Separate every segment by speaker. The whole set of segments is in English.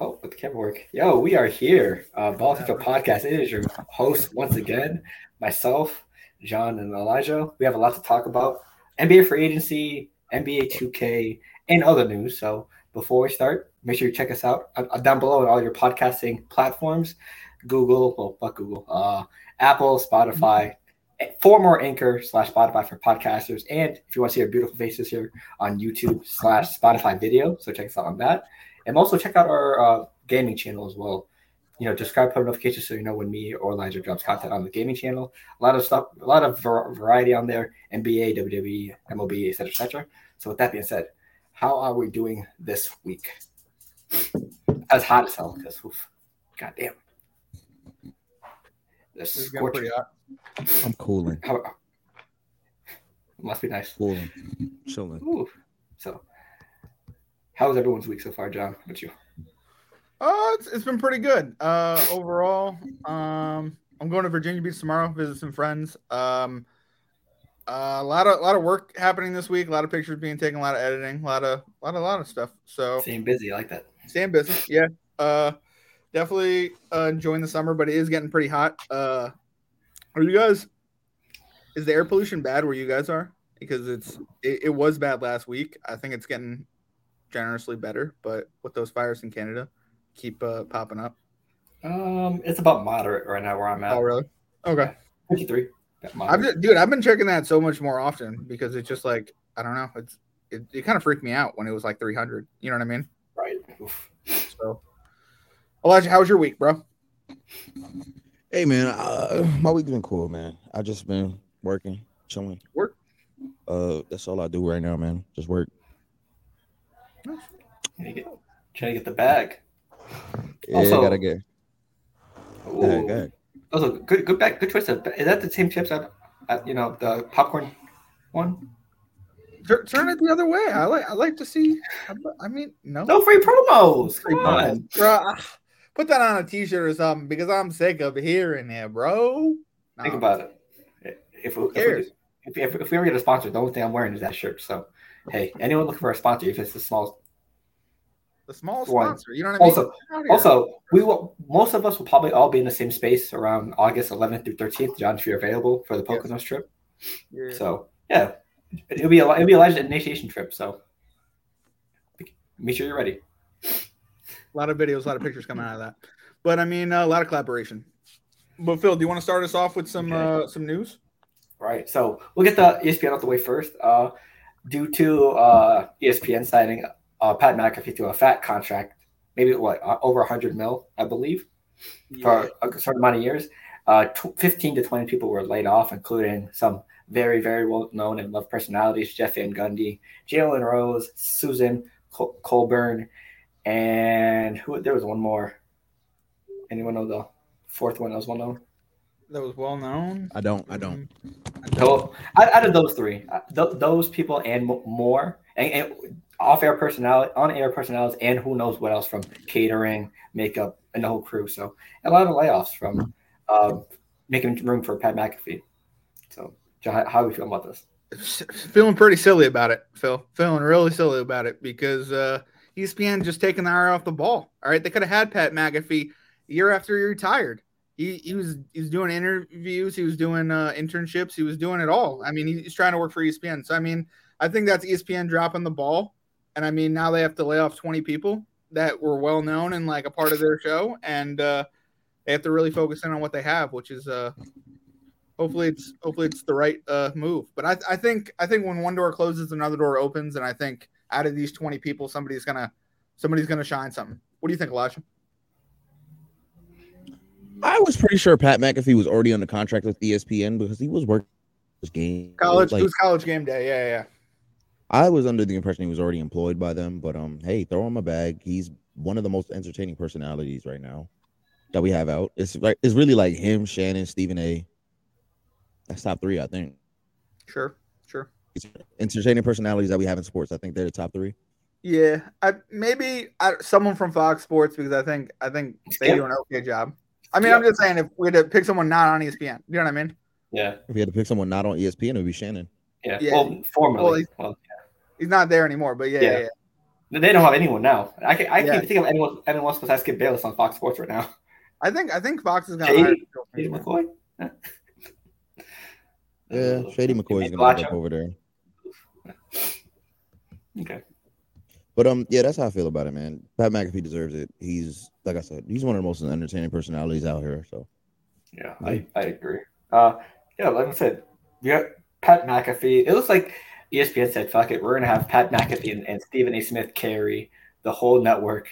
Speaker 1: Oh, Camera work. Yo, we are here. Uh, Ball Central Podcast. It is your host once again, myself, John, and Elijah. We have a lot to talk about NBA free agency, NBA 2K, and other news. So before we start, make sure you check us out uh, down below on all your podcasting platforms Google, well, fuck Google, uh, Apple, Spotify, former anchor slash Spotify for podcasters. And if you want to see our beautiful faces here on YouTube slash Spotify video, so check us out on that. And also check out our uh, gaming channel as well. You know, subscribe, put notifications so you know when me or Elijah drops content on the gaming channel. A lot of stuff, a lot of var- variety on there NBA, WWE, MLB, etc., etc. So, with that being said, how are we doing this week? As hot as hell, because oof, goddamn. This
Speaker 2: It's
Speaker 1: is
Speaker 2: getting pretty hot.
Speaker 3: I'm cooling,
Speaker 1: how, must be nice.
Speaker 3: cooling, chilling.
Speaker 1: Ooh. So, how was everyone's week so far, John? How about you?
Speaker 2: Oh, it's, it's been pretty good uh, overall. Um, I'm going to Virginia Beach tomorrow, visit some friends. Um, uh, a lot of lot of work happening this week. A lot of pictures being taken. A lot of editing. A lot of lot of lot of stuff. So
Speaker 1: Staying busy. I like that.
Speaker 2: staying busy. Yeah. Uh, definitely uh, enjoying the summer, but it is getting pretty hot. Uh, are you guys? Is the air pollution bad where you guys are? Because it's it, it was bad last week. I think it's getting generously better, but with those fires in Canada, keep uh, popping up.
Speaker 1: Um, it's about moderate right now where I'm at.
Speaker 2: Oh, really? Okay.
Speaker 1: 53. About
Speaker 2: I've
Speaker 1: moderate.
Speaker 2: been, dude, I've been checking that so much more often because it's just like I don't know. It's it, it kind of freaked me out when it was like 300. You know what I mean?
Speaker 1: right. Oof.
Speaker 2: So, Elijah, how was your week, bro?
Speaker 3: Hey man, uh, my week's been cool, man. I just been working, chilling.
Speaker 2: Work.
Speaker 3: Uh, that's all I do right now, man. Just work.
Speaker 1: Trying to get, trying to get the bag.
Speaker 2: Oh,
Speaker 3: Yeah,
Speaker 1: Also-
Speaker 3: gotta get.
Speaker 1: Ooh.
Speaker 3: Yeah, go ahead.
Speaker 1: Those are good, good bag. Good choice. Of, is that the same chips? I, I, you know, the popcorn one.
Speaker 2: Tur- turn it the other way. I like. I like to see. I, I mean, no,
Speaker 1: No free promos. Come on.
Speaker 2: bro. ah, Put that on a T-shirt or something because I'm sick of hearing it, bro. Nah.
Speaker 1: Think about it. If we, if,
Speaker 2: cares?
Speaker 1: we, if, if, if we ever get a sponsor, the only thing I'm wearing is that shirt. So, hey, anyone looking for a sponsor, if it's the smallest
Speaker 2: the smallest
Speaker 1: One.
Speaker 2: sponsor. You know what I mean?
Speaker 1: Also-
Speaker 2: Get out of here.
Speaker 1: Also, we will. Most of us will probably all be in the same space around August 11th through 13th. John, if you're available for the
Speaker 2: Yes.
Speaker 1: Poconos trip,
Speaker 2: Yeah.
Speaker 1: so yeah, it'll be a it'll be a Elijah's initiation trip. So make sure you're ready.
Speaker 2: a lot of videos, a lot of pictures coming out of that. But I mean, uh, a lot of collaboration. But Phil, do you want to start us off with some
Speaker 1: Okay.
Speaker 2: uh, some news?
Speaker 1: Right. So we'll get the E ESPN out the way first. Uh, due to uh, ESPN signing uh, Pat McAfee to a fat contract, maybe what uh, over 100 mil, I believe. for a certain amount of years. Uh, tw 15 to 20 people were laid off, including some very, very well known and loved personalities Jeff Van Gundy, Jalen Rose, Susan Col- Colburn, and who there was one more. Anyone know the fourth one that was well known?
Speaker 2: That was well known.
Speaker 3: I don't. I don't.
Speaker 1: So, out, out of those three, uh, th- those people and mo- more, and, and off-air personality, on-air personalities, and who knows what else from catering, makeup, and the whole crew. So a lot of layoffs from uh, making room for Pat McAfee. So, John, how, how do you feel about this?
Speaker 2: S- feeling pretty silly about it, Phil. Feeling really silly about it because uh, ESPN just taking the eye off the ball. All right, they could have had Pat McAfee year after he retired. He, he was he was doing interviews, he was doing uh, internships, he was doing it all. I mean, he's trying to work for E ESPN. So I mean, I think that's E ESPN dropping the ball. And I mean, now they have to lay off twenty people that were well known and like a part of their show, and uh, they have to really focus in on what they have, which is uh, hopefully it's hopefully it's the right uh, move. But I, I think I think when one door closes, another door opens, and I think out of these twenty people, somebody's gonna somebody's gonna shine something. What do you think, Elijah?
Speaker 3: I was pretty sure Pat McAfee was already under contract with E ESPN because he was working his game.
Speaker 2: College,
Speaker 3: Like,
Speaker 2: it was college game day. Yeah, yeah, yeah.
Speaker 3: I was under the impression he was already employed by them, but um, hey, throw him a bag. He's one of the most entertaining personalities right now that we have out. It's like it's really like him, Shannon, Stephen A. That's top three, I think.
Speaker 2: Sure, sure.
Speaker 3: It's entertaining personalities that we have in sports. I think they're the top three.
Speaker 2: Yeah, I maybe I, someone from Fox Sports because I think I think they
Speaker 1: Yeah.
Speaker 2: do an okay job. I mean, I'm
Speaker 1: Yeah.
Speaker 2: just saying if we had to pick someone not on E ESPN, you know what I mean?
Speaker 1: Yeah,
Speaker 3: If we had to pick someone not on E ESPN, it would be Shannon.
Speaker 1: yeah.
Speaker 2: Yeah.
Speaker 1: Well, formally,
Speaker 2: Well,
Speaker 1: well,
Speaker 2: he's- He's not there anymore, but yeah, yeah.
Speaker 1: Yeah.
Speaker 2: yeah.
Speaker 1: They don't have anyone now. I can I
Speaker 2: Yeah.
Speaker 1: can't think of anyone anyone else besides Skip Bayless on Fox Sports right now.
Speaker 2: I think I think Fox is gonna
Speaker 1: Shady?
Speaker 2: hire
Speaker 1: Shady
Speaker 2: Phil.
Speaker 1: McCoy.
Speaker 3: Yeah, Shady McCoy's gonna
Speaker 1: Watch
Speaker 3: end up
Speaker 1: out.
Speaker 3: over there.
Speaker 1: Okay.
Speaker 3: But um, yeah, that's how I feel about it, man. Pat McAfee deserves it. He's like I said, he's one of the most entertaining personalities out here. So
Speaker 1: Yeah, I, I agree. Uh, yeah, like I said, we got Pat McAfee. It looks like E ESPN said, "Fuck it, we're gonna have Pat McAfee and, and Stephen A. Smith carry the whole network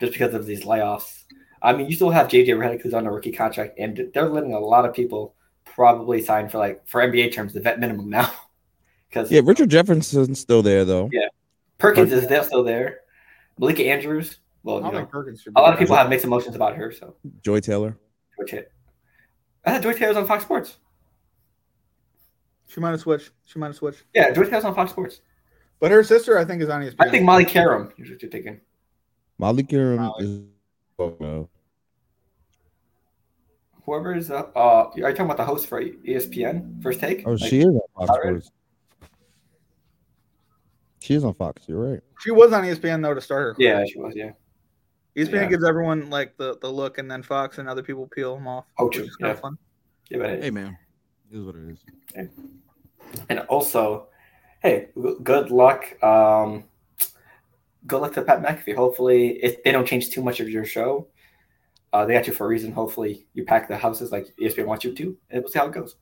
Speaker 1: just because of these layoffs." I mean, you still have JJ Redick who's on a rookie contract, and they're letting a lot of people probably sign for like for NBA terms the vet minimum now because
Speaker 3: yeah, Richard Jefferson's still there though.
Speaker 1: Yeah. Perkins is there, still there. Malika Andrews, well,
Speaker 2: I
Speaker 1: you
Speaker 2: don't
Speaker 1: know,
Speaker 2: think Perkins should be
Speaker 1: a lot of
Speaker 2: there.
Speaker 1: people have mixed emotions about her. So,
Speaker 3: Joy Taylor.
Speaker 1: George Hitt. I thought George Hitt was on Fox Sports.
Speaker 2: She might have switched. She might have switched.
Speaker 1: Yeah, George Hitt was on Fox Sports.
Speaker 2: But her sister, I think, is on E ESPN.
Speaker 1: I think Molly Karam is what you're thinking.
Speaker 3: Molly Karam
Speaker 2: Molly.
Speaker 3: is oh,
Speaker 1: Whoever is, uh, uh, are you talking about the host for E ESPN First Take?
Speaker 3: oh
Speaker 1: Like,
Speaker 3: she is on Fox
Speaker 1: Alright.
Speaker 3: Sports. She is on Fox. You're right.
Speaker 2: she was on E ESPN though to start her. E
Speaker 1: Yeah, she was. Yeah,
Speaker 2: ESPN
Speaker 1: yeah.
Speaker 2: gives everyone like the, the look, and then Fox and other people peel them off.
Speaker 1: Oh,
Speaker 2: which
Speaker 1: true.
Speaker 2: is kinda
Speaker 1: Yeah.
Speaker 2: fun.
Speaker 1: yeah, but it-
Speaker 3: man, it is what it is.
Speaker 1: and also, hey, g- good luck. Um, good luck to Pat McAfee. Hopefully, if they don't change too much of your show, uh, they got you for a reason. Hopefully, you pack the houses like E ESPN wants you to, and we'll see how it goes.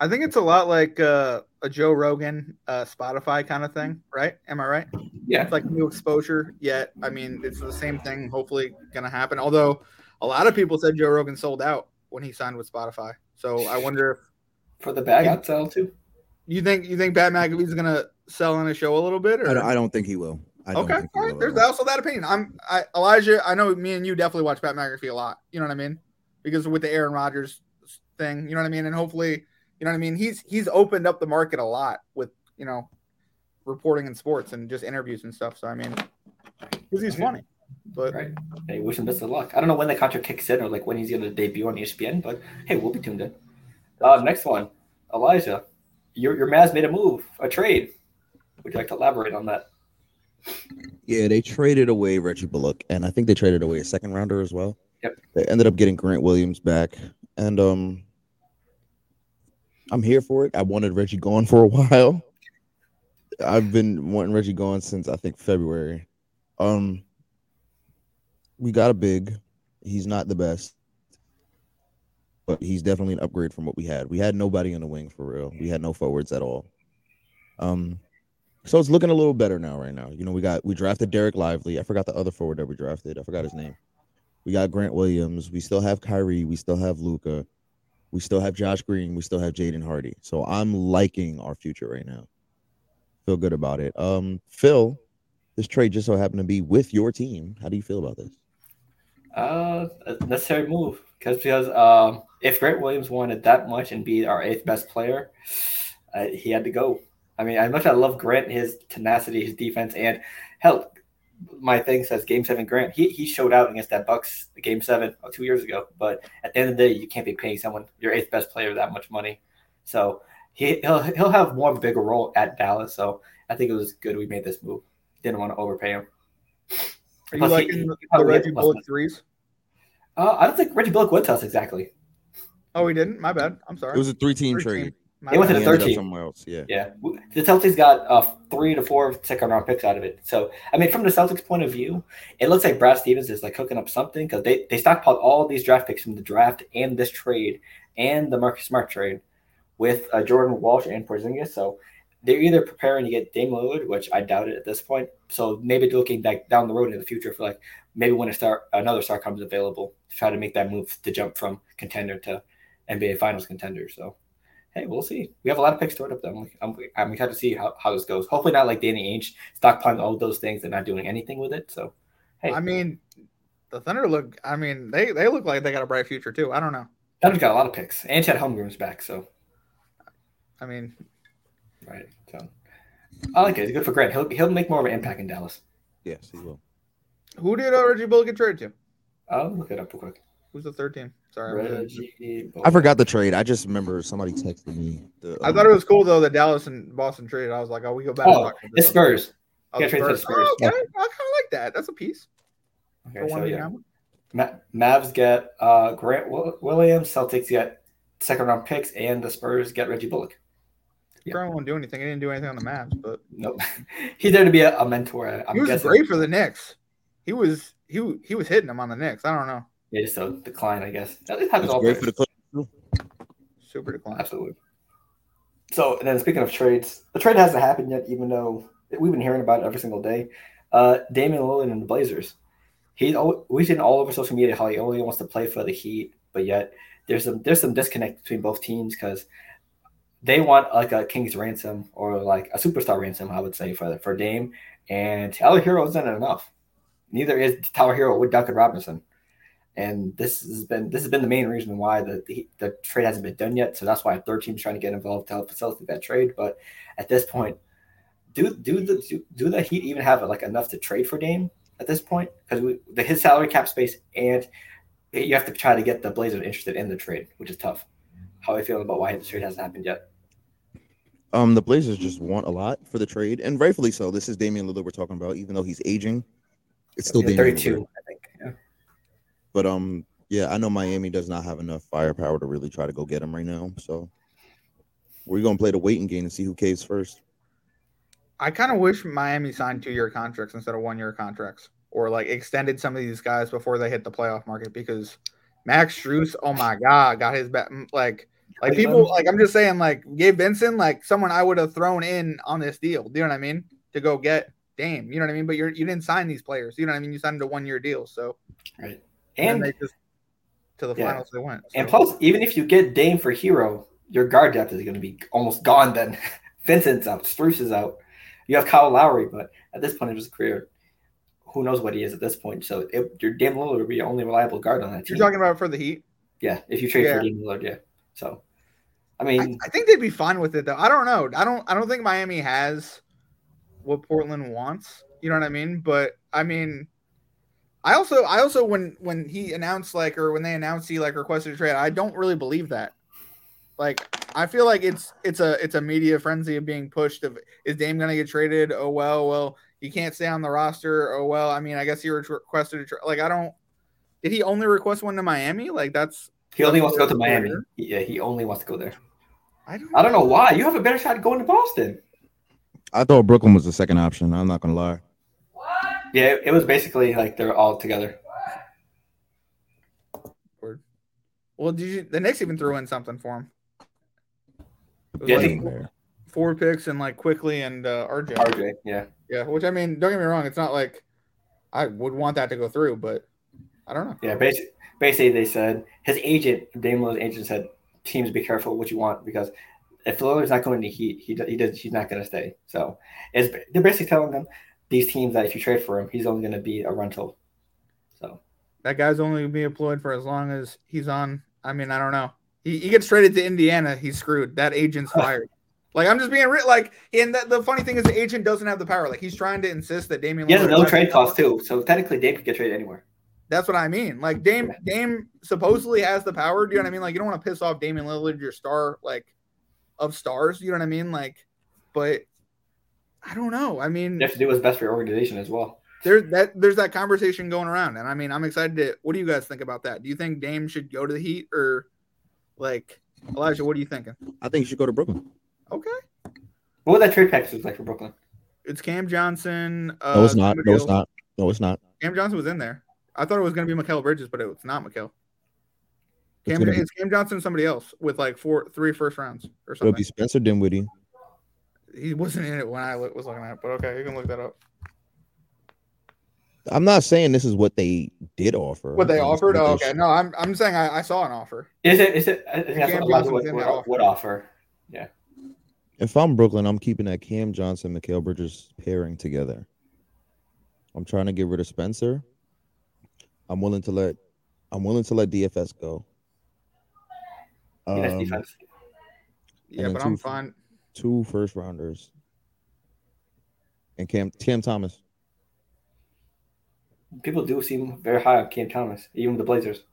Speaker 2: I think it's a lot like uh, a Joe Rogan uh, Spotify kind of thing, right? Am I right?
Speaker 1: Yeah,
Speaker 2: It's like new exposure. Yet, I mean, it's the same thing. Hopefully, gonna happen. Although, a lot of people said Joe Rogan sold out when he signed with Spotify. So I wonder if
Speaker 1: for the bag, I'd sell too.
Speaker 2: you think you think Pat McAfee's gonna sell on his show a little bit. Or
Speaker 3: I don't, I don't think he will. I don't
Speaker 2: okay,
Speaker 3: think he
Speaker 2: all right.
Speaker 3: will.
Speaker 2: There's also that opinion. I'm I, Elijah. I know me and you definitely watch Pat McAfee a lot. You know what I mean? Because with the Aaron Rodgers thing, you know what I mean. And hopefully, you know what I mean. He's he's opened up the market a lot with you know reporting in sports and just interviews and stuff. So I mean, because he's funny. But
Speaker 1: Right. Hey, wish him best of luck. I don't know when the contract kicks in or like when he's going to debut on E ESPN, but hey, we'll be tuned in. Uh, next one, Elijah, your your Mavs made a move, a trade. Would you like to elaborate on that?
Speaker 3: Yeah, they traded away Reggie Bullock, and I think they traded away a second rounder as well.
Speaker 1: Yep.
Speaker 3: They ended up getting Grant Williams back, and um, I'm here for it. I wanted Reggie gone for a while. I've been wanting Reggie gone since I think February. Um, we got a big. He's not the best, but he's definitely an upgrade from what we had. We had nobody in the wing for real. We had no forwards at all. Um, so it's looking a little better now, right now. You know, we got we drafted Derek Lively. I forgot the other forward that we drafted. I forgot his name. We got Grant Williams. We still have Kyrie. We still have Luca. We still have Josh Green. We still have Jaden Hardy. So I'm liking our future right now. Feel good about it. Um, Phil, this trade just so happened to be with your team. How do you feel about this?
Speaker 1: Uh, a necessary move because because um, if Grant Williams wanted that much and be our eighth best player, uh, he had to go. I mean, as much as I love Grant, his tenacity, his defense, and hell, my thing says Game Seven. Grant he he showed out against that Bucks Game Seven oh, two years ago. But at the end of the day, you can't be paying someone your eighth best player that much money. So he he'll he'll have more of a bigger role at Dallas. So I think it was good we made this move. Didn't want to overpay him.
Speaker 2: are you
Speaker 1: Plus, he-
Speaker 2: liking
Speaker 1: he
Speaker 2: the, the
Speaker 1: probably
Speaker 2: Reggie
Speaker 1: has
Speaker 2: Bullock threes?
Speaker 1: uh, I don't think Reggie Bullock went to us exactly.
Speaker 2: Oh, he didn't. My bad. I'm sorry.
Speaker 3: It was a three-team
Speaker 2: Third
Speaker 3: trade.
Speaker 2: team. My
Speaker 1: They went to
Speaker 2: bad.
Speaker 1: the
Speaker 3: We ended
Speaker 1: third
Speaker 3: up
Speaker 1: team.
Speaker 3: somewhere else. Yeah.
Speaker 1: Yeah, W- the Celtics got uh, three to four second round picks out of it. So I mean, from the Celtics' point of view, it looks like Brad Stevens is like hooking up something because they they stockpiled all these draft picks from the draft and this trade and the Marcus Smart trade with uh, Jordan Walsh and Porzingis. So they're either preparing to get Dame Lillard, which I doubt it at this point. So maybe looking back down the road in the future for like maybe when a star another star comes available to try to make that move to jump from contender to NBA Finals contender. So hey, we'll see. We have a lot of picks stored up. Though. I'm, I'm, I'm excited to see how, how this goes. Hopefully, not like Danny Ainge stockpiling all those things and not doing anything with it. So, hey,
Speaker 2: I
Speaker 1: I'm,
Speaker 2: mean, the Thunder look. I mean, they they look like they got a bright future too. I don't know.
Speaker 1: Thunder's got a lot of picks. And Chad Holmgren's back. So,
Speaker 2: I mean,
Speaker 1: right. So, I like it. It's good for Grant. He'll, he'll make more of an impact in Dallas.
Speaker 3: Yes, he will.
Speaker 2: who did uh, Reggie Bullock get traded to?
Speaker 1: I'll look it up real quick.
Speaker 2: Who's the third team? Sorry. I'm-
Speaker 1: Reggie
Speaker 3: I forgot the trade. I just remember somebody texted me. The,
Speaker 2: I thought it was cool though that Dallas and Boston traded. I was like, oh, we go back.
Speaker 1: Oh,
Speaker 2: and talk about
Speaker 1: It's
Speaker 2: this.
Speaker 1: Spurs.
Speaker 2: of
Speaker 1: Yeah,
Speaker 2: the
Speaker 1: trade for
Speaker 2: Spurs.
Speaker 1: the Spurs.
Speaker 2: Oh, okay. I kind of like that. That's a piece.
Speaker 1: Okay,
Speaker 2: For one
Speaker 1: so
Speaker 2: of the
Speaker 1: yeah.
Speaker 2: young-
Speaker 1: Ma- Mavs get uh, Grant Wi- Williams. Celtics get second round picks, and the Spurs get Reggie Bullock. Yeah.
Speaker 2: Probably won't do anything. He didn't do anything on the maps, but
Speaker 1: Nope, he's there to be a, a mentor. I'm
Speaker 2: he was
Speaker 1: guessing.
Speaker 2: great for the Knicks. He was he w- he was hitting them on the Knicks. I don't know.
Speaker 1: Yeah, just a decline, I guess. That
Speaker 3: It
Speaker 1: happens
Speaker 3: was
Speaker 1: all
Speaker 3: great
Speaker 1: players.
Speaker 3: for the Clippers. too.
Speaker 2: Super decline.
Speaker 1: Oh, Absolutely. So, and then speaking of trades, the trade hasn't happened yet, even though we've been hearing about it every single day. Uh, Damian Lillard and the Blazers. He's al- we've seen all over social media how he only wants to play for the Heat, but yet there's some there's some disconnect between both teams because they want like a king's ransom or like a superstar ransom, I would say for for Dame, and Tyler Hero isn't enough. Neither is Tyler Hero with Duncan Robinson and this has been this has been the main reason why the, the the trade hasn't been done yet. So that's why a third team's trying to get involved to help facilitate that trade. But at this point, do do the do, do the Heat even have like enough to trade for Dame at this point? Because the his salary cap space and you have to try to get the Blazers interested in the trade, which is tough. How are you feeling about why the trade hasn't happened yet?
Speaker 3: Um, the Blazers just want a lot for the trade, and rightfully so. This is Damian Lillard we're talking about, even though he's aging. It's still
Speaker 1: Yeah,
Speaker 3: Damian Lillard.
Speaker 1: Thirty-two, I think. Yeah.
Speaker 3: But um, yeah, I know Miami does not have enough firepower to really try to go get him right now. So we're gonna play the waiting game and see who caves first.
Speaker 2: I kind of wish Miami signed two year contracts instead of one year contracts, or like extended some of these guys before they hit the playoff market because Max Struess, oh my god, got his back. Like, like people,
Speaker 1: um,
Speaker 2: like I'm just saying, like Gabe Benson, like someone I would have thrown in on this deal. Do you know what I mean? To go get Dame, you know what I mean? But you're you didn't sign these players. You know what I mean? You signed them to one year deals, so
Speaker 1: And
Speaker 2: then they just to the
Speaker 1: Yeah.
Speaker 2: finals they went.
Speaker 1: And
Speaker 2: so.
Speaker 1: plus, even if you get Dame for Hero, your guard depth is going to be almost gone then. Vincent's out, Struce is out. You have Kyle Lowry, but at this point in his career, who knows what he is at this point. So it, your Dame Lillard would be your only reliable guard on that
Speaker 2: you're
Speaker 1: team.
Speaker 2: talking about for the Heat.
Speaker 1: yeah, if you trade
Speaker 2: Yeah.
Speaker 1: for Dame Lillard, yeah. So, I
Speaker 2: I,
Speaker 1: mean,
Speaker 2: I think they'd be fine with it though. I don't know. I don't I don't think Miami has what Portland wants. You know what I mean? But I mean I also I also when when he announced like or when they announced he like requested a trade, I don't really believe that. Like I feel like it's it's a it's a media frenzy of being pushed of is Dame gonna get traded? Oh well, well you can't stay on the roster. Oh well, I mean I guess he re- requested a trade. Like I don't. Did he only request one to Miami? Like that's
Speaker 1: he only wants to go to Miami. Yeah, he only wants to go there.
Speaker 2: I don't.
Speaker 1: I don't know why. You have a better shot at going to Boston.
Speaker 3: I thought Brooklyn was the second option. I'm not gonna lie.
Speaker 1: Yeah, it- it was basically like they're all together.
Speaker 2: Well, did you, the Knicks even threw in something for him? It was
Speaker 1: Yeah, I
Speaker 2: like
Speaker 1: think-
Speaker 2: four picks and like quickly and uh, RJ.
Speaker 1: RJ, yeah.
Speaker 2: Yeah, which I mean, don't get me wrong, it's not like I would want that to go through, but I don't know.
Speaker 1: Yeah, basically, basically they said his agent, Dame Lillard's agent, said teams be careful what you want because if Lillard's not going to Heat, he do- he does he's not going to stay. So it's they're basically telling them these teams that if you trade for him, he's only going to be a rental. So
Speaker 2: That guy's only gonna be employed for as long as he's on. I mean, I don't know. He, he gets traded to Indiana, he's screwed. That agent's fired. Like I'm just being re- like, and the, the funny thing is, the agent doesn't have the power. Like he's trying to insist that Damian.
Speaker 1: he has
Speaker 2: Lillard-
Speaker 1: no trade clause too. So technically, Dame could get traded anywhere.
Speaker 2: That's what I mean. Like Dame, Dame supposedly has the power. Do you know what I mean? Like you don't want to piss off Damian Lillard, your star, like of stars. You know what I mean? Like, but I don't know. I mean,
Speaker 1: They have to do what's best for your organization as well.
Speaker 2: there that there's that conversation going around, and I mean, I'm excited. To, what do you guys think about that? Do you think Dame should go to the Heat or like Elijah? What are you thinking?
Speaker 3: I think you should go to Brooklyn.
Speaker 2: Okay,
Speaker 1: What would that trade package look like for Brooklyn?
Speaker 2: it's Cam Johnson. Uh,
Speaker 3: No, it's not. No, it's
Speaker 2: Mikal-
Speaker 3: not. No, it's not.
Speaker 2: Cam Johnson was in there. I thought it was going to be Mikel Bridges, but it's not Mikel.
Speaker 3: It's
Speaker 2: Cam,
Speaker 3: gonna be-
Speaker 2: it's Cam Johnson, and somebody else with like four, three first rounds or
Speaker 3: It'll
Speaker 2: something.
Speaker 3: be Spencer Dinwiddie.
Speaker 2: He wasn't in it when I lo- was looking at it, but okay, you can look that up.
Speaker 3: I'm not saying this is what they did offer.
Speaker 2: What they
Speaker 3: I'm
Speaker 2: offered?
Speaker 3: saying
Speaker 2: Oh,
Speaker 3: they
Speaker 2: okay. No, I'm, I'm saying I, I saw an offer.
Speaker 1: Is it? Is it? I think that's
Speaker 2: Cam
Speaker 1: what Elijah
Speaker 2: Johnson's
Speaker 1: would,
Speaker 2: in
Speaker 1: would,
Speaker 2: that offer.
Speaker 1: would offer.
Speaker 3: If I'm Brooklyn, I'm keeping that Cam Johnson, Mikhail Bridges pairing together. I'm trying to get rid of Spencer. I'm willing to let I'm willing to let DFS go.
Speaker 1: Um,
Speaker 3: Um,
Speaker 1: defense.
Speaker 2: Yeah,
Speaker 3: then
Speaker 2: but I'm
Speaker 3: two-
Speaker 2: fine.
Speaker 3: two first rounders. And Cam Cam Thomas.
Speaker 1: People do seem very high on Cam Thomas, even the Blazers.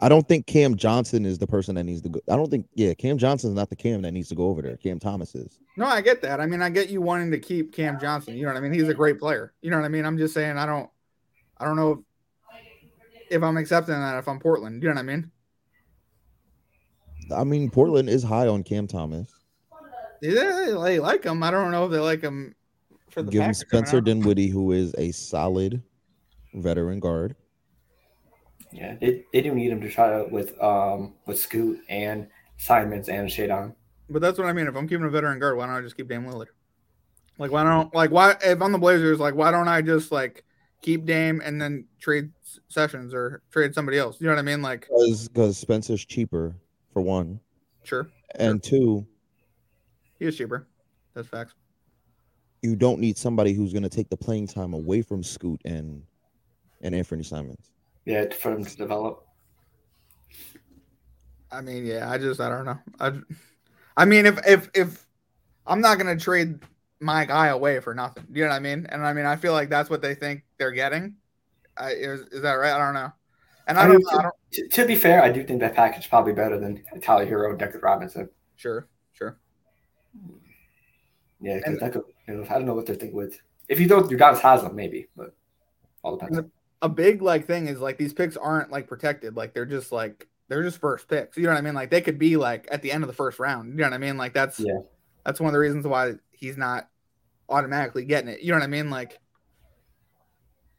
Speaker 3: I don't think Cam Johnson is the person that needs to go. I don't think, yeah, Cam Johnson's not the Cam that needs to go over there. Cam Thomas is.
Speaker 2: No, I get that. I mean, I get you wanting to keep Cam Johnson. You know what I mean? He's a great player. You know what I mean? I'm just saying I don't I don't know if, if I'm accepting that if I'm Portland. You know what I mean?
Speaker 3: I mean, Portland is high on Cam Thomas.
Speaker 2: Yeah, they like him. I don't know if they like him for the
Speaker 3: Give him
Speaker 2: Packers or
Speaker 3: Spencer
Speaker 2: not.
Speaker 3: Dinwiddie, who is a solid veteran guard.
Speaker 1: Yeah, they, they do need him to try out with um with Scoot and Simons and Shadon.
Speaker 2: But that's what I mean. If I'm keeping a veteran guard, why don't I just keep Dame Lillard? Like why don't like why if I'm the Blazers, like why don't I just like keep Dame and then trade S- Sessions or trade somebody else? You know what I mean? Like
Speaker 3: Because Spencer's cheaper, for one.
Speaker 2: sure,
Speaker 3: And two,
Speaker 2: he is cheaper. That's facts.
Speaker 3: you don't need somebody who's going to take the playing time away from Scoot and and Anthony Simons.
Speaker 1: Yeah, for them to develop.
Speaker 2: I mean, yeah, I just I don't know. I I mean if if if I'm not gonna trade my guy away for nothing. You know what I mean? And I mean I feel like that's what they think they're getting. I, is, is that right? I don't know. And I
Speaker 1: I
Speaker 2: don't,
Speaker 1: mean,
Speaker 2: I don't
Speaker 1: To, to be fair, I do think that package is probably better than Tyler Hero and Deckard Robinson.
Speaker 2: sure, sure.
Speaker 1: Yeah,
Speaker 2: And-
Speaker 1: because that could, you know, I don't know what they're thinking with. If you don't, Udonis Haslam maybe, but all depends.
Speaker 2: a big like thing is like these picks aren't like protected. Like they're just like they're just first picks. You know what I mean? Like they could be like at the end of the first round. You know what I mean? Like that's
Speaker 1: Yeah.
Speaker 2: that's one of the reasons why he's not automatically getting it. You know what I mean? Like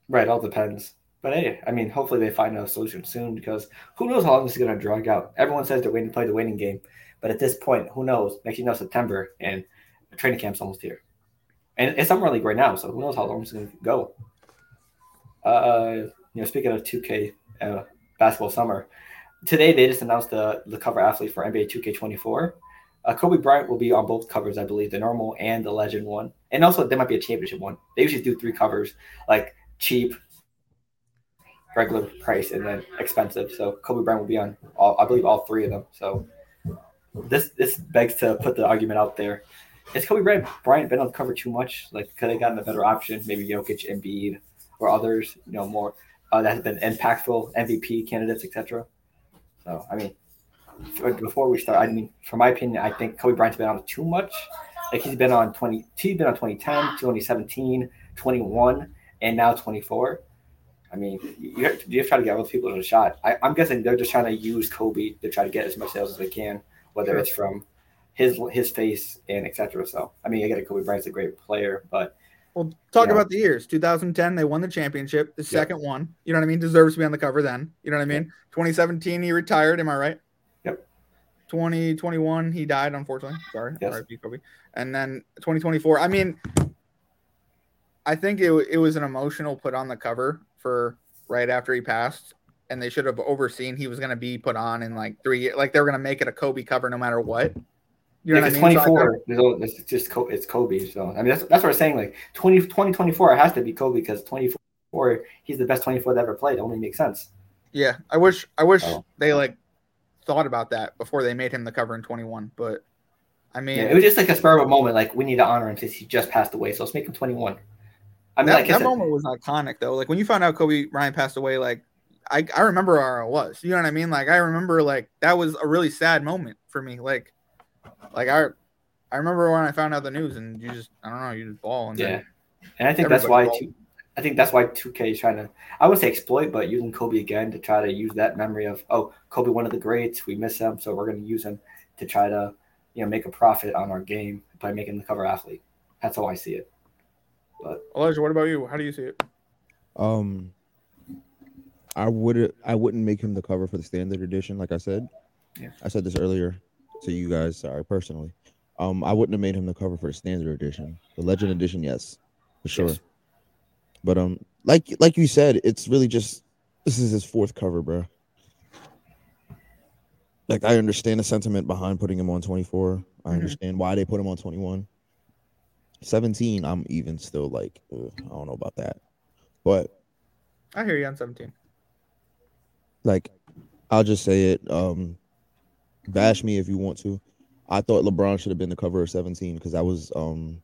Speaker 1: Right, all depends. But hey, I mean, hopefully they find a solution soon because who knows how long this is going to drag out. Everyone says they're waiting to play the waiting game, but at this point, who knows? Next thing you know, September and training camp's almost here, and it's summer league right now, so who knows how long it's going to go. Uh, you know, speaking of 2K uh, basketball summer, today they just announced the the cover athlete for NBA 2K24. Uh, Kobe Bryant will be on both covers, I believe, the normal and the legend one, and also there might be a championship one. They usually do three covers, like cheap, regular price, and then expensive. So Kobe Bryant will be on, all, I believe, all three of them. So this this begs to put the argument out there: Has Kobe Bryant, Bryant been on the cover too much? Like, could have gotten a better option, maybe Jokic, Embiid, or others, you know, more uh, that have been impactful MVP candidates, etc. So I mean, for- before we start, I mean, for my opinion, I think Kobe Bryant's been on too much. Like he's been on 20, he's been on 2010, 2017, 21, and now 24. I mean, you have to, you have to try to get other people in a shot. I, I'm guessing they're just trying to use Kobe to try to get as much sales as they can, whether
Speaker 2: Sure.
Speaker 1: it's from his his face and etc. So, I mean, I get it. Kobe Bryant's a great player, but
Speaker 2: well, talk
Speaker 1: Yeah.
Speaker 2: about the years. 2010, they won the championship, the second one. You know what I mean? Deserves to be on the cover then. You know what I mean? 2017, he retired. Am I right?
Speaker 1: Yep.
Speaker 2: 2021, he died unfortunately. Sorry,
Speaker 1: Yes.
Speaker 2: RIP Kobe. And then 2024. I mean, I think it wa- it was an emotional put on the cover for right after he passed, and they should have overseen he was going to be put on in like three. years. Like they were going to make it a Kobe cover no matter what. You know
Speaker 1: if
Speaker 2: what I
Speaker 1: it's
Speaker 2: mean? So I thought-
Speaker 1: 24, there's all- it's just Co- it's Kobe. So, I mean, that's that's what I'm saying. Like 20, 2024 it has to be Kobe because 24 he's the best 24 that ever played. It only makes sense.
Speaker 2: Yeah, I wish I wish
Speaker 1: Oh.
Speaker 2: they like thought about that before they made him the cover in 21. But I mean,
Speaker 1: Yeah, it was just like a spur of a moment. Like we need to honor him because he just passed away. So let's make him 21. I mean,
Speaker 2: that,
Speaker 1: like I
Speaker 2: that
Speaker 1: said,
Speaker 2: moment was iconic though. Like when you found out Kobe Bryant passed away, like I I remember where I was. You know what I mean? Like I remember like that was a really sad moment for me. Like like I I remember when I found out the news and you just I don't know you just ball and
Speaker 1: yeah,
Speaker 2: then,
Speaker 1: and I think that's why.
Speaker 2: everybody
Speaker 1: Two, I think that's why 2K is trying to. I would say exploit, but using Kobe again to try to use that memory of oh, Kobe, one of the greats. We miss him, so we're going to use him to try to you know make a profit on our game by making the cover athlete. That's how I see it.
Speaker 2: Elijah, what about you? How do you see it?
Speaker 3: Um, I would I wouldn't make him the cover for the standard edition, like I said.
Speaker 1: Yeah.
Speaker 3: I said this earlier to you guys. Sorry, personally. Um, I wouldn't have made him the cover for the standard edition. The legend edition, yes, for sure.
Speaker 1: Yes.
Speaker 3: But um, like like you said, it's really just this is his fourth cover, bro. Like I understand the sentiment behind putting him on 24. I
Speaker 2: Mhm.
Speaker 1: Mm-hmm.
Speaker 3: understand why they put him on 21. 17, I'm even still like, ugh, I don't know about that. But
Speaker 2: I hear you on 17.
Speaker 3: like I'll just say it. Um bash me if you want to. I thought LeBron should have been the cover of 17 because I was um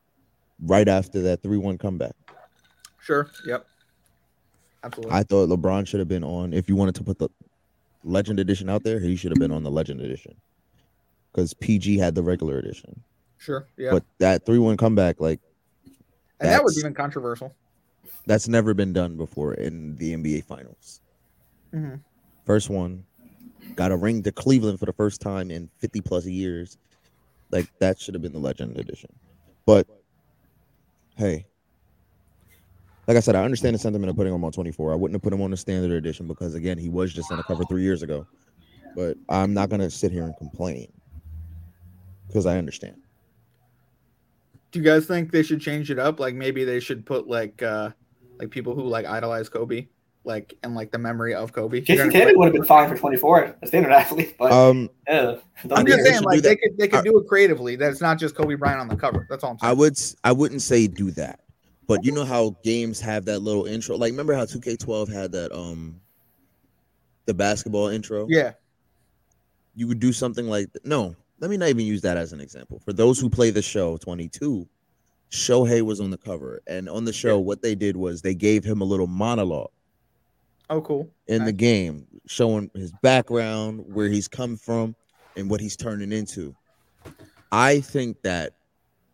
Speaker 3: right after that 3-1 comeback.
Speaker 2: Sure. Yep. Absolutely.
Speaker 3: I thought LeBron should have been on if you wanted to put the Legend Edition out there, he should have been on the Legend Edition because PG had the regular edition.
Speaker 2: Sure. Yeah.
Speaker 3: But that three-one comeback, like
Speaker 2: and that was
Speaker 3: that's-
Speaker 2: even controversial.
Speaker 3: that's never been done before in the NBA Finals.
Speaker 2: Mhm.
Speaker 3: First one, got a ring to Cleveland for the first time in 50 plus years. Like that should have been the legend edition. But hey, like I said, I understand the sentiment of putting him on 24. I wouldn't have put him on the standard edition because again, he was just on the cover three years ago. But I'm not gonna sit here and complain because I understand.
Speaker 2: Do you guys think they should change it up? Like maybe they should put like uh like people who like idolize Kobe, like and like the memory of Kobe. You're
Speaker 1: Jason
Speaker 2: gonna
Speaker 1: Tatum
Speaker 2: put-
Speaker 1: would have been fine for 24, a standard athlete, but
Speaker 3: Um,
Speaker 1: yeah, don't
Speaker 2: Uh, I'm
Speaker 1: do
Speaker 2: just
Speaker 1: that.
Speaker 2: saying,
Speaker 3: should
Speaker 2: like
Speaker 3: do
Speaker 2: they
Speaker 3: that.
Speaker 2: could they could do it creatively. That it's not just Kobe Bryant on the cover. That's all I'm
Speaker 3: I
Speaker 2: saying.
Speaker 3: would s- I wouldn't say do that, but you know how games have that little intro. Like remember how 2K12 had that um the basketball intro?
Speaker 2: yeah,
Speaker 3: You would do something like no, let me not even use that as an example. For those who play the show 22, Shohei was on the cover and on the show what they did was they gave him a little monologue
Speaker 2: oh cool.
Speaker 3: in the
Speaker 2: Nice.
Speaker 3: game, showing his background, where he's come from, and what he's turning into. I think that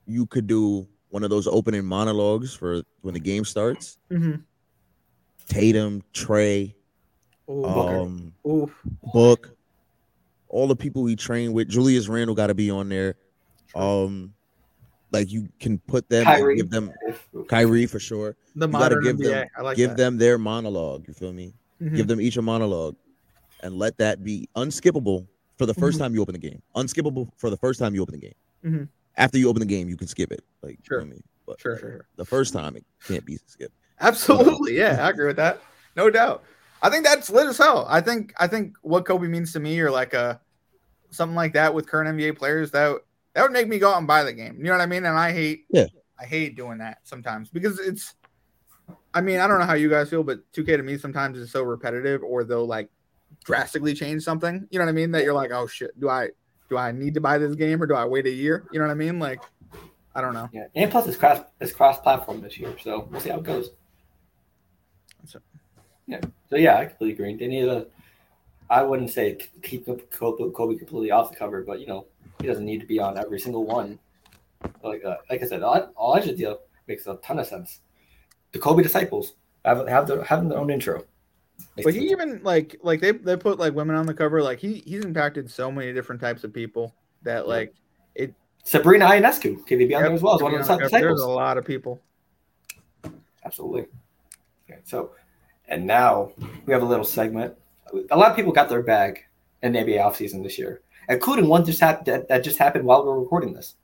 Speaker 3: you could do one of those opening monologues for when the game starts.
Speaker 2: Mm-hmm.
Speaker 3: Tatum, Trey,
Speaker 2: Ooh,
Speaker 1: Booker.
Speaker 3: um,
Speaker 2: ooh,
Speaker 3: Book, all the people he trained with. Julius Randle got to be on there. Um, like you can put them, and
Speaker 1: Kyrie.
Speaker 3: give them Kyrie for sure.
Speaker 2: the
Speaker 3: you gotta
Speaker 2: modern
Speaker 3: give
Speaker 2: NBA.
Speaker 3: them-
Speaker 2: I like
Speaker 3: give
Speaker 2: that.
Speaker 3: them their monologue. You feel me?
Speaker 2: Mhm.
Speaker 3: give them each a monologue and let that be unskippable for the 1st
Speaker 2: Mhm.
Speaker 3: time you open the game unskippable for the first time you open the game
Speaker 2: Mhm.
Speaker 3: after you open the game you can skip it like
Speaker 2: Sure.
Speaker 3: you know what I mean? but
Speaker 2: Sure, sure, sure.
Speaker 3: the first time it can't be skipped
Speaker 2: Absolutely, yeah, I agree with that. No doubt. I think that's lit as hell. I think I think what Kobe means to me, or like a something like that with current NBA players, that that would make me go out and buy the game. You know what I mean? And I hate,
Speaker 3: Yeah.
Speaker 2: I hate doing that sometimes because it's. I mean, I don't know how you guys feel, but 2K to me sometimes is so repetitive, or they'll like drastically change something. You know what I mean? That you're like, oh shit, do I do I need to buy this game or do I wait a year? You know what I mean? Like, I don't know.
Speaker 1: Yeah. And plus, it's cross it's cross platform this year, so we'll see how it goes.
Speaker 2: That's it.
Speaker 1: Yeah. So yeah, I completely agree. They need a. I wouldn't say k- keep up Kobe Kobe completely off the cover, but you know he doesn't need to be on every single one. Like uh, like I said, Eli- Elijah deal makes a ton of sense. The Kobe disciples have have their having their own intro.
Speaker 2: But he even like like they they put like women on the cover. Like he he's impacted so many different types of people that like
Speaker 1: Sabrina Ionescu can be on
Speaker 2: yep,
Speaker 1: there as well as
Speaker 2: to
Speaker 1: one
Speaker 2: be
Speaker 1: of
Speaker 2: on
Speaker 1: the
Speaker 2: the cover, there's
Speaker 1: disciples.
Speaker 2: a lot of people.
Speaker 1: Absolutely. Okay, so, and now we have a little segment. A lot of people got their bag in the NBA offseason this year, including one just happened that, that just happened while we we're recording this.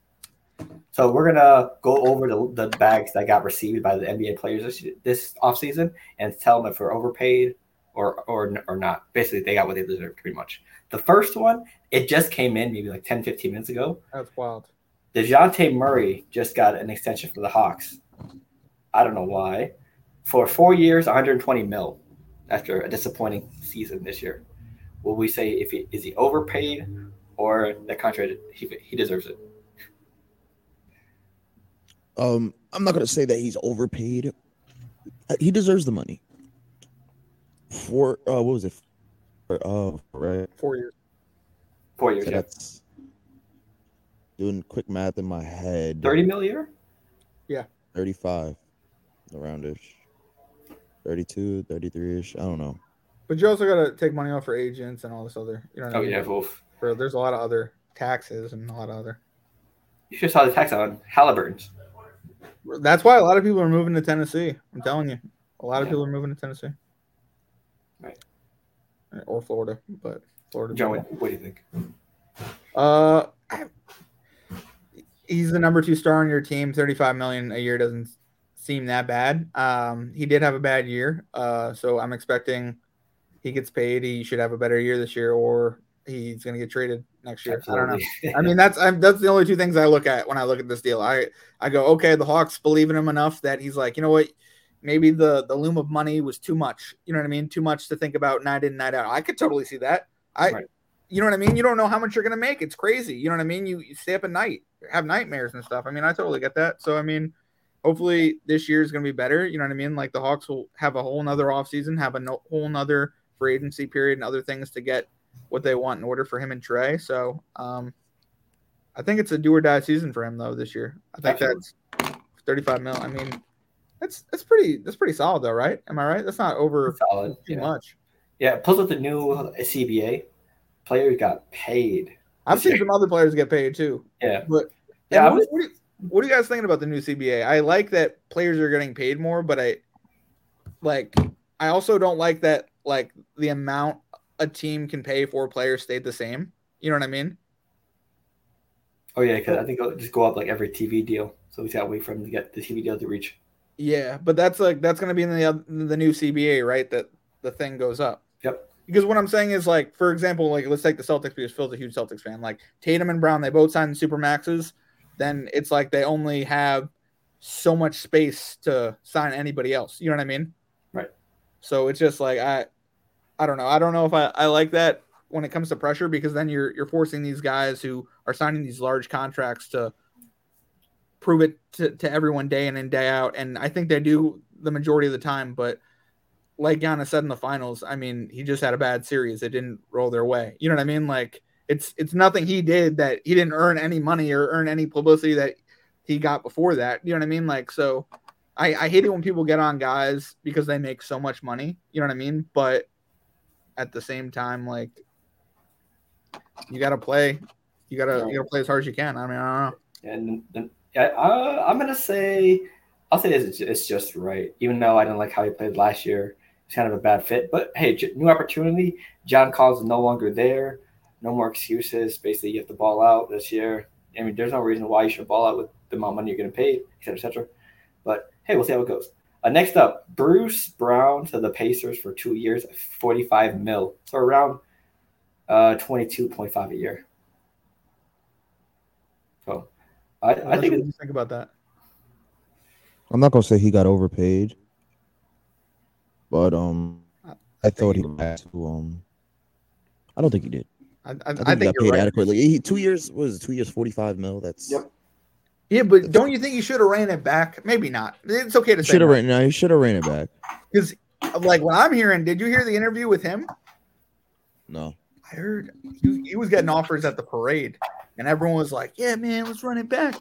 Speaker 1: So we're gonna go over the, the bags that got received by the NBA players this, this offseason and tell them if they're overpaid or or or not. Basically, they got what they deserved pretty much. The first one, it just came in maybe like 10, 15 minutes ago.
Speaker 2: That's wild.
Speaker 1: DeJounte Murray just got an extension for the Hawks. I don't know why. For four years, 120 mil after a disappointing season this year. Will we say if he is he overpaid or the contract he, he deserves it?
Speaker 3: um i'm not going to say that he's overpaid Uh, he deserves the money for uh what was it for, uh right
Speaker 2: Four years.
Speaker 1: Four years,
Speaker 3: so
Speaker 1: yeah.
Speaker 3: that's doing quick math in my head
Speaker 1: 30 mil a year?
Speaker 3: 35 around ish 32 33 ish i don't know
Speaker 2: But you also gotta take money off for agents and all this other. You know what I
Speaker 1: Oh
Speaker 2: mean?
Speaker 1: yeah, oof.
Speaker 2: For, there's a lot of other taxes and a lot of other.
Speaker 1: You should saw the tax on Halliburton's.
Speaker 2: That's why a lot of people are moving to Tennessee. I'm telling you, a lot of
Speaker 1: Yeah.
Speaker 2: people are moving to Tennessee.
Speaker 1: Right.
Speaker 2: Or Florida, but Florida.
Speaker 1: Joe, what, what do you think?
Speaker 2: Uh, I- he's the number two star on your team. Thirty-five million a year doesn't seem that bad. Um, he did have a bad year, uh, so I'm expecting he gets paid. He should have a better year this year, or he's going to get traded next year. I don't know. I mean, that's I'm, that's the only two things I look at when I look at this deal. I I go, okay, the Hawks believe in him enough that he's like, you know what, maybe the the loom of money was too much. You know what I mean? Too much to think about night in, night out. I could totally see that. I,
Speaker 1: Right.
Speaker 2: you know what I mean? You don't know how much you're gonna make. It's crazy. You know what I mean? You, you stay up at night, have nightmares and stuff. I mean, I totally get that. So I mean, hopefully this year is gonna be better. You know what I mean? Like the Hawks will have a whole nother offseason, have a no, whole nother free agency period and other things to get what they want in order for him and Trey. So um, I think it's a do or die season for him though this year. I think
Speaker 1: Absolutely.
Speaker 2: that's 35 mil. I mean, that's that's pretty that's pretty solid though, right? Am I right? That's not over
Speaker 1: Solid.
Speaker 2: too
Speaker 1: Yeah.
Speaker 2: much.
Speaker 1: Yeah, plus with the new CBA, players got paid.
Speaker 2: I've seen some other players get paid too.
Speaker 1: Yeah.
Speaker 2: But
Speaker 1: Yeah,
Speaker 2: And
Speaker 1: I
Speaker 2: what,
Speaker 1: was-
Speaker 2: what, are you, what are you guys thinking about the new CBA? I like that players are getting paid more, but I like I also don't like that like the amount a team can pay for players stayed the same. You know what I mean?
Speaker 1: oh yeah, because I think it'll just go up like every TV deal. So we gotta wait for them to get the TV deal to reach.
Speaker 2: Yeah, but that's like that's going to be in the oth- the new CBA, right? That the thing goes up.
Speaker 1: Yep.
Speaker 2: Because what I'm saying is like, for example, like let's take the Celtics because Phil's a huge Celtics fan. Like Tatum and Brown, they both signed super maxes. Then it's like they only have so much space to sign anybody else. You know what I mean?
Speaker 1: Right.
Speaker 2: So it's just like I, I don't know. I don't know if I, I like that when it comes to pressure because then you're you're forcing these guys who are signing these large contracts to prove it to, to everyone day in and day out. And I think they do the majority of the time. But like Giannis said in the finals, I mean, he just had a bad series. It didn't roll their way. You know what I mean? Like it's it's nothing he did that he didn't earn any money or earn any publicity that he got before that. You know what I mean? Like so I, I hate it when people get on guys because they make so much money. You know what I mean? But at the same time, like you gotta play. You gotta you gotta play as hard as you can. I mean, I don't know.
Speaker 1: And then, yeah, uh, I'm gonna say, I'll say this, it's, it's just right. Even though I didn't like how he played last year, it's kind of a bad fit. But hey, j- new opportunity. John Collins is no longer there. No more excuses. Basically, you have to ball out this year. I mean, there's no reason why you should ball out with the amount of money you're getting paid, et cetera, et cetera. But hey, we'll see how it goes. Uh, next up, Bruce Brown to the Pacers for two years, 45 mil, so around uh, 22.5 a year. So, I, I think
Speaker 2: what do you think about that.
Speaker 3: I'm not gonna say he got overpaid, but um, I thought he had to um. I don't think he did.
Speaker 2: I, I,
Speaker 3: I think,
Speaker 2: I
Speaker 3: he
Speaker 2: think
Speaker 3: got
Speaker 2: you're
Speaker 3: paid
Speaker 2: right.
Speaker 3: adequately. He, two years what is it, two years, forty five mil. That's
Speaker 1: Yep.
Speaker 2: Yeah, but don't you think you should have ran it back? Maybe not. It's okay to say
Speaker 3: should have ran. No, he should have ran it back.
Speaker 2: because, like, what I'm hearing. Did you hear the interview with him?
Speaker 3: No,
Speaker 2: I heard he, he was getting offers at the parade, and everyone was like, "Yeah, man, let's run it back."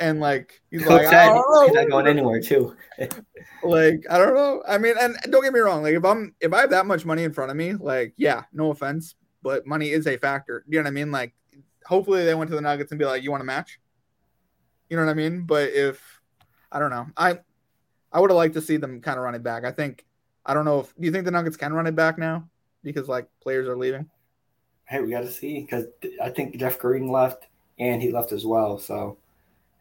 Speaker 2: And like, he's
Speaker 1: Coach
Speaker 2: like,
Speaker 1: said
Speaker 2: "Oh,
Speaker 1: he's not going anywhere too.
Speaker 2: like I don't know. I mean, and don't get me wrong. Like, if I'm if I have that much money in front of me, like, yeah, no offense, but money is a factor. You know what I mean? Like, hopefully they went to the Nuggets and be like, "You want a match?" You know what I mean? But if I don't know, I I would have liked to see them kind of run it back. I think I don't know if do you think the Nuggets can run it back now because like players are leaving.
Speaker 1: Hey, we got to see because I think Jeff Green left and he left as well. So,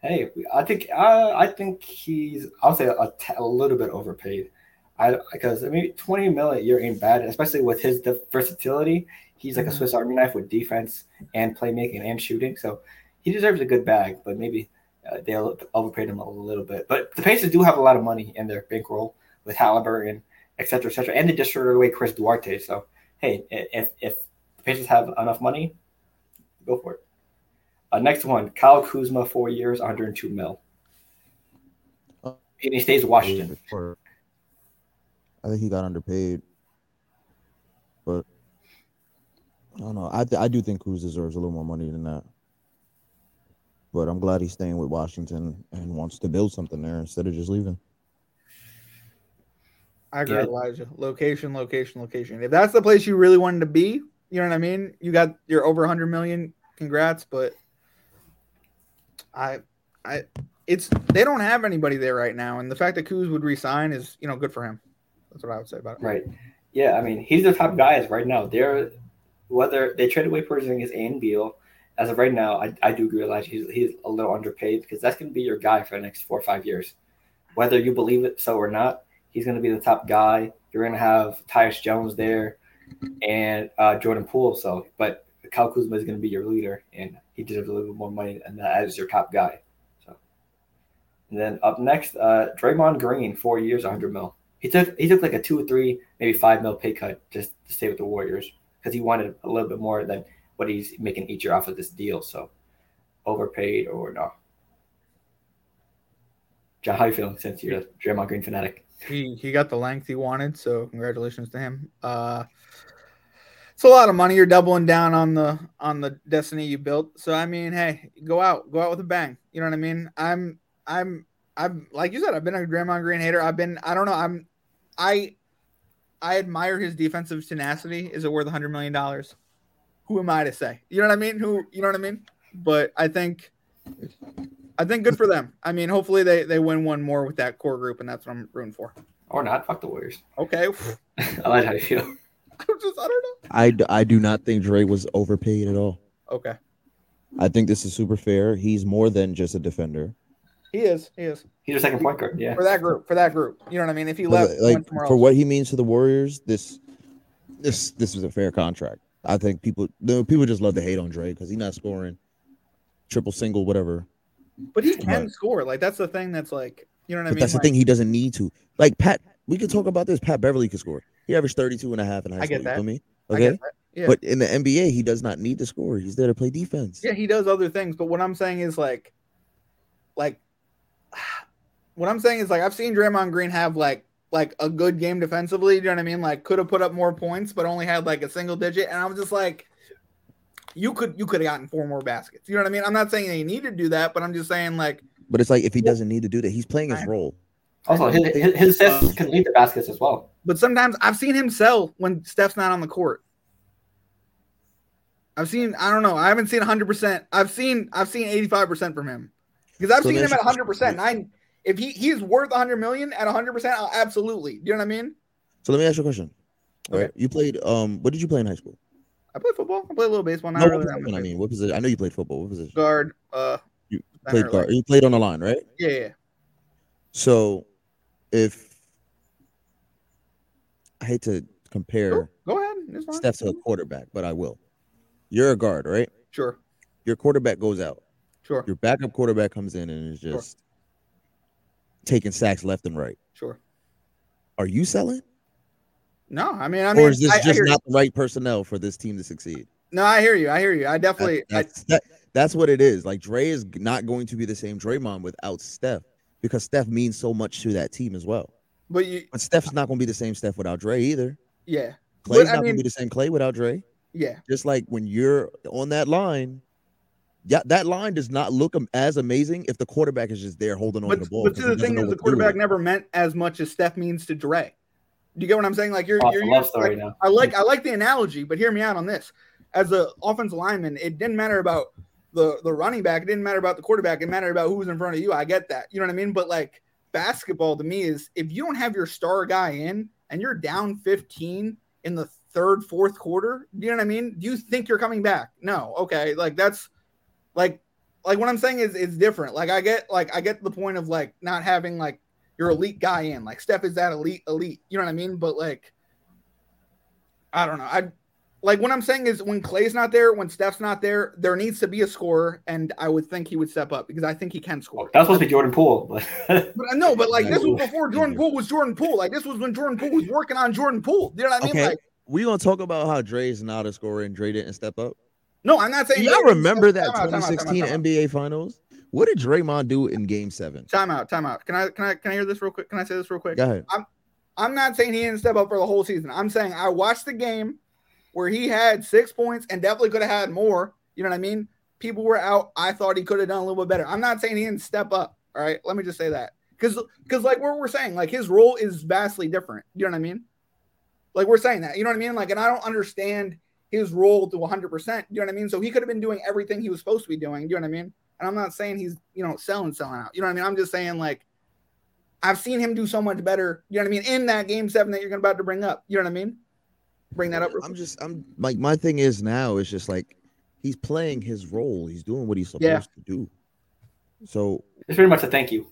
Speaker 1: hey, we- I think uh, I think he's I'll say a, t- a little bit overpaid. I because I mean twenty mil a year ain't bad, especially with his diff- versatility. He's like a
Speaker 2: Mhm.
Speaker 1: Swiss Army knife with defense and playmaking and shooting. So he deserves a good bag, but maybe uh, they will overpaid him a little bit. But the Pacers do have a lot of money in their bankroll with Halliburton, et cetera, et cetera, and they just traded away Chris Duarte. So hey, i- if if the Pacers have enough money, go for it. Uh, next one, Kyle Kuzma, four years, 102 mil. And he stays in Washington.
Speaker 3: I think he got underpaid, but I don't know. I th- I do think Cruz deserves a little more money than that. But I'm glad he's staying with Washington and wants to build something there instead of just leaving.
Speaker 2: I agree,
Speaker 1: Yeah.
Speaker 2: with Elijah. Location, location, location. If that's the place you really wanted to be, you know what I mean. You got you're over 100 million. Congrats, but I, I, it's they don't have anybody there right now, and the fact that Kuz would resign is you know good for him. That's what I would say about it.
Speaker 1: Right. Yeah, I mean, he's the top guys right now. They're whether they trade away Porzingis and Beal. As of right now, I, I do realize he's, he's a little underpaid because that's going to be your guy for the next four or five years. Whether you believe it so or not, he's going to be the top guy. You're going to have Tyus Jones there and uh, Jordan Poole. So, but Kyle Kuzma is going to be your leader, and he deserves a little bit more money and that as your top guy. So, and then up next, uh, Draymond Green, four years, 100 mil. He took he took like a two or three, maybe five mil pay cut just to stay with the Warriors because he wanted a little bit more than what he's making each year off of this deal. So overpaid or no. John, how you feeling since you're a Draymond Green fanatic?
Speaker 2: He he got the length he wanted, so congratulations to him. Uh, it's a lot of money. You're doubling down on the on the destiny you built. So I mean, hey, go out, go out with a bang. You know what I mean? I'm I'm I'm like you said. I've been a Draymond Green hater. I've been I don't know. I'm I I admire his defensive tenacity. Is it worth a hundred million dollars? Who am I to say? You know what I mean? Who you know what I mean? But I think I think good for them. I mean, hopefully they they win one more with that core group, and that's what I'm rooting for.
Speaker 1: Or not. Fuck the Warriors.
Speaker 2: Okay,
Speaker 1: I like how you feel.
Speaker 2: I'm just I don't know.
Speaker 3: I, d- I do not think Dre was overpaid at all.
Speaker 2: Okay,
Speaker 3: I think this is super fair. He's more than just a defender.
Speaker 2: he is he is
Speaker 1: He's your second point guard. Yeah.
Speaker 2: for that group for that group. You know what I mean? If he
Speaker 3: But,
Speaker 2: left,
Speaker 3: like
Speaker 2: went somewhere
Speaker 3: for
Speaker 2: else.
Speaker 3: what he means to the Warriors, this this this is a fair contract. I think people the people just love to hate on Dre because he's not scoring triple single whatever.
Speaker 2: But he can
Speaker 3: Right.
Speaker 2: score. Like that's the thing. That's like you know what I
Speaker 3: But
Speaker 2: mean.
Speaker 3: that's the
Speaker 2: Like,
Speaker 3: thing he doesn't need to. Like Pat, we could talk about this. Pat Beverly could score. He averaged 32 and a half in high
Speaker 2: I get
Speaker 3: school.
Speaker 2: that.
Speaker 3: You feel me?
Speaker 2: I
Speaker 3: Okay.
Speaker 2: get that. Yeah.
Speaker 3: But in the NBA, he does not need to score. He's there to play defense.
Speaker 2: Yeah, he does other things, but what I'm saying is like, like, what I'm saying is like I've seen Draymond Green have like like a good game defensively. You know what I mean? Like could have put up more points, but only had like a single digit, and I was just like, you could you could have gotten four more baskets. You know what I mean? I'm not saying they need to do that, but I'm just saying like
Speaker 3: But it's like if he
Speaker 2: Yeah.
Speaker 3: doesn't need to do that, he's playing his
Speaker 2: Right.
Speaker 3: role.
Speaker 1: Also, his, his, his assists can lead the baskets as well.
Speaker 2: But sometimes I've seen him sell when Steph's not on the court. I've seen I don't know. I haven't seen 100%. I've seen I've seen 85% from him. Cuz I've
Speaker 3: So
Speaker 2: seen
Speaker 3: then
Speaker 2: him at
Speaker 3: she-
Speaker 2: 100%. And I if he he's worth 100 million at 100%, I'll absolutely. You know what I mean?
Speaker 3: So let me ask you a question. All
Speaker 2: Okay.
Speaker 3: right. You played um what did you play in high school?
Speaker 2: I play football. I play a little baseball. Not
Speaker 3: No,
Speaker 2: really
Speaker 3: what
Speaker 2: that
Speaker 3: position,
Speaker 2: much.
Speaker 3: I mean, what position? I know you played football. What position?
Speaker 2: guard uh
Speaker 3: You
Speaker 2: center,
Speaker 3: played
Speaker 2: like-
Speaker 3: guard. You played on the line, right?
Speaker 2: Yeah, yeah.
Speaker 3: So if I hate to compare
Speaker 2: Sure. Go ahead. It's fine.
Speaker 3: Steph to a quarterback, but I will. You're a guard, right?
Speaker 2: Sure.
Speaker 3: Your quarterback goes out.
Speaker 2: Sure.
Speaker 3: Your backup quarterback comes in and is
Speaker 2: Sure.
Speaker 3: just taking sacks left and right.
Speaker 2: Sure.
Speaker 3: Are you selling?
Speaker 2: No, I mean I mean
Speaker 3: or is this
Speaker 2: I, I
Speaker 3: just
Speaker 2: hear you.
Speaker 3: not the right personnel for this team to succeed?
Speaker 2: No, I hear you. I hear you. I
Speaker 3: That-
Speaker 2: definitely I,
Speaker 3: that's, that- that's what it is. Like Dre is not going to be the same Draymond without Steph because Steph means so much to that team as well.
Speaker 2: but you
Speaker 3: But Steph's not going to be the same Steph without Dre either.
Speaker 2: yeah.
Speaker 3: Clay's
Speaker 2: But, I
Speaker 3: not going
Speaker 2: mean-
Speaker 3: to be the same Clay without Dre.
Speaker 2: Yeah.
Speaker 3: Just like when you're on that line, yeah, that line does not look am- as amazing if the quarterback is just there holding on
Speaker 2: But,
Speaker 3: to the ball.
Speaker 2: but
Speaker 3: 'cause
Speaker 2: see,
Speaker 3: he
Speaker 2: the
Speaker 3: doesn't
Speaker 2: thing
Speaker 3: know
Speaker 2: is, the
Speaker 3: what to do with
Speaker 2: quarterback
Speaker 3: it.
Speaker 2: never meant as much as Steph means to Dre. Do you get what I'm saying? Like you're,
Speaker 1: Oh, it's
Speaker 2: you're,
Speaker 1: a
Speaker 2: you're
Speaker 1: love
Speaker 2: like,
Speaker 1: story now.
Speaker 2: I like I like the analogy, but hear me out on this. As an offensive lineman, it didn't matter about the the running back. It didn't matter about the quarterback. It mattered about who was in front of you. I get that. You know what I mean? But like basketball to me is if you don't have your star guy in and you're down 15 in the third, fourth quarter, you know what I mean? Do you think you're coming back? No. Okay. Like that's like like what I'm saying is is different. Like I get like I get the point of like not having like your elite guy in. Like Steph is that elite elite. You know what I mean? But like I don't know. I like what I'm saying is when Clay's not there, when Steph's not there, there needs to be a scorer, and I would think he would step up because I think he can score.
Speaker 1: That was supposed to be Jordan Poole. But
Speaker 2: But no, but like this was
Speaker 1: Oof.
Speaker 2: before Jordan Poole was Jordan Poole. Like this was when Jordan Poole was working on Jordan Poole. You know what I mean?
Speaker 3: Okay.
Speaker 2: Like
Speaker 3: we gonna talk about how Dre's not a scorer and Dre didn't step up.
Speaker 2: no, I'm not
Speaker 3: Do
Speaker 2: saying
Speaker 3: y'all remember that
Speaker 2: Time out, time out, time out,
Speaker 3: 2016
Speaker 2: time out.
Speaker 3: NBA Finals? What did Draymond do in Game Seven?
Speaker 2: Time out, time out. Can I can I can I hear this real quick? Can I say this real quick?
Speaker 3: Go ahead.
Speaker 2: I'm not saying he didn't step up for the whole season. I'm saying I watched the game where he had six points and definitely could have had more. You know what I mean? People were out. I thought he could have done a little bit better. I'm not saying he didn't step up. All right. Let me just say that. Cause, cause like what we're saying, like his role is vastly different. You know what I mean? Like we're saying that, you know what I mean? Like, and I don't understand his role to 100%. You know what I mean? So he could have been doing everything he was supposed to be doing. You know what I mean? And I'm not saying he's, you know, selling, selling out. You know what I mean? I'm just saying like, I've seen him do so much better. You know what I mean? In that game seven that you're about to bring up. You know what I mean? Bring that up. real
Speaker 3: I'm
Speaker 2: quick.
Speaker 3: just I'm like my thing is now is just like he's playing his role. He's doing what he's supposed
Speaker 2: Yeah.
Speaker 3: to do. So
Speaker 1: it's pretty much a thank you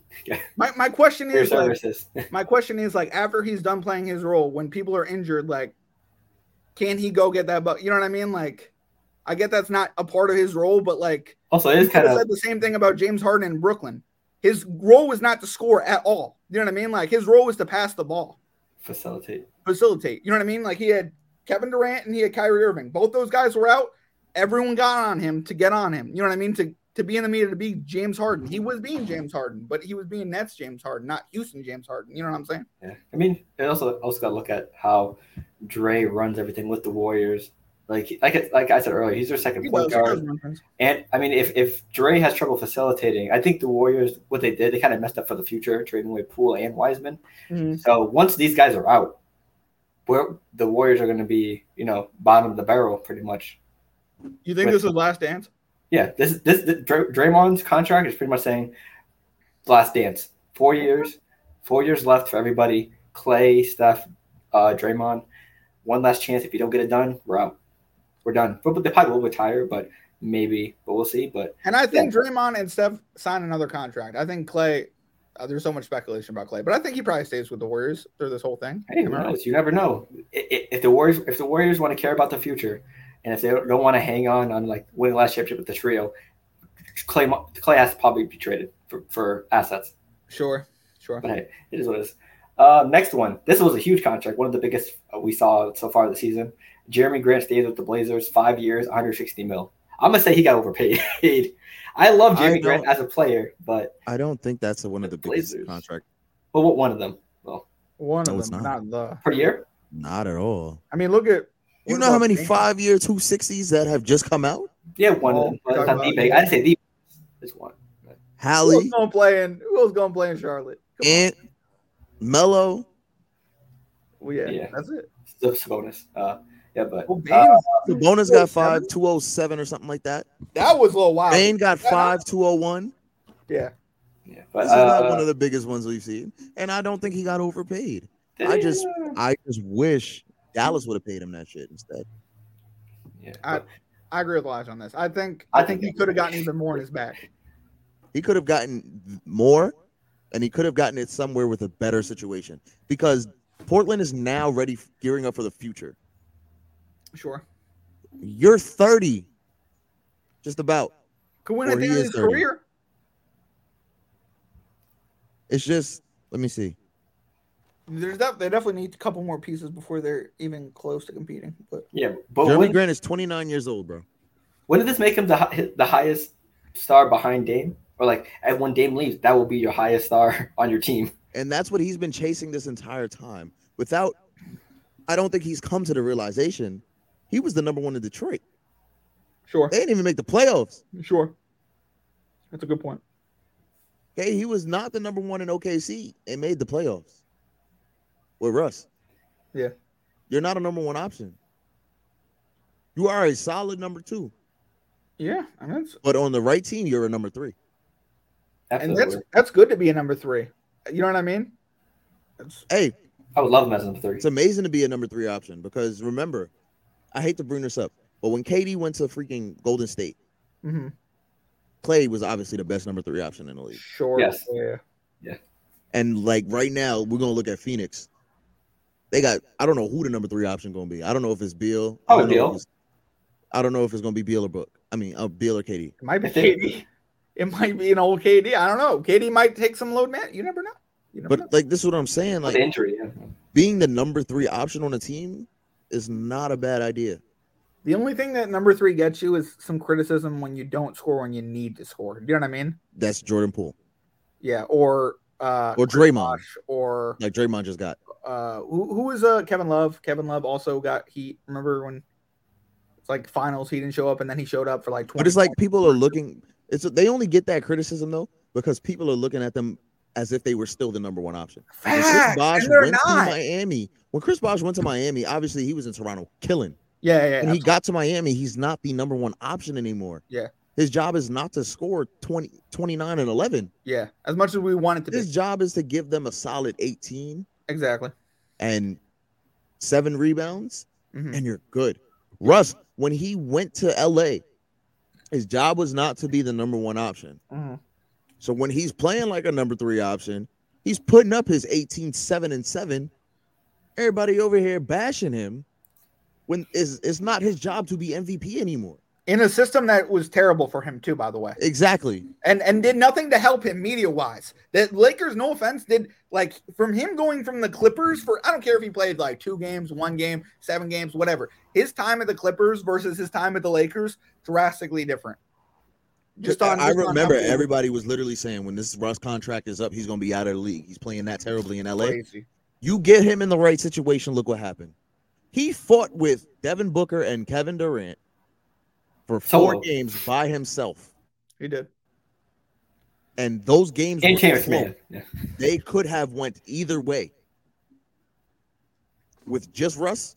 Speaker 2: My, my question
Speaker 1: for your
Speaker 2: is like,
Speaker 1: services.
Speaker 2: my question is like after he's done playing his role, when people are injured, like can he go get that? But you know what I mean? Like I get that's not a part of his role, but like
Speaker 1: Also, it
Speaker 2: you
Speaker 1: is
Speaker 2: could
Speaker 1: kind
Speaker 2: have
Speaker 1: of
Speaker 2: said the same thing about James Harden in Brooklyn. His role was not to score at all. You know what I mean? Like his role was to pass the ball.
Speaker 1: facilitate.
Speaker 2: facilitate. You know what I mean? Like he had Kevin Durant and he had Kyrie Irving. Both those guys were out. Everyone got on him to get on him. You know what I mean? To to be in the media to be James Harden. He was being James Harden, but he was being Nets James Harden, not Houston James Harden. You know what I'm saying?
Speaker 1: Yeah. I mean, and also also got to look at how Dre runs everything with the Warriors. Like like like I said earlier, he's their second
Speaker 2: He
Speaker 1: point
Speaker 2: does- he does
Speaker 1: guard.
Speaker 2: run things.
Speaker 1: And I mean, if if Dre has trouble facilitating, I think the Warriors what they did they kind of messed up for the future, trading away Poole and Wiseman.
Speaker 2: Mhm.
Speaker 1: So once these guys are out, where the Warriors are going to be, you know, bottom of the barrel pretty much.
Speaker 2: You think this is last dance?
Speaker 1: Yeah, this this, this Dr- Draymond's contract is pretty much saying last dance. Four years, four years left for everybody. Clay, Steph, uh, Draymond, one last chance. If you don't get it done, we're out. We're done. But they probably will retire, but maybe, but we'll see. But
Speaker 2: And I think Draymond and Steph sign another contract. I think Clay. Uh, there's so much speculation about Clay, but I think he probably stays with the Warriors through this whole thing.
Speaker 1: hey, who
Speaker 2: Am I right?
Speaker 1: knows? You never know. I- I- If the Warriors, if the Warriors want to care about the future, and if they don't want to hang on on like winning last championship with the trio, Clay mo- Clay has to probably be traded for, for assets.
Speaker 2: Sure, sure.
Speaker 1: But hey, it is what it is. Uh, next one. This was a huge contract, one of the biggest uh, we saw so far this season. Jeremy Grant stays with the Blazers five years, 160 mil. I'm gonna say he got overpaid. I love
Speaker 3: I
Speaker 1: Jeremy
Speaker 3: know.
Speaker 1: Grant as a player, but
Speaker 3: I don't think that's one of the biggest
Speaker 1: Blazers.
Speaker 3: contract.
Speaker 1: well, what one of them? Well,
Speaker 2: One
Speaker 3: No,
Speaker 2: of
Speaker 3: it's
Speaker 2: them,
Speaker 3: not.
Speaker 2: not. the.
Speaker 1: per year.
Speaker 3: Not at all.
Speaker 2: I mean, look at.
Speaker 3: You
Speaker 2: what
Speaker 3: know how
Speaker 2: about
Speaker 3: many
Speaker 2: Dame?
Speaker 3: five year two sixties that have just come out?
Speaker 1: Yeah, one
Speaker 2: Oh,
Speaker 1: of them. But it's
Speaker 2: talking
Speaker 1: not the
Speaker 2: about-
Speaker 1: big. I'd say the is one.
Speaker 2: Who else
Speaker 3: Hallie
Speaker 2: gonna play in? Who else gonna play in Charlotte? Come on.
Speaker 3: and Mello.
Speaker 2: Well, yeah,
Speaker 1: Yeah.
Speaker 2: that's it.
Speaker 1: It's a bonus. Uh, yeah, but
Speaker 3: Oh,
Speaker 2: Well,
Speaker 1: uh,
Speaker 2: Bane's-
Speaker 3: Sabonis got five two oh seven or something like that.
Speaker 2: that was a little wild.
Speaker 3: Bane got five two oh one.
Speaker 2: Yeah,
Speaker 1: yeah,
Speaker 3: This
Speaker 1: but
Speaker 3: is not
Speaker 1: uh,
Speaker 3: one of the biggest ones we've seen, and I don't think he got overpaid. I just- I just wish Dallas would have paid him that shit instead.
Speaker 1: yeah,
Speaker 2: I-
Speaker 1: but
Speaker 2: I agree with Lige on this. I think
Speaker 1: I
Speaker 2: I think he
Speaker 1: think-
Speaker 2: could have gotten even more in his back.
Speaker 3: He could have gotten more, and he could have gotten it somewhere with a better situation because Portland is now ready, gearing up for the future.
Speaker 2: Sure,
Speaker 3: You're 30, just about.
Speaker 2: could win at
Speaker 3: Or
Speaker 2: the
Speaker 3: he
Speaker 2: end of
Speaker 3: is
Speaker 2: his
Speaker 3: 30.
Speaker 2: career.
Speaker 3: It's just, let me see.
Speaker 2: There's that. They definitely need a couple more pieces before they're even close to competing. But
Speaker 1: yeah, but
Speaker 3: Jeremy
Speaker 1: when,
Speaker 3: Grant is 29 years old, bro.
Speaker 1: when did this make him the hi- the highest star behind Dame? Or like, and when Dame leaves, that will be your highest star on your team.
Speaker 3: And that's what he's been chasing this entire time. Without, I don't think he's come to the realization he was the number one in Detroit.
Speaker 2: sure,
Speaker 3: They didn't even make the playoffs.
Speaker 2: sure, that's a good point.
Speaker 3: Okay, he was not the number one in OKC and made the playoffs with Russ.
Speaker 2: Yeah.
Speaker 3: You're not a number one option. You are a solid number two,
Speaker 2: Yeah, I mean, that's,
Speaker 3: but on the right team, you're a number three.
Speaker 2: and
Speaker 1: Absolutely.
Speaker 2: that's that's good to be a number three. You know what I mean? That's,
Speaker 3: Hey,
Speaker 1: I would love him as number three.
Speaker 3: it's amazing to be a number three option because remember, I hate to bring this up, but when KD went to freaking Golden State,
Speaker 2: hmm
Speaker 3: Clay was obviously the best number three option in the league.
Speaker 2: Sure.
Speaker 1: Yes.
Speaker 2: Yeah.
Speaker 3: And like right now, we're gonna look at Phoenix. They got I don't know who the number three option gonna be. I don't know if it's Beal. I
Speaker 1: Probably
Speaker 3: don't know
Speaker 1: Beal.
Speaker 3: if it's- I don't know if it's gonna be Beal or Book. I mean, uh, Beal or KD.
Speaker 2: It might
Speaker 1: I
Speaker 2: be
Speaker 1: think-
Speaker 2: KD. It might be an old KD. I don't know. KD might take some load, man. You never know. You never know.
Speaker 3: But like this is what I'm saying.
Speaker 1: the
Speaker 3: Like
Speaker 1: injury. Yeah.
Speaker 3: being the number three option on a team is not a bad idea.
Speaker 2: The only thing that number three gets you is some criticism when you don't score when you need to score. You know what I mean?
Speaker 3: That's Jordan Poole
Speaker 2: Yeah. Or uh
Speaker 3: or Draymond.
Speaker 2: Bosh or
Speaker 3: Like Draymond just got.
Speaker 2: uh who who is uh Kevin Love? Kevin Love also got heat. Remember when it's like finals he didn't show up and then he showed up for like twenty.
Speaker 3: But it's like
Speaker 2: points?
Speaker 3: people are looking. It's they only get that criticism though because people are looking at them as if they were still the number one option. When Chris
Speaker 2: Facts,
Speaker 3: Bosh
Speaker 2: Ah, and they're
Speaker 3: went
Speaker 2: not.
Speaker 3: to Miami. When Chris Bosh went to Miami, obviously he was in Toronto killing.
Speaker 2: yeah, yeah,
Speaker 3: When
Speaker 2: yeah.
Speaker 3: he got to Miami, he's not the number one option anymore.
Speaker 2: Yeah.
Speaker 3: His job is not to score 20, 29 and 11.
Speaker 2: yeah. As much as we want it to
Speaker 3: His
Speaker 2: be.
Speaker 3: job is to give them a solid 18
Speaker 2: Exactly.
Speaker 3: and seven rebounds,
Speaker 2: Mhm.
Speaker 3: and you're good. Russ, when he went to LA, his job was not to be the number one option.
Speaker 2: Mhm.
Speaker 3: So when he's playing like a number three option, he's putting up his 18, 7, and 7. Everybody over here bashing him when it's, it's not his job to be MVP anymore.
Speaker 2: In a system that was terrible for him too, by the way.
Speaker 3: Exactly.
Speaker 2: and and did nothing to help him media wise. That Lakers, no offense, did like from him going from the Clippers for I don't care if he played like two games, one game, seven games, whatever. His time at the Clippers versus his time at the Lakers drastically different. Just
Speaker 3: I-
Speaker 2: on.
Speaker 3: I
Speaker 2: just on
Speaker 3: remember
Speaker 2: how-
Speaker 3: everybody was literally saying when this Russ contract is up, he's going to be out of the league. He's playing that terribly in LA.
Speaker 2: Crazy.
Speaker 3: You get him in the right situation. Look what happened. He fought with Devin Booker and Kevin Durant for four
Speaker 1: Solo.
Speaker 3: games by himself,
Speaker 2: He did.
Speaker 3: and those games
Speaker 1: And
Speaker 3: were
Speaker 1: Terrence
Speaker 3: close.
Speaker 1: Mann. Yeah.
Speaker 3: they could have went either way. With just Russ,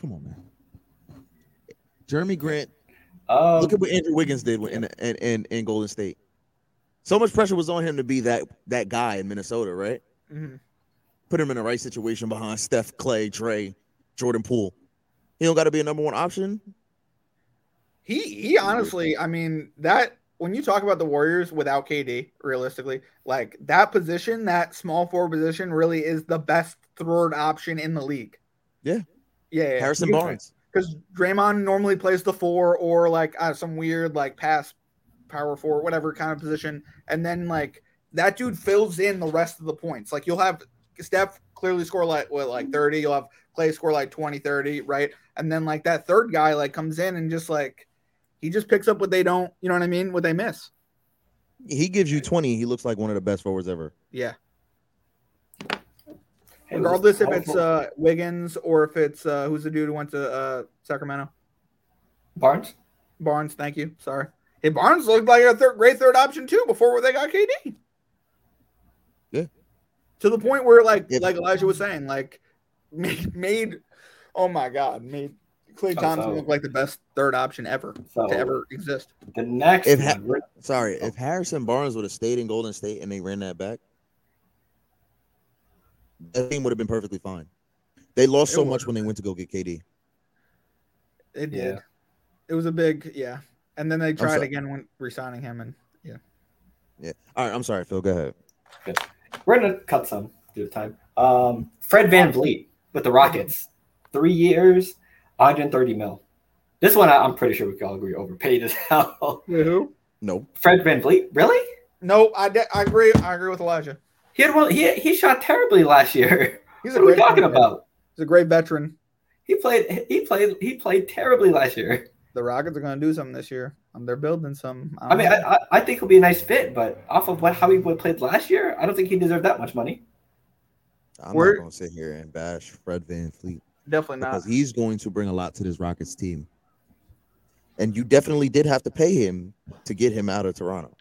Speaker 3: come on, man. Jeremy Grant
Speaker 1: Um,
Speaker 3: Look at what Andrew Wiggins did in, in in in Golden State. So much pressure was on him to be that that guy in Minnesota, right?
Speaker 2: Mhm.
Speaker 3: Put him in the right situation behind Steph, Clay, Dre, Jordan Poole. He don't got to be a number one option.
Speaker 2: He he honestly, I mean that when you talk about the Warriors without KD, realistically, like that position, that small forward position, really is the best third option in the league.
Speaker 3: Yeah.
Speaker 2: Yeah. yeah.
Speaker 3: Harrison
Speaker 2: You-
Speaker 3: Barnes.
Speaker 2: because Draymond normally plays the four or like uh, some weird like pass power four, whatever kind of position, and then like that dude fills in the rest of the points. Like you'll have Steph clearly score like what like 30, you'll have Clay score like 20, 30, right? And then like that third guy like comes in and just like he just picks up what they don't, you know what I mean, what they miss.
Speaker 3: He gives you twenty. He looks like one of the best forwards ever.
Speaker 2: Yeah.
Speaker 1: hey,
Speaker 2: Regardless if
Speaker 1: Paul-
Speaker 2: it's uh Wiggins or if it's uh who's the dude who went to uh Sacramento?
Speaker 1: Barnes.
Speaker 2: Barnes, thank you. Sorry. Hey, Barnes looked like a third, great third option too before they got KD.
Speaker 3: Yeah.
Speaker 2: To the point where, like,
Speaker 3: Yeah.
Speaker 2: like Elijah was saying, like, made, made oh my god, made Clay
Speaker 1: Oh,
Speaker 2: Thompson
Speaker 1: so-
Speaker 2: look like the best third option ever
Speaker 1: So
Speaker 2: to ever exist.
Speaker 1: the next
Speaker 3: If ha-
Speaker 1: one, we're-
Speaker 3: Sorry, if Harrison Barnes would have stayed in Golden State and they ran that back, that team would have been perfectly fine. They lost
Speaker 2: It
Speaker 3: so
Speaker 2: would.
Speaker 3: much when they went to go get KD.
Speaker 2: It
Speaker 1: Yeah.
Speaker 2: did. It was a big yeah. And then they tried
Speaker 3: sorry.
Speaker 2: again when re-signing him, and
Speaker 3: Yeah. All right. I'm sorry, Phil. Go ahead.
Speaker 1: we're gonna cut some due to time. Um, Fred Van Vliet with the Rockets, three years, 130 mil. This one I, I'm pretty sure we can all agree overpaid as hell.
Speaker 2: who?
Speaker 3: Nope.
Speaker 1: Fred Van Vliet, really?
Speaker 2: No, I de- I agree. I agree with Elijah.
Speaker 1: He had one. He he shot terribly last year.
Speaker 2: He's
Speaker 1: What are we
Speaker 2: great
Speaker 1: talking
Speaker 2: veteran.
Speaker 1: about?
Speaker 2: He's a great veteran.
Speaker 1: He played. He played. He played terribly last year.
Speaker 2: The Rockets are going to do something this year. Um, they're building some.
Speaker 1: I mean,
Speaker 2: don't know.
Speaker 1: I, I, I think he'll be a nice fit, but off of what how he played last year, I don't think he deserved that much money.
Speaker 3: I'm
Speaker 2: We're-
Speaker 3: not going to sit here and bash Fred Van Fleet
Speaker 2: definitely not.
Speaker 3: because he's going to bring a lot to this Rockets team. And you definitely did have to pay him to get him out of Toronto.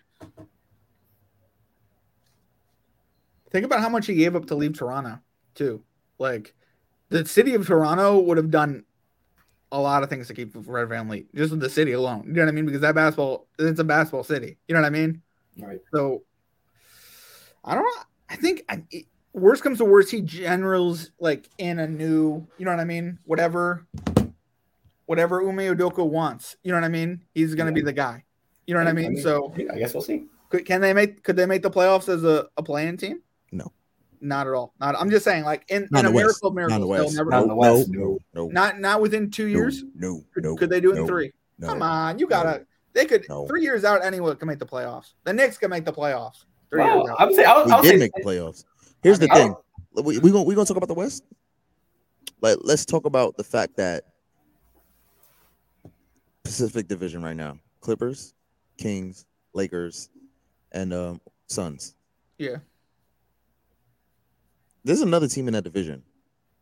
Speaker 2: Think about how much he gave up to leave Toronto, too. Like, the city of Toronto would have done a lot of things to keep Fred Van Lee, just with the city alone. You know what I mean? Because that basketball, it's a basketball city. You know what I mean?
Speaker 1: Right.
Speaker 2: So, I don't know. I think I, it- worst comes to worst, he generals like in a new, you know what I mean? Whatever, whatever Ume Udoka wants. You know what I mean? He's going to be the guy. You know what I mean? So,
Speaker 1: I guess we'll see.
Speaker 2: could, can they make? Could they make the playoffs as a, a playing team?
Speaker 3: No.
Speaker 2: not at all. Not. I'm just saying, like in,
Speaker 3: Not
Speaker 2: in
Speaker 3: in
Speaker 2: a
Speaker 3: the West.
Speaker 2: miracle, miracle,
Speaker 3: Not in the
Speaker 2: they'll
Speaker 3: West.
Speaker 2: never-
Speaker 1: Not in the West.
Speaker 3: No, no, no,
Speaker 2: not not within two
Speaker 3: no,
Speaker 2: years.
Speaker 3: no,
Speaker 2: Could,
Speaker 3: no,
Speaker 2: could they do it
Speaker 3: no,
Speaker 2: in three?
Speaker 3: no.
Speaker 2: Come on, you gotta. They could
Speaker 3: No.
Speaker 2: three years out. Anyone can make the playoffs. The Knicks can make the playoffs. Three
Speaker 1: Wow,
Speaker 2: years out.
Speaker 1: I'm saying. I'll,
Speaker 3: We
Speaker 1: I'll
Speaker 3: did
Speaker 1: say
Speaker 3: make the playoffs. Here's the
Speaker 2: mean,
Speaker 3: thing. We we going we gonna talk about the West. Like let's talk about the fact that Pacific Division right now: Clippers, Kings, Lakers, and um, Suns.
Speaker 2: Yeah.
Speaker 3: There's another team in that division.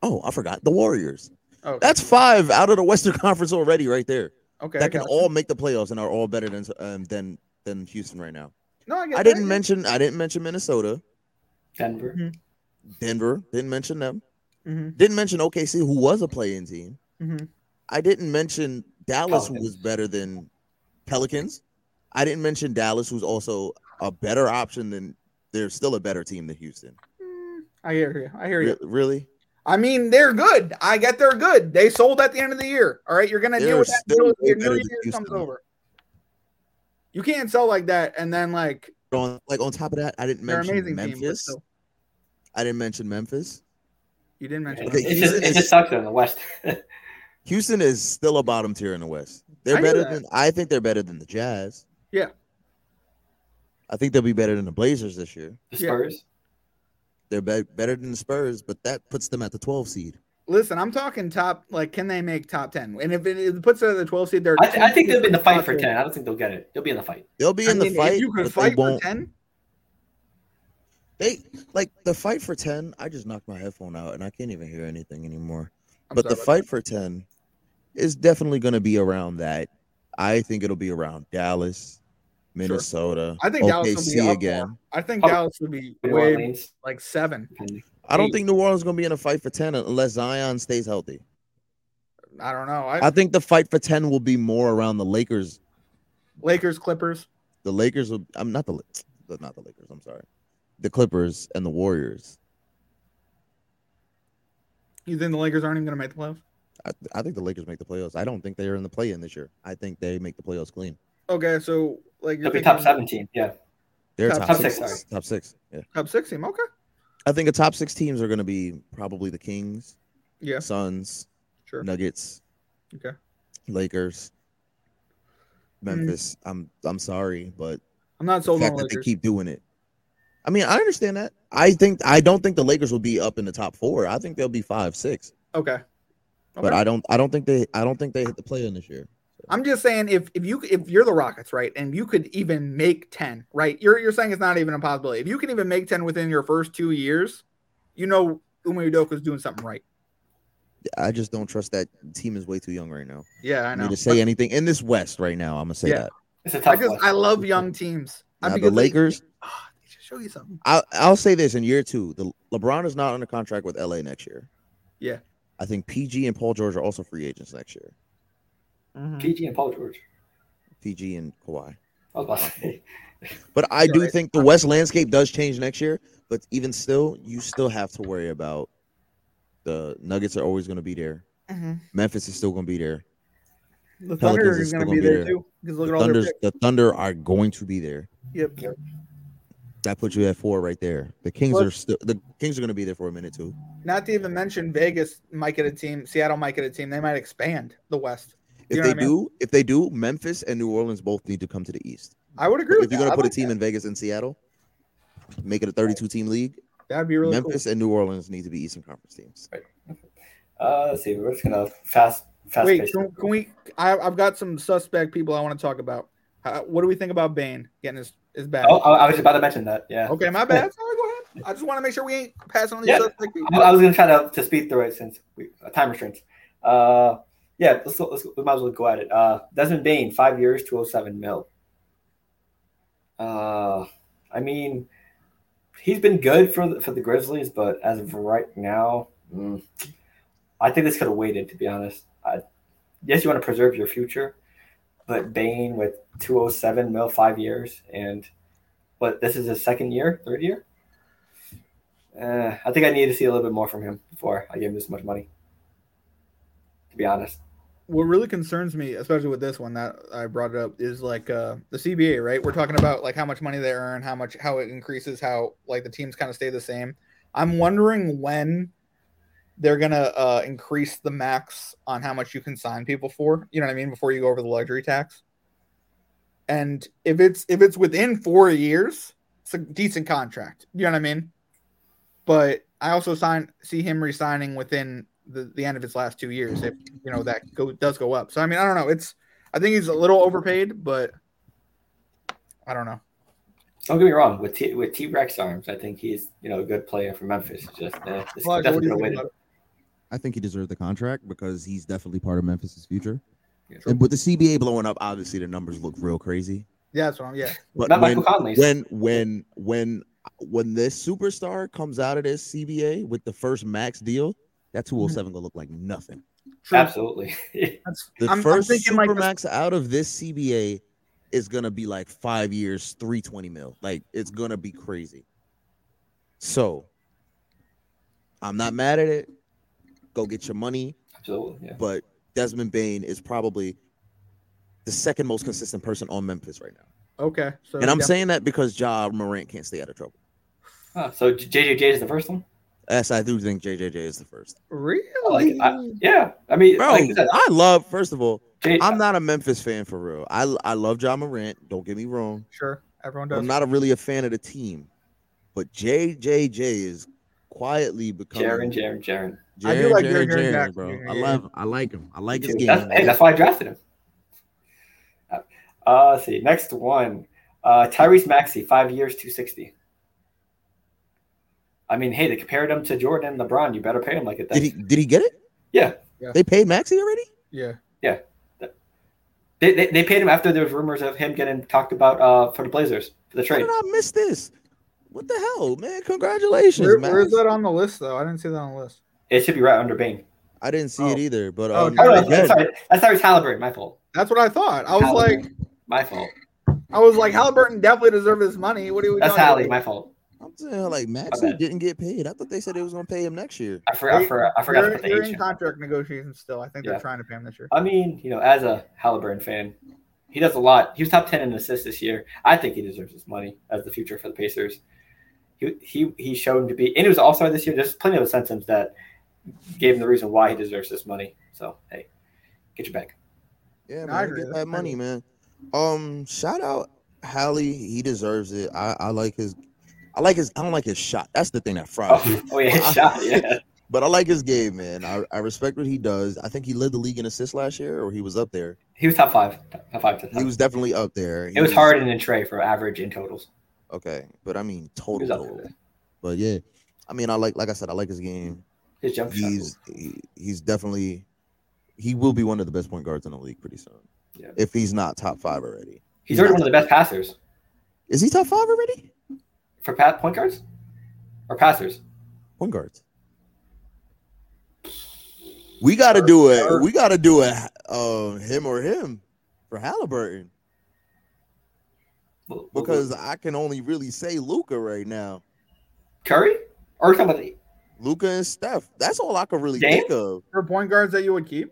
Speaker 3: Oh, I forgot the Warriors.
Speaker 2: Okay.
Speaker 3: That's five out of the Western Conference already, right there.
Speaker 2: Oh, okay.
Speaker 3: that can
Speaker 2: gotcha.
Speaker 3: all make the playoffs and are all better than um, than than Houston right now.
Speaker 2: No, I, get that.
Speaker 3: I didn't mention I didn't mention Minnesota,
Speaker 1: Denver.
Speaker 3: Denver. Didn't mention them.
Speaker 2: Mhm,
Speaker 3: Didn't mention OKC, who was a play-in team.
Speaker 2: mhm.
Speaker 3: I didn't mention Dallas, who
Speaker 1: Pelicans.
Speaker 3: was better than Pelicans. I didn't mention Dallas, who's also a better option than they're still a better team than Houston.
Speaker 2: Mm, I hear you. I hear you.
Speaker 3: Re- really?
Speaker 2: I mean, they're good. I get they're good. They sold at the end of the year. All right, you're gonna
Speaker 3: They're
Speaker 2: deal with that until
Speaker 3: still way
Speaker 2: your
Speaker 3: better
Speaker 2: new
Speaker 3: than
Speaker 2: year comes
Speaker 3: Houston.
Speaker 2: over. You can't sell like that and then like
Speaker 3: On, like on top of that, I didn't
Speaker 2: they're an
Speaker 3: mention
Speaker 2: amazing team. But
Speaker 3: Memphis.
Speaker 2: still,
Speaker 3: I didn't mention Memphis.
Speaker 2: you didn't mention.
Speaker 3: Okay,
Speaker 2: Memphis.
Speaker 1: it, just,
Speaker 3: Houston
Speaker 1: it
Speaker 3: is-
Speaker 1: just sucks in the West.
Speaker 3: Houston is still a bottom tier in the West. They're
Speaker 2: I knew
Speaker 3: better
Speaker 2: that.
Speaker 3: than I think they're better than the Jazz.
Speaker 2: Yeah.
Speaker 3: I think they'll be better than the Blazers this year.
Speaker 1: the
Speaker 2: Yeah.
Speaker 1: Spurs.
Speaker 3: They're be- better than the Spurs, but that puts them at the 12 seed.
Speaker 2: Listen, I'm talking top. Like, can they make top ten? And if it, it puts it at the 12 seed, they're.
Speaker 1: I, th- I think they'll be in the fight
Speaker 2: top
Speaker 1: for
Speaker 2: three.
Speaker 1: ten. I don't think they'll get it. They'll be in the fight.
Speaker 3: They'll be
Speaker 2: I
Speaker 3: in
Speaker 2: mean,
Speaker 3: the fight.
Speaker 2: If you
Speaker 3: but
Speaker 2: could fight
Speaker 3: they
Speaker 2: for
Speaker 3: won't.
Speaker 2: ten,
Speaker 3: They like the fight for ten. I just knocked my headphone out and I can't even hear anything anymore.
Speaker 2: I'm
Speaker 3: but
Speaker 2: sorry
Speaker 3: the
Speaker 2: about
Speaker 3: fight for ten is definitely going to be around that. I think it'll be around Dallas, Minnesota.
Speaker 2: I think Dallas will be
Speaker 3: OKC
Speaker 2: up
Speaker 3: again.
Speaker 2: that. I think
Speaker 1: Oh.
Speaker 2: Dallas would be
Speaker 1: New
Speaker 2: way
Speaker 1: Orleans.
Speaker 2: like seven.
Speaker 3: I don't
Speaker 2: Eight.
Speaker 3: think New Orleans is going to be in a fight for ten unless Zion stays healthy.
Speaker 2: I don't know. I,
Speaker 3: I think the fight for ten will be more around the Lakers.
Speaker 2: Lakers, Clippers.
Speaker 3: The Lakers. Will, I'm not the. Li- Not the Lakers. I'm sorry. The Clippers and the Warriors.
Speaker 2: You think the Lakers aren't even going to make the playoffs?
Speaker 3: I, I think the Lakers make the playoffs. I don't think they are in the play in this year. I think they make the playoffs clean.
Speaker 2: Okay, so like
Speaker 1: They'll
Speaker 2: you're
Speaker 1: be
Speaker 2: thinking
Speaker 1: top seventeen. Yeah.
Speaker 3: They're
Speaker 2: Top
Speaker 3: top,
Speaker 1: six.
Speaker 3: six.
Speaker 1: Top six,
Speaker 3: Top six. Yeah.
Speaker 2: top six team. Okay,
Speaker 3: I think the top six teams are going to be probably the Kings,
Speaker 2: yeah,
Speaker 3: Suns,
Speaker 2: sure.
Speaker 3: Nuggets,
Speaker 2: Okay.
Speaker 3: Lakers,
Speaker 2: Mm.
Speaker 3: Memphis. I'm I'm sorry, but
Speaker 2: I'm not
Speaker 3: the
Speaker 2: sold
Speaker 3: fact
Speaker 2: on
Speaker 3: that they
Speaker 2: Lakers.
Speaker 3: keep doing it. I mean, I understand that. I think I don't think the Lakers will be up in the top four. I think they'll be five, six.
Speaker 2: okay,
Speaker 3: But
Speaker 2: Okay.
Speaker 3: I don't I don't think they I don't think they hit the play in this year.
Speaker 2: I'm just saying if if you if you're the Rockets, right, and you could even make ten, right? You're you're saying it's not even a possibility. If you can even make ten within your first two years, you know Ume Udoka's doing something right.
Speaker 3: I just don't trust that team is way too young right now.
Speaker 2: Yeah, I
Speaker 3: I
Speaker 2: know.
Speaker 3: need to say anything in this West right now. I'm gonna say
Speaker 2: Yeah.
Speaker 3: that.
Speaker 1: It's a tough
Speaker 2: I just
Speaker 1: one.
Speaker 2: I love young teams. I
Speaker 3: Now, the
Speaker 2: because they-
Speaker 3: Lakers-
Speaker 2: Ah, they should show you something.
Speaker 3: I, I'll say this in year two: the LeBron is not under contract with LA next year.
Speaker 2: Yeah.
Speaker 3: I think PG and Paul George are also free agents next year.
Speaker 1: PG and Paul George.
Speaker 3: PG and Kawhi.
Speaker 1: I was about to say.
Speaker 3: But I do
Speaker 2: Right.
Speaker 3: think the West landscape does change next year. But even still, you still have to worry about the Nuggets are always going to be there. Memphis is still going to be there.
Speaker 2: The
Speaker 3: Pelicans
Speaker 2: Thunder
Speaker 3: is
Speaker 2: is
Speaker 3: still
Speaker 2: going to
Speaker 3: gonna
Speaker 2: be
Speaker 3: be
Speaker 2: there
Speaker 3: there.
Speaker 2: too because look
Speaker 3: The,
Speaker 2: at all their
Speaker 3: Thunders,
Speaker 2: picks.
Speaker 3: the Thunder are going to be there.
Speaker 2: Yep.
Speaker 3: That puts you at four right there. The Kings
Speaker 2: Plus-
Speaker 3: are still the Kings are going to be there for a minute too.
Speaker 2: Not to even mention Vegas might get a team. Seattle might get a team. They might expand the West. You
Speaker 3: If
Speaker 2: know
Speaker 3: they
Speaker 2: what I mean?
Speaker 3: do, if they do, Memphis and New Orleans both need to come to the East.
Speaker 2: I would agree.
Speaker 3: if
Speaker 2: With
Speaker 3: you're
Speaker 2: that. I
Speaker 3: going to put a
Speaker 2: like
Speaker 3: team in Vegas and Seattle, make it a 32 team league.
Speaker 2: that. that'd be really cool.
Speaker 3: Memphis and New Orleans need to be Eastern Conference teams.
Speaker 1: Uh, let's see. We're just gonna fast fast.
Speaker 2: Wait,
Speaker 1: pace
Speaker 2: can,
Speaker 1: it.
Speaker 2: can we? I, I've got some suspect people I want to talk about. Uh, what do we think about Bane getting his, his bag?
Speaker 1: Oh, I, I was about to mention that. Yeah.
Speaker 2: okay, my bad. Sorry, go ahead. I just want to make sure we ain't passing on these
Speaker 1: Yeah.
Speaker 2: suspect people.
Speaker 1: I, I was gonna try to, to speed through it since we uh, time restraints. Uh, yeah. Let's, go- let's go- we might as well go at it. Uh, Desmond Bain, five years, two hundred seven mil. Uh, I mean, he's been good for the, for the Grizzlies, but as of right now, mm, I think this could have waited. To be honest, I, yes, you want to preserve your future, but Bain with two hundred seven mil, five years, and what this is his second year, third year. Uh, I think I need to see a little bit more from him before I give him this much money. To be honest,
Speaker 2: What really concerns me, especially with this one that I brought it up, is like uh, the CBA. Right, we're talking about like how much money they earn, how much how it increases, how like the teams kind of stay the same. I'm wondering when they're gonna uh, increase the max on how much you can sign people for. You know what I mean? Before you go over the luxury tax. And if it's if it's within four years, it's a decent contract. You know what I mean? But I also sign see him resigning within the, the end of his last two years if you know that go does go up. So I mean I don't know. It's I think he's a little overpaid, but I don't know.
Speaker 1: don't get me wrong. With T, with T Rex arms, I think he's you know a good player for Memphis. It's Just uh, this
Speaker 2: Elijah, what
Speaker 1: definitely could have
Speaker 2: do you think
Speaker 1: waited.
Speaker 2: about it?
Speaker 3: I think he deserved the contract because he's definitely part of Memphis's future.
Speaker 1: Yeah.
Speaker 3: And with the CBA blowing up, obviously the numbers look real crazy.
Speaker 2: Yeah, that's what I'm yeah.
Speaker 3: But
Speaker 1: Not
Speaker 3: when,
Speaker 1: Michael Conley's.
Speaker 3: when when when when this superstar comes out of this CBA with the first max deal, that 207 gonna look like nothing.
Speaker 2: True.
Speaker 1: Absolutely.
Speaker 2: That's-
Speaker 3: The
Speaker 2: I'm- I'm
Speaker 3: first
Speaker 2: thinking like
Speaker 3: supermax
Speaker 2: this-
Speaker 3: out of this CBA is gonna be like five years, 320 mil. Like it's gonna be crazy. So I'm not mad at it. Go get your money,
Speaker 1: Absolutely. Yeah.
Speaker 3: but Desmond Bain is probably the second most consistent person on Memphis right now.
Speaker 2: Okay. So
Speaker 3: And I'm
Speaker 2: yeah.
Speaker 3: saying that because Ja Morant can't stay out of trouble.
Speaker 1: Huh, so JJJ is the first one.
Speaker 3: Yes, I do think JJJ is the first.
Speaker 2: really
Speaker 1: Yeah. I mean,
Speaker 3: Bro,
Speaker 1: like I said,
Speaker 3: I love, first of all,
Speaker 1: J-
Speaker 3: I'm not a Memphis fan for real. I, I love John Morant. Don't get me wrong.
Speaker 2: sure. Everyone does.
Speaker 3: I'm not a, really a fan of the team. But JJJ is quietly becoming
Speaker 1: Jaren, Jaren, Jaren.
Speaker 2: I do
Speaker 3: Jared,
Speaker 2: like Jared
Speaker 3: Jared, Jared,
Speaker 2: Jackson,
Speaker 3: bro.
Speaker 2: Jared
Speaker 3: I
Speaker 2: Jackson.
Speaker 3: love him. I like him. I like his game.
Speaker 1: That's, hey, that's why I drafted him. Uh, let's see. Next one. Uh, Tyrese Maxey, five years, 260. I mean, hey, they compared him to Jordan and LeBron. You better pay him like it.
Speaker 3: Did he
Speaker 1: Then.
Speaker 3: did he get it?
Speaker 1: Yeah.
Speaker 2: Yeah.
Speaker 3: They paid Maxi already?
Speaker 2: Yeah.
Speaker 1: They, they, they paid him after there was rumors of him getting talked about uh, for the Blazers for the
Speaker 3: How
Speaker 1: trade.
Speaker 3: did I miss this? What the hell, man? Congratulations,
Speaker 2: Where-
Speaker 3: Max.
Speaker 2: where's that on the list though? I didn't see that on the list.
Speaker 1: It should be right under Bain.
Speaker 3: I didn't see
Speaker 2: Oh.
Speaker 3: it either, but
Speaker 2: Oh,
Speaker 3: um,
Speaker 1: Oh, no,
Speaker 3: again,
Speaker 1: that's sorry. That's Tyrese Halliburton. My fault.
Speaker 2: That's what I thought. I was
Speaker 1: Halliburton.
Speaker 2: like,
Speaker 1: my fault.
Speaker 2: I was like, Halliburton definitely deserved his money. What do we?
Speaker 1: That's
Speaker 2: talking
Speaker 1: Hallie.
Speaker 2: about?
Speaker 1: My fault.
Speaker 3: I'm saying like
Speaker 1: My
Speaker 3: Maxi
Speaker 1: bad.
Speaker 3: didn't get paid. I thought they said they was gonna pay him next year.
Speaker 1: I, for, I,
Speaker 2: They-
Speaker 1: for, I forgot to
Speaker 2: They're,
Speaker 1: put
Speaker 2: they're
Speaker 1: the H.
Speaker 2: in
Speaker 1: in.
Speaker 2: contract negotiations still. I think they're
Speaker 1: Yeah.
Speaker 2: trying to pay him this year.
Speaker 1: I mean, you know, as a Halliburton fan, he does a lot. He was top ten in assists this year. I think he deserves his money as the future for the Pacers. He he he showed him to be, and he was All Star this year. There's plenty of incentives that gave him the reason why he deserves this money. So hey, get your bag.
Speaker 3: Yeah,
Speaker 2: No,
Speaker 3: man,
Speaker 2: I
Speaker 3: I
Speaker 2: agree.
Speaker 3: get
Speaker 2: I
Speaker 3: that money, man. Um, shout out Hallie. He deserves it. I, I like his. I like his. I don't like his shot. That's the thing that fried. me.
Speaker 1: Oh, oh yeah, his shot. Yeah,
Speaker 3: But I like his game, man. I, I respect what he does. I think he led the league in assists last year, or he was up there.
Speaker 1: he was top five. Top five to top.
Speaker 3: He was definitely up there. He
Speaker 1: it was Harden and Trey for average in totals.
Speaker 3: Okay, but I mean
Speaker 1: He
Speaker 3: total.
Speaker 1: was up
Speaker 3: total.
Speaker 1: there.
Speaker 3: But yeah, I mean I like like I said I like his game.
Speaker 1: His jump shot.
Speaker 3: He's he, he's definitely he will be one of the best point guards in the league pretty soon.
Speaker 1: Yeah.
Speaker 3: If he's not top five already,
Speaker 1: He's already one of the best passers
Speaker 3: is he top five already?
Speaker 1: for pat point guards or passers.
Speaker 3: Point guards. We got to do it. We got to do it. Uh, him or him for Halliburton
Speaker 1: Well, well,
Speaker 3: because I can only really say Luca right now.
Speaker 1: Curry or somebody.
Speaker 3: Luca and Steph. That's all I can really
Speaker 1: Dame?
Speaker 3: think of.
Speaker 2: For point guards that you would keep,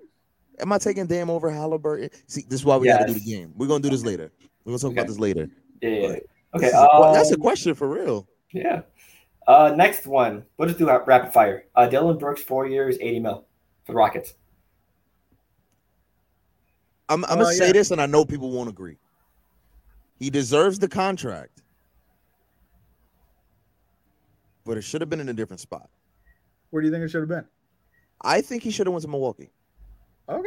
Speaker 3: Am I taking Dame over Halliburton? See, this is why we got to do
Speaker 1: Yes.
Speaker 3: the game. We're gonna do this later. We're gonna talk about
Speaker 1: Okay.
Speaker 3: this later.
Speaker 1: Yeah. yeah, yeah.
Speaker 3: Like,
Speaker 1: Okay.
Speaker 3: This is a que-
Speaker 1: um,
Speaker 3: that's a question for real.
Speaker 1: Yeah. Uh, next one. We'll just do a rapid fire. Uh, Dylan Brooks, four years, 80 mil for the Rockets.
Speaker 3: I'm,
Speaker 1: Oh,
Speaker 3: I'm gonna
Speaker 2: uh,
Speaker 3: say
Speaker 2: yeah.
Speaker 3: this, and I know people won't agree. He deserves the contract, but it should have been in a different spot.
Speaker 2: where do you think it should have been?
Speaker 3: I think he should have went to Milwaukee.
Speaker 2: Okay.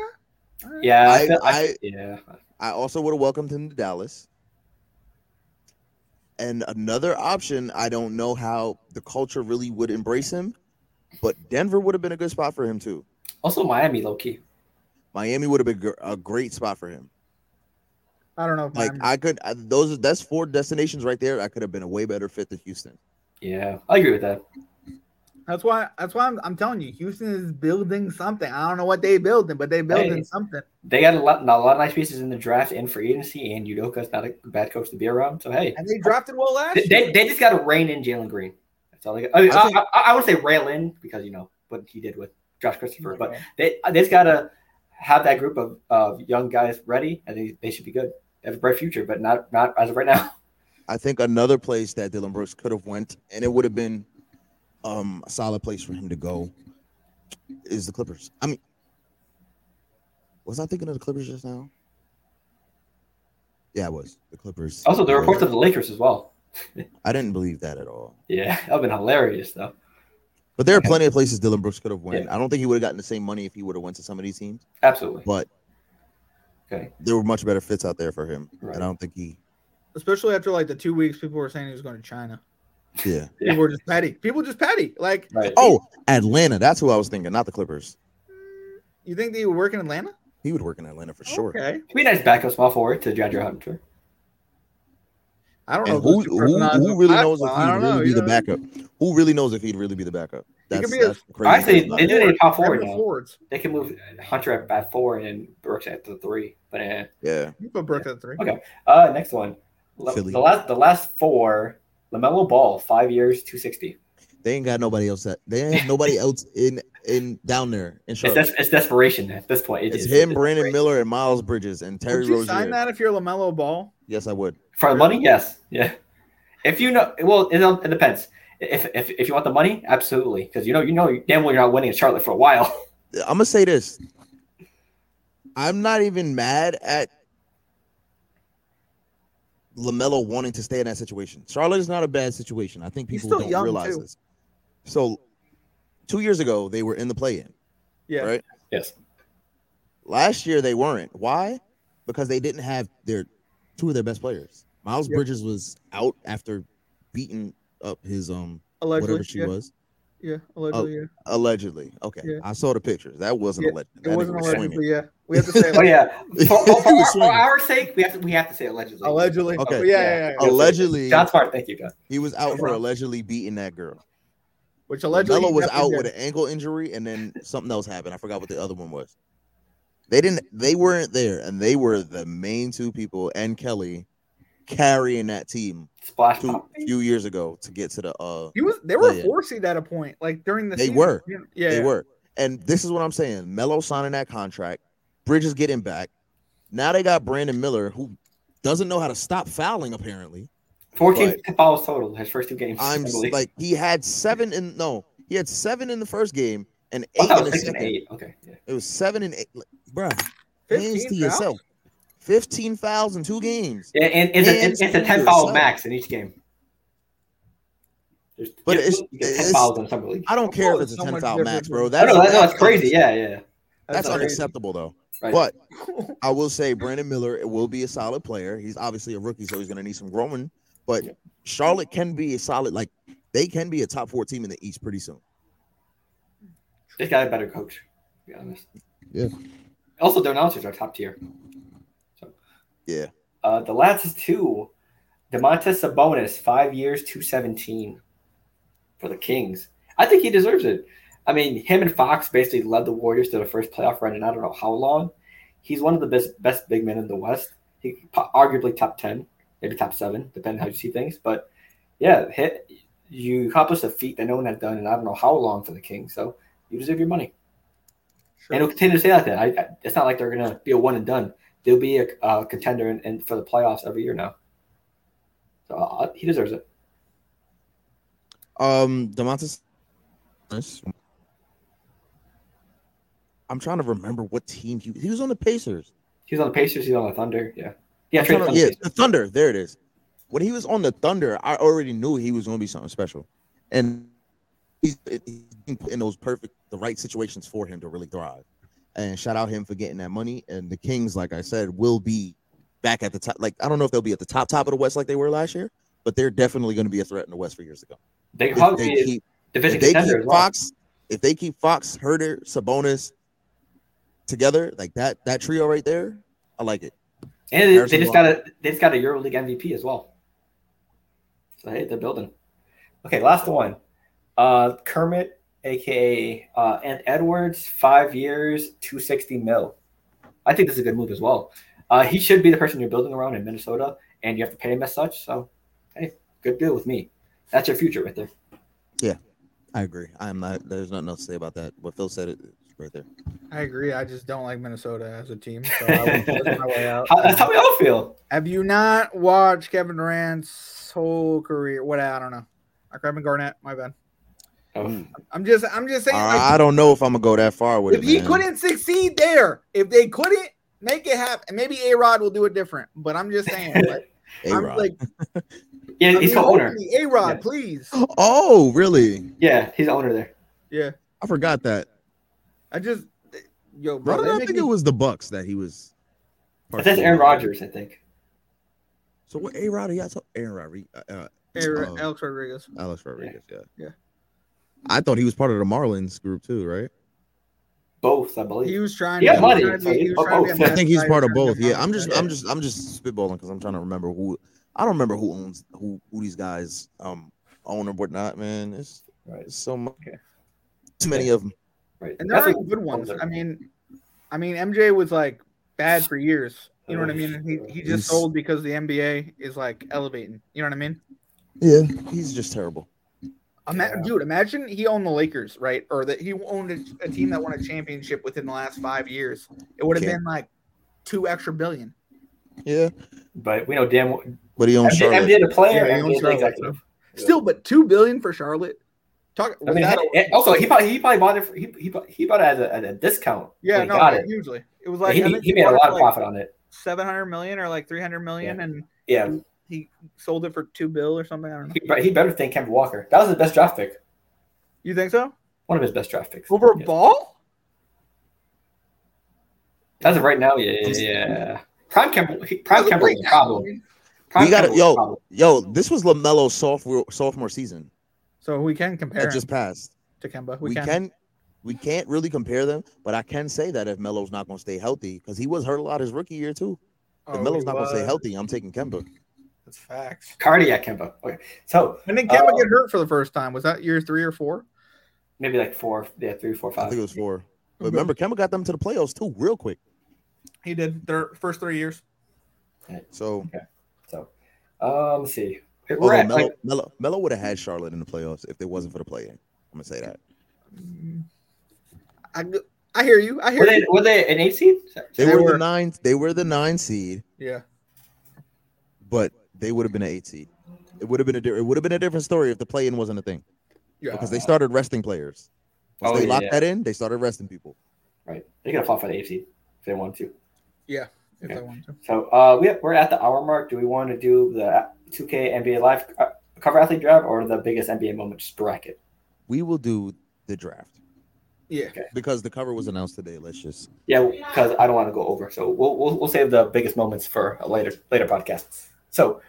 Speaker 2: All right.
Speaker 1: Yeah.
Speaker 3: I-
Speaker 1: feel-
Speaker 3: I-
Speaker 1: yeah.
Speaker 3: I also would have welcomed him to Dallas. And another option, I don't know how the culture really would embrace him, but Denver would have been a good spot for him too.
Speaker 1: Also, Miami, low key.
Speaker 3: Miami would have been gr- a great spot for him.
Speaker 2: I don't know. If
Speaker 3: Like
Speaker 2: Miami-
Speaker 3: I could, I, those are- that's four destinations right there. I could have been a way better fit than Houston.
Speaker 1: Yeah. I agree with that.
Speaker 2: That's why. That's why I'm, I'm telling you, Houston is building something. I don't know what they building, but they building
Speaker 1: Hey.
Speaker 2: something.
Speaker 1: They got a lot, a lot of nice pieces in the draft and free agency, and Udoka's not a bad coach to be around. So, hey,
Speaker 2: And they drafted well last
Speaker 1: they,
Speaker 2: year.
Speaker 1: they, they just got to rein in Jalen Green. That's all they got. I, mean,
Speaker 3: I think-
Speaker 1: I, I, I would say rail in because, you know, what he did with Josh Christopher, but they, they just got to have that group of, of young guys ready, and they, they should be good. They have a bright future, but not, not as of right now.
Speaker 3: I think another place that Dylan Brooks could have went, and it would have been um, a solid place for him to go, is the Clippers. I mean, was I thinking of the Clippers just now? Yeah, I was the Clippers.
Speaker 1: Also, the reports of the Lakers as well.
Speaker 3: I didn't believe that at all.
Speaker 1: Yeah, that would have been hilarious, though.
Speaker 3: But there are
Speaker 1: Okay.
Speaker 3: plenty of places Dylan Brooks could have went. I don't think he would have gotten the same money if he would have went to some of these teams.
Speaker 1: Absolutely.
Speaker 3: but
Speaker 1: Okay.
Speaker 3: there were much better fits out there for him.
Speaker 1: Right.
Speaker 3: And I don't think he,
Speaker 2: Especially after like the two weeks, people were saying he was going to China.
Speaker 3: yeah.
Speaker 1: Yeah.
Speaker 2: People were just petty. People just petty. Like
Speaker 1: Right.
Speaker 3: Oh, Atlanta. That's who I was thinking, not the Clippers.
Speaker 2: you think they would work in Atlanta?
Speaker 3: He would work in Atlanta for sure.
Speaker 2: Okay.
Speaker 1: It'd be a nice backup small forward to DeAndre Hunter.
Speaker 2: I don't
Speaker 3: And
Speaker 2: know.
Speaker 3: who, who, who really knows if he'd really be the
Speaker 2: back?
Speaker 3: backup? Who really knows if he'd really be the backup?
Speaker 2: He could
Speaker 3: That's,
Speaker 2: be a-
Speaker 3: that's the crazy.
Speaker 1: I say
Speaker 3: thing about
Speaker 1: they
Speaker 3: it.
Speaker 1: do need a top forward
Speaker 2: Seven
Speaker 1: now.
Speaker 2: forwards.
Speaker 1: They can move Hunter at, at four and Brooks at the three. But eh.
Speaker 3: Yeah.
Speaker 2: You put Brooks at three.
Speaker 1: Okay. uh, next one, La-
Speaker 3: Philly.
Speaker 1: the last the last four, Lamelo Ball, five years, two sixty.
Speaker 3: They ain't got nobody else that they ain't have nobody else in in down there in
Speaker 1: It's,
Speaker 3: Charlotte.
Speaker 1: des- it's desperation at this point. It
Speaker 3: it's
Speaker 1: is.
Speaker 3: him, Brandon Miller, and Miles Bridges and Terry
Speaker 2: Would you
Speaker 3: Rozier.
Speaker 2: sign that if you're Lamelo Ball?
Speaker 3: Yes, I would.
Speaker 1: for money. Yes, yeah. If you know, well, it, it depends. If, if if you want the money, absolutely, because you know you know damn well you're not winning in Charlotte for a while.
Speaker 3: I'm gonna say this. I'm not even mad at Lamelo wanting to stay in that situation. Charlotte is not a bad situation. I think
Speaker 2: He's
Speaker 3: people
Speaker 2: still
Speaker 3: don't
Speaker 2: young,
Speaker 3: realize
Speaker 2: too.
Speaker 3: this. So two years ago they were in the play in.
Speaker 2: Yeah.
Speaker 3: Right.
Speaker 1: Yes.
Speaker 3: Last year they weren't. Why? Because they didn't have their two of their best players. Miles
Speaker 2: Yep.
Speaker 3: Bridges was out after beating up his um
Speaker 2: Allegedly.
Speaker 3: whatever she
Speaker 2: yeah.
Speaker 3: was. Oh,
Speaker 2: Yeah. Allegedly. yeah.
Speaker 3: Allegedly. Okay.
Speaker 2: Yeah.
Speaker 3: I saw the pictures. That wasn't
Speaker 2: Yeah,
Speaker 3: alleged. That
Speaker 2: It
Speaker 3: nigga
Speaker 2: wasn't
Speaker 3: was swinging.
Speaker 2: allegedly. Yeah. We have to say
Speaker 1: Oh yeah. For, oh, for
Speaker 3: He was
Speaker 1: our, for
Speaker 3: swinging.
Speaker 1: our sake, we have to we have to say allegedly.
Speaker 2: allegedly.
Speaker 3: Okay.
Speaker 2: Okay. Yeah. yeah, yeah, yeah.
Speaker 3: Allegedly,
Speaker 1: John Smart, thank you, John.
Speaker 3: he was out for allegedly beating that girl.
Speaker 2: Which allegedly.
Speaker 3: Melo was
Speaker 2: happened,
Speaker 3: out
Speaker 2: yeah.
Speaker 3: with an ankle injury, and then something else happened. I forgot what the other one was. They didn't. They weren't there, and they were the main two people and Kelly carrying that team
Speaker 1: Splash
Speaker 3: two
Speaker 1: pop.
Speaker 3: few years ago to get to the. uh
Speaker 2: He was. They were
Speaker 3: Yeah.
Speaker 2: a four seed at a point, like during the.
Speaker 3: They
Speaker 2: season.
Speaker 3: were.
Speaker 2: Yeah. yeah.
Speaker 3: They were, and this is what I'm saying. Melo signing that contract, Bridges getting back. Now they got Brandon Miller, who doesn't know how to stop fouling. Apparently,
Speaker 1: 14 fouls total his first two games.
Speaker 3: I'm
Speaker 1: I
Speaker 3: s-
Speaker 1: believe.
Speaker 3: like he had seven in no, he had seven in the first game and
Speaker 1: I
Speaker 3: eight
Speaker 1: thought it
Speaker 3: in
Speaker 1: was
Speaker 3: the
Speaker 1: six and
Speaker 3: second.
Speaker 1: eight. Okay. Yeah.
Speaker 3: It was seven and eight, like, bruh.
Speaker 2: 15
Speaker 3: hands to
Speaker 2: fouls?
Speaker 3: yourself. 15 fouls in two games.
Speaker 1: Yeah, and it's a,
Speaker 3: And
Speaker 1: it's, it's a
Speaker 3: to
Speaker 1: 10 foul
Speaker 3: yourself.
Speaker 1: max in each game. There's,
Speaker 3: But
Speaker 1: you
Speaker 3: it's-
Speaker 1: get 10
Speaker 3: it's-
Speaker 1: fouls in summer league.
Speaker 3: I don't care if
Speaker 2: Football
Speaker 3: it's
Speaker 2: is
Speaker 3: a
Speaker 2: so
Speaker 3: 10
Speaker 2: much
Speaker 3: foul
Speaker 2: different
Speaker 3: max,
Speaker 2: than-
Speaker 3: bro.
Speaker 1: I
Speaker 3: That's,
Speaker 1: know, that's, that's crazy. Yeah, yeah.
Speaker 3: That's,
Speaker 1: That's crazy.
Speaker 3: unacceptable, though.
Speaker 1: Right.
Speaker 3: But
Speaker 2: crazy.
Speaker 3: I will say Brandon Miller it will be a solid player. He's obviously a rookie, so he's going to need some growing. But
Speaker 1: Yeah.
Speaker 3: Charlotte can be a solid, like, they can be a top four team in the East pretty soon.
Speaker 1: They got a better coach, to be honest.
Speaker 3: Yeah.
Speaker 1: Also, their announcers are top tier. So,
Speaker 3: Yeah.
Speaker 1: Uh, the last is two. Demontis Sabonis, five years, two seventeen, for the Kings. I think he deserves it. I mean, him and Fox basically led the Warriors to the first playoff run, and I don't know how long. He's one of the best best big men in the West. He po- arguably top ten, maybe top seven, depending how you see things. But yeah, hit you accomplished a feat that no one had done, and I don't know how long for the Kings. So you deserve your money. And it'll continue to stay like that. I, I, it's not like they're going to be a one and done. They'll be a, uh contender in, in, for the playoffs every year now. So uh, he deserves it.
Speaker 3: Um, Demontis. I'm trying to remember what team he he was on the Pacers.
Speaker 1: He's on the Pacers. He's on the Thunder. Yeah. Yeah.
Speaker 3: I'm
Speaker 1: Trade
Speaker 3: trying to- yeah, the Thunder. There it is. When he was on the Thunder, I already knew he was going to be something special, and he's, he's been put in those perfect, the right situations for him to really thrive. And shout out him for getting that money. And the Kings, like I said, will be back at the top. Like I don't know if they'll be at the top top of the West like they were last year, but they're definitely going to be a threat in the West for years to come.
Speaker 1: They could
Speaker 3: If
Speaker 1: probably
Speaker 3: they
Speaker 1: be
Speaker 3: keep,
Speaker 1: a
Speaker 3: if
Speaker 1: division
Speaker 3: they
Speaker 1: contender as
Speaker 3: keep
Speaker 1: well.
Speaker 3: Fox, if they keep Fox, Herder, Sabonis together, like that that trio right there, I like it.
Speaker 1: and they, they
Speaker 3: Harrison
Speaker 1: just got a they just got a EuroLeague MVP as well. So hey, they're building. Okay, last one. Uh, Kermit, aka uh, Ant Edwards, five years, two sixty mil. I think this is a good move as well. Uh, he should be the person you're building around in Minnesota, and you have to pay him as such. So, hey, good deal with me. That's your future right there.
Speaker 3: I agree. I'm not. There's nothing else to say about that. What Phil said it it's right there.
Speaker 2: I agree. I just don't like Minnesota as a team. So I will force my way out. Um,
Speaker 1: How, that's how we all feel.
Speaker 2: Have you not watched Kevin Durant's whole career? What I don't know. Or Kevin Garnett, my bad.
Speaker 1: Oh,
Speaker 2: I'm just I'm just saying like,
Speaker 3: I, I don't know if I'm gonna go that far with
Speaker 2: if
Speaker 3: it.
Speaker 2: he
Speaker 3: man.
Speaker 2: couldn't succeed there, if they couldn't make it happen, maybe A Rod will do it different. But I'm just saying, like, I'm
Speaker 3: A-Rod.
Speaker 2: like,
Speaker 1: yeah, he's co-owner.
Speaker 2: A Rod,
Speaker 1: Yeah.
Speaker 2: please.
Speaker 3: oh, really?
Speaker 1: Yeah, he's the owner there.
Speaker 2: Yeah,
Speaker 3: I forgot that.
Speaker 2: I just, yo,
Speaker 3: Why
Speaker 2: bro,
Speaker 3: did
Speaker 2: they
Speaker 3: I
Speaker 2: make
Speaker 3: think
Speaker 2: me-
Speaker 3: it was the Bucks that he was.
Speaker 1: That's Aaron Rodgers, I think.
Speaker 3: So what? A Rod? Yeah, Aaron Rodriguez. Uh, uh,
Speaker 2: A-
Speaker 3: Oh.
Speaker 2: Alex Rodriguez.
Speaker 3: Alex Rodriguez. Yeah.
Speaker 2: Yeah.
Speaker 3: I thought he was part of the Marlins group too, right?
Speaker 1: Both, I believe.
Speaker 2: He was trying.
Speaker 1: He had
Speaker 2: to,
Speaker 1: money,
Speaker 2: he was trying to be- he
Speaker 1: so
Speaker 2: was trying to be
Speaker 1: both.
Speaker 2: a
Speaker 1: Yeah,
Speaker 3: Oh, I think he's
Speaker 2: mascot,
Speaker 3: part of
Speaker 2: trying to
Speaker 3: both.
Speaker 2: be a
Speaker 3: Yeah, I'm just,
Speaker 2: mascot.
Speaker 3: I'm just, I'm just spitballing because I'm trying to remember who. I don't remember who owns who who these guys um own or whatnot. Man, it's,
Speaker 1: Right.
Speaker 3: it's so much.
Speaker 1: Okay.
Speaker 3: Too many of them.
Speaker 1: Right.
Speaker 2: and there are
Speaker 1: That's a-
Speaker 2: good ones.
Speaker 1: older.
Speaker 2: I mean, I mean, MJ was like bad for years. You know
Speaker 3: Oh,
Speaker 2: what I mean? And He, he
Speaker 3: He's-
Speaker 2: just sold because the NBA is like elevating. You know what I mean?
Speaker 3: Yeah, he's just terrible.
Speaker 2: Ima-
Speaker 1: Yeah.
Speaker 2: Dude, imagine he owned the Lakers, right? Or that he owned a, a team that won a championship within the last five years. It would have
Speaker 3: Okay.
Speaker 2: been like two extra billion.
Speaker 3: Yeah,
Speaker 1: But we know damn well
Speaker 3: but he owns
Speaker 1: MJ,
Speaker 3: Charlotte.
Speaker 1: MJ the player,
Speaker 2: Yeah,
Speaker 1: MJ
Speaker 2: he owns
Speaker 1: the
Speaker 2: Charlotte,
Speaker 1: executive.
Speaker 2: Still, but two billion for Charlotte. Talk.
Speaker 1: I mean,
Speaker 2: without a-
Speaker 1: and also he probably he probably bought it. For, he, he bought- he bought it at a, at a discount. when
Speaker 2: yeah,
Speaker 1: he
Speaker 2: no,
Speaker 1: got
Speaker 2: but
Speaker 1: it.
Speaker 2: hugely. It was like
Speaker 1: he,
Speaker 2: I
Speaker 1: he,
Speaker 2: think
Speaker 1: made a
Speaker 2: bought
Speaker 1: lot of
Speaker 2: it for, like,
Speaker 1: profit on it.
Speaker 2: Seven hundred million or like three hundred million, and
Speaker 1: Yeah,
Speaker 2: he sold it for two bill or something. I don't know.
Speaker 1: he, he better thank Kemba Walker. That was the best draft pick.
Speaker 2: You think so?
Speaker 1: One of his best draft picks.
Speaker 2: Over
Speaker 1: Yes.
Speaker 2: Ball?
Speaker 1: As of right now, yeah, yeah, yeah. Prime Kemba, he- Prime Kemba was a problem. Prime
Speaker 3: We got
Speaker 1: Kemba
Speaker 3: it,
Speaker 1: was a
Speaker 3: yo,
Speaker 1: problem.
Speaker 3: yo. This was Lamelo's sophomore sophomore season
Speaker 2: So we can compare
Speaker 3: that just
Speaker 2: him
Speaker 3: passed.
Speaker 2: to Kemba.
Speaker 3: We, can. we can't really compare them, but I can say that if Melo's not going to stay healthy, because he was hurt a lot his rookie year too. If
Speaker 4: Oh,
Speaker 3: Melo's
Speaker 4: he
Speaker 3: not going to stay
Speaker 4: was.
Speaker 3: healthy, I'm taking Kemba.
Speaker 4: That's facts.
Speaker 1: Cardiac Kemba. Okay, so
Speaker 2: And then Kemba
Speaker 1: Uh,
Speaker 2: get hurt for the first time. Was that year three or four?
Speaker 1: maybe like four, yeah, three, four,
Speaker 3: I think it
Speaker 1: five.
Speaker 3: was four. But remember, Kemba got them to the playoffs too, real quick.
Speaker 2: He did their first three years.
Speaker 3: So
Speaker 1: So, um, let's see.
Speaker 3: although
Speaker 1: We're at,
Speaker 3: Melo,
Speaker 1: like,
Speaker 3: Melo, Melo would have had Charlotte in the playoffs if it wasn't for the play-in. I'm gonna say that
Speaker 2: Mm. I, I hear you. I
Speaker 1: were
Speaker 2: hear
Speaker 1: they
Speaker 2: you.
Speaker 1: were they an eight seed?
Speaker 3: they,
Speaker 2: They
Speaker 3: were,
Speaker 2: were.
Speaker 3: the nine. They were the nine seed,
Speaker 2: Yeah.
Speaker 3: but they would have been an eight seed. It would have been a di- it would have been a different story if the play-in wasn't a thing
Speaker 2: Yeah.
Speaker 3: because they started resting players. Once
Speaker 1: Oh,
Speaker 3: they
Speaker 1: yeah,
Speaker 3: locked
Speaker 1: yeah.
Speaker 3: that in, they started resting people.
Speaker 1: Right, they could have fought for the eight seed if they wanted to.
Speaker 2: If they want to.
Speaker 1: So uh, we we're at the hour mark. Do we want to do the 2K NBA Live uh, cover athlete draft or the biggest NBA moments bracket?
Speaker 3: We will do the draft
Speaker 2: Yeah.
Speaker 3: because the cover was announced today. Let's just
Speaker 1: Yeah, because I don't want to go over. So we'll, we'll we'll save the biggest moments for a later later podcast. So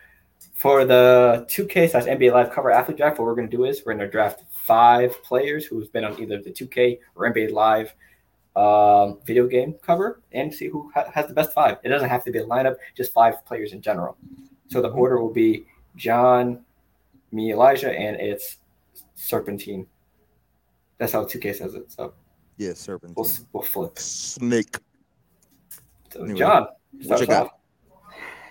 Speaker 1: for the 2K slash NBA Live cover athlete draft, what we're going to do is we're going to draft five players who've been on either the 2K or NBA Live um, video game cover and see who ha- has the best five. It doesn't have to be a lineup, just five players in general. So the order will be John, me, Elijah, and it's Serpentine. That's how 2K says it. So
Speaker 3: yeah, serpent.
Speaker 1: we'll, s- we'll flip.
Speaker 3: Snake.
Speaker 1: So
Speaker 3: Anyway,
Speaker 1: John, start us
Speaker 3: you got?
Speaker 1: off.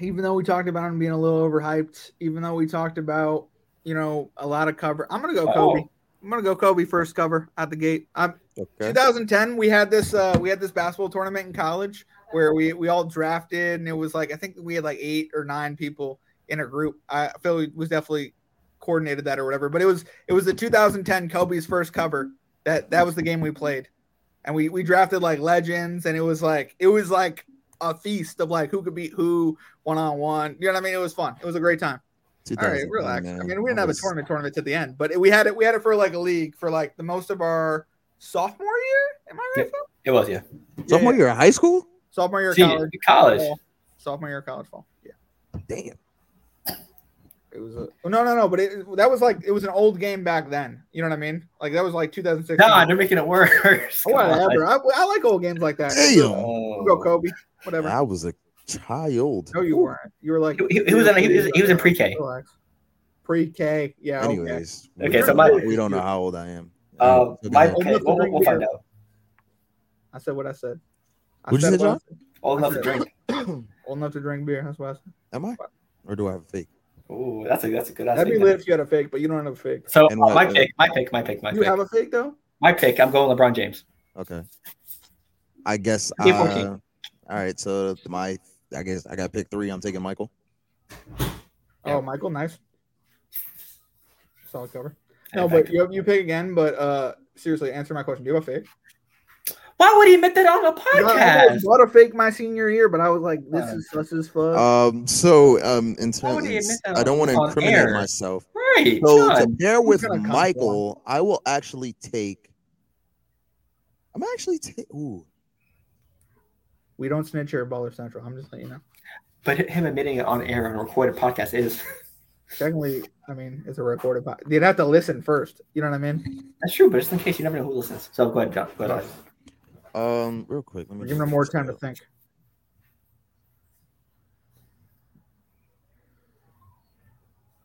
Speaker 2: Even though we talked about him being a little overhyped, even though we talked about, you know, a lot of cover, I'm going to go Kobe.
Speaker 1: Oh.
Speaker 2: I'm going to go Kobe first cover out the gate. I'm,
Speaker 3: Okay.
Speaker 2: 2010 we had this uh we had this basketball tournament in college where we we all drafted and it was like i think we had like eight or nine people in a group i phil was definitely coordinated that or whatever but it was it was the 2010 kobe's first cover that that was the game we played and we we drafted like legends and it was like it was like a feast of like who could beat who one on one you know what i mean it was fun it was a great time all right,
Speaker 3: 2009,
Speaker 2: relax. I
Speaker 3: man.
Speaker 2: mean, we didn't
Speaker 3: I
Speaker 2: have a
Speaker 3: was-
Speaker 2: tournament tournament at the end, but it, we had it. We had it for like a league for like the most of our sophomore year. Am I
Speaker 1: Yeah.
Speaker 2: right? Phil?
Speaker 1: It was, yeah.
Speaker 3: Sophomore
Speaker 2: Yeah,
Speaker 3: year of high school?
Speaker 2: sophomore year, of
Speaker 1: Senior-
Speaker 2: college,
Speaker 1: college.
Speaker 2: fall, sophomore year, of college fall. Yeah,
Speaker 3: Damn.
Speaker 2: it was a no, no, no. But it, that was like it was an old game back then. You know what I mean? Like that was like 2006.
Speaker 1: Nah, they're making it worse.
Speaker 2: Oh,
Speaker 1: Come on.
Speaker 2: whatever. I, I like old games like that.
Speaker 3: Damn.
Speaker 2: You Go
Speaker 1: Oh.
Speaker 2: Kobe. Whatever.
Speaker 3: I was a child.
Speaker 2: No, you weren't. You were like
Speaker 1: He, he- he was in he was, he was in pre-K.
Speaker 2: Relax. Pre-K. Yeah. okay. Uh,
Speaker 3: Anyways.
Speaker 1: Okay,
Speaker 3: we-
Speaker 1: so my-
Speaker 3: we don't know how old I am.
Speaker 1: Um,
Speaker 3: Okay.
Speaker 1: my
Speaker 2: Old
Speaker 1: okay,
Speaker 2: enough to
Speaker 1: we'll,
Speaker 2: drink
Speaker 1: we'll find
Speaker 2: beer.
Speaker 1: out.
Speaker 2: I said what I said. I
Speaker 3: What'd you
Speaker 2: said
Speaker 3: say,
Speaker 2: what I
Speaker 3: John?
Speaker 2: said.
Speaker 1: Old enough to drink.
Speaker 2: Old enough to drink beer. That's what I said.
Speaker 3: Am I? Or do I have a fake?
Speaker 1: Ooh, that's a that's a good. That's a
Speaker 2: That'd be
Speaker 1: good-
Speaker 2: lit if you had a fake, but you don't have a fake.
Speaker 1: So
Speaker 3: And what-
Speaker 1: my pick, my pick, my pick, my
Speaker 2: you
Speaker 1: pick,
Speaker 2: have a fake though.
Speaker 1: my pick. I'm going LeBron James.
Speaker 3: Okay. I guess
Speaker 1: Okay,
Speaker 3: I,
Speaker 1: 14.
Speaker 3: all right. So my I guess I got pick three. I'm taking Michael.
Speaker 1: Yeah.
Speaker 2: Oh, Michael, nice. Solid cover.
Speaker 1: And
Speaker 2: no,
Speaker 1: if I
Speaker 2: but
Speaker 1: could-
Speaker 2: you you pick again. But uh, seriously, answer my question. Do you have a fake?
Speaker 1: why would he admit that on the
Speaker 2: No, I
Speaker 1: podcast?
Speaker 2: bought a fake my senior year, but I was like, this
Speaker 1: Why?
Speaker 2: is such as fuck.
Speaker 1: Uh,
Speaker 3: Um. So um. In
Speaker 1: Why would he
Speaker 3: terms,
Speaker 1: admit that
Speaker 3: I don't want to
Speaker 1: on
Speaker 3: incriminate
Speaker 1: air?
Speaker 3: myself.
Speaker 1: Right,
Speaker 3: So to
Speaker 1: John.
Speaker 3: pair with
Speaker 2: gonna come
Speaker 3: Michael, I will actually take. I'm actually take. Ooh.
Speaker 2: we don't snitch here at Baller Central. I'm just letting you know.
Speaker 1: But him admitting it on air on a recorded podcast is
Speaker 2: Technically, I mean, it's a recorded. pod- You'd have to listen first. You know what I mean?
Speaker 1: that's true. But just in case you never know who listens, so go ahead, John. Go ahead.
Speaker 3: Um. Real quick. Let me
Speaker 2: We're giving
Speaker 3: just
Speaker 2: them
Speaker 3: finish
Speaker 2: more
Speaker 3: that
Speaker 2: time to
Speaker 3: up.
Speaker 2: think.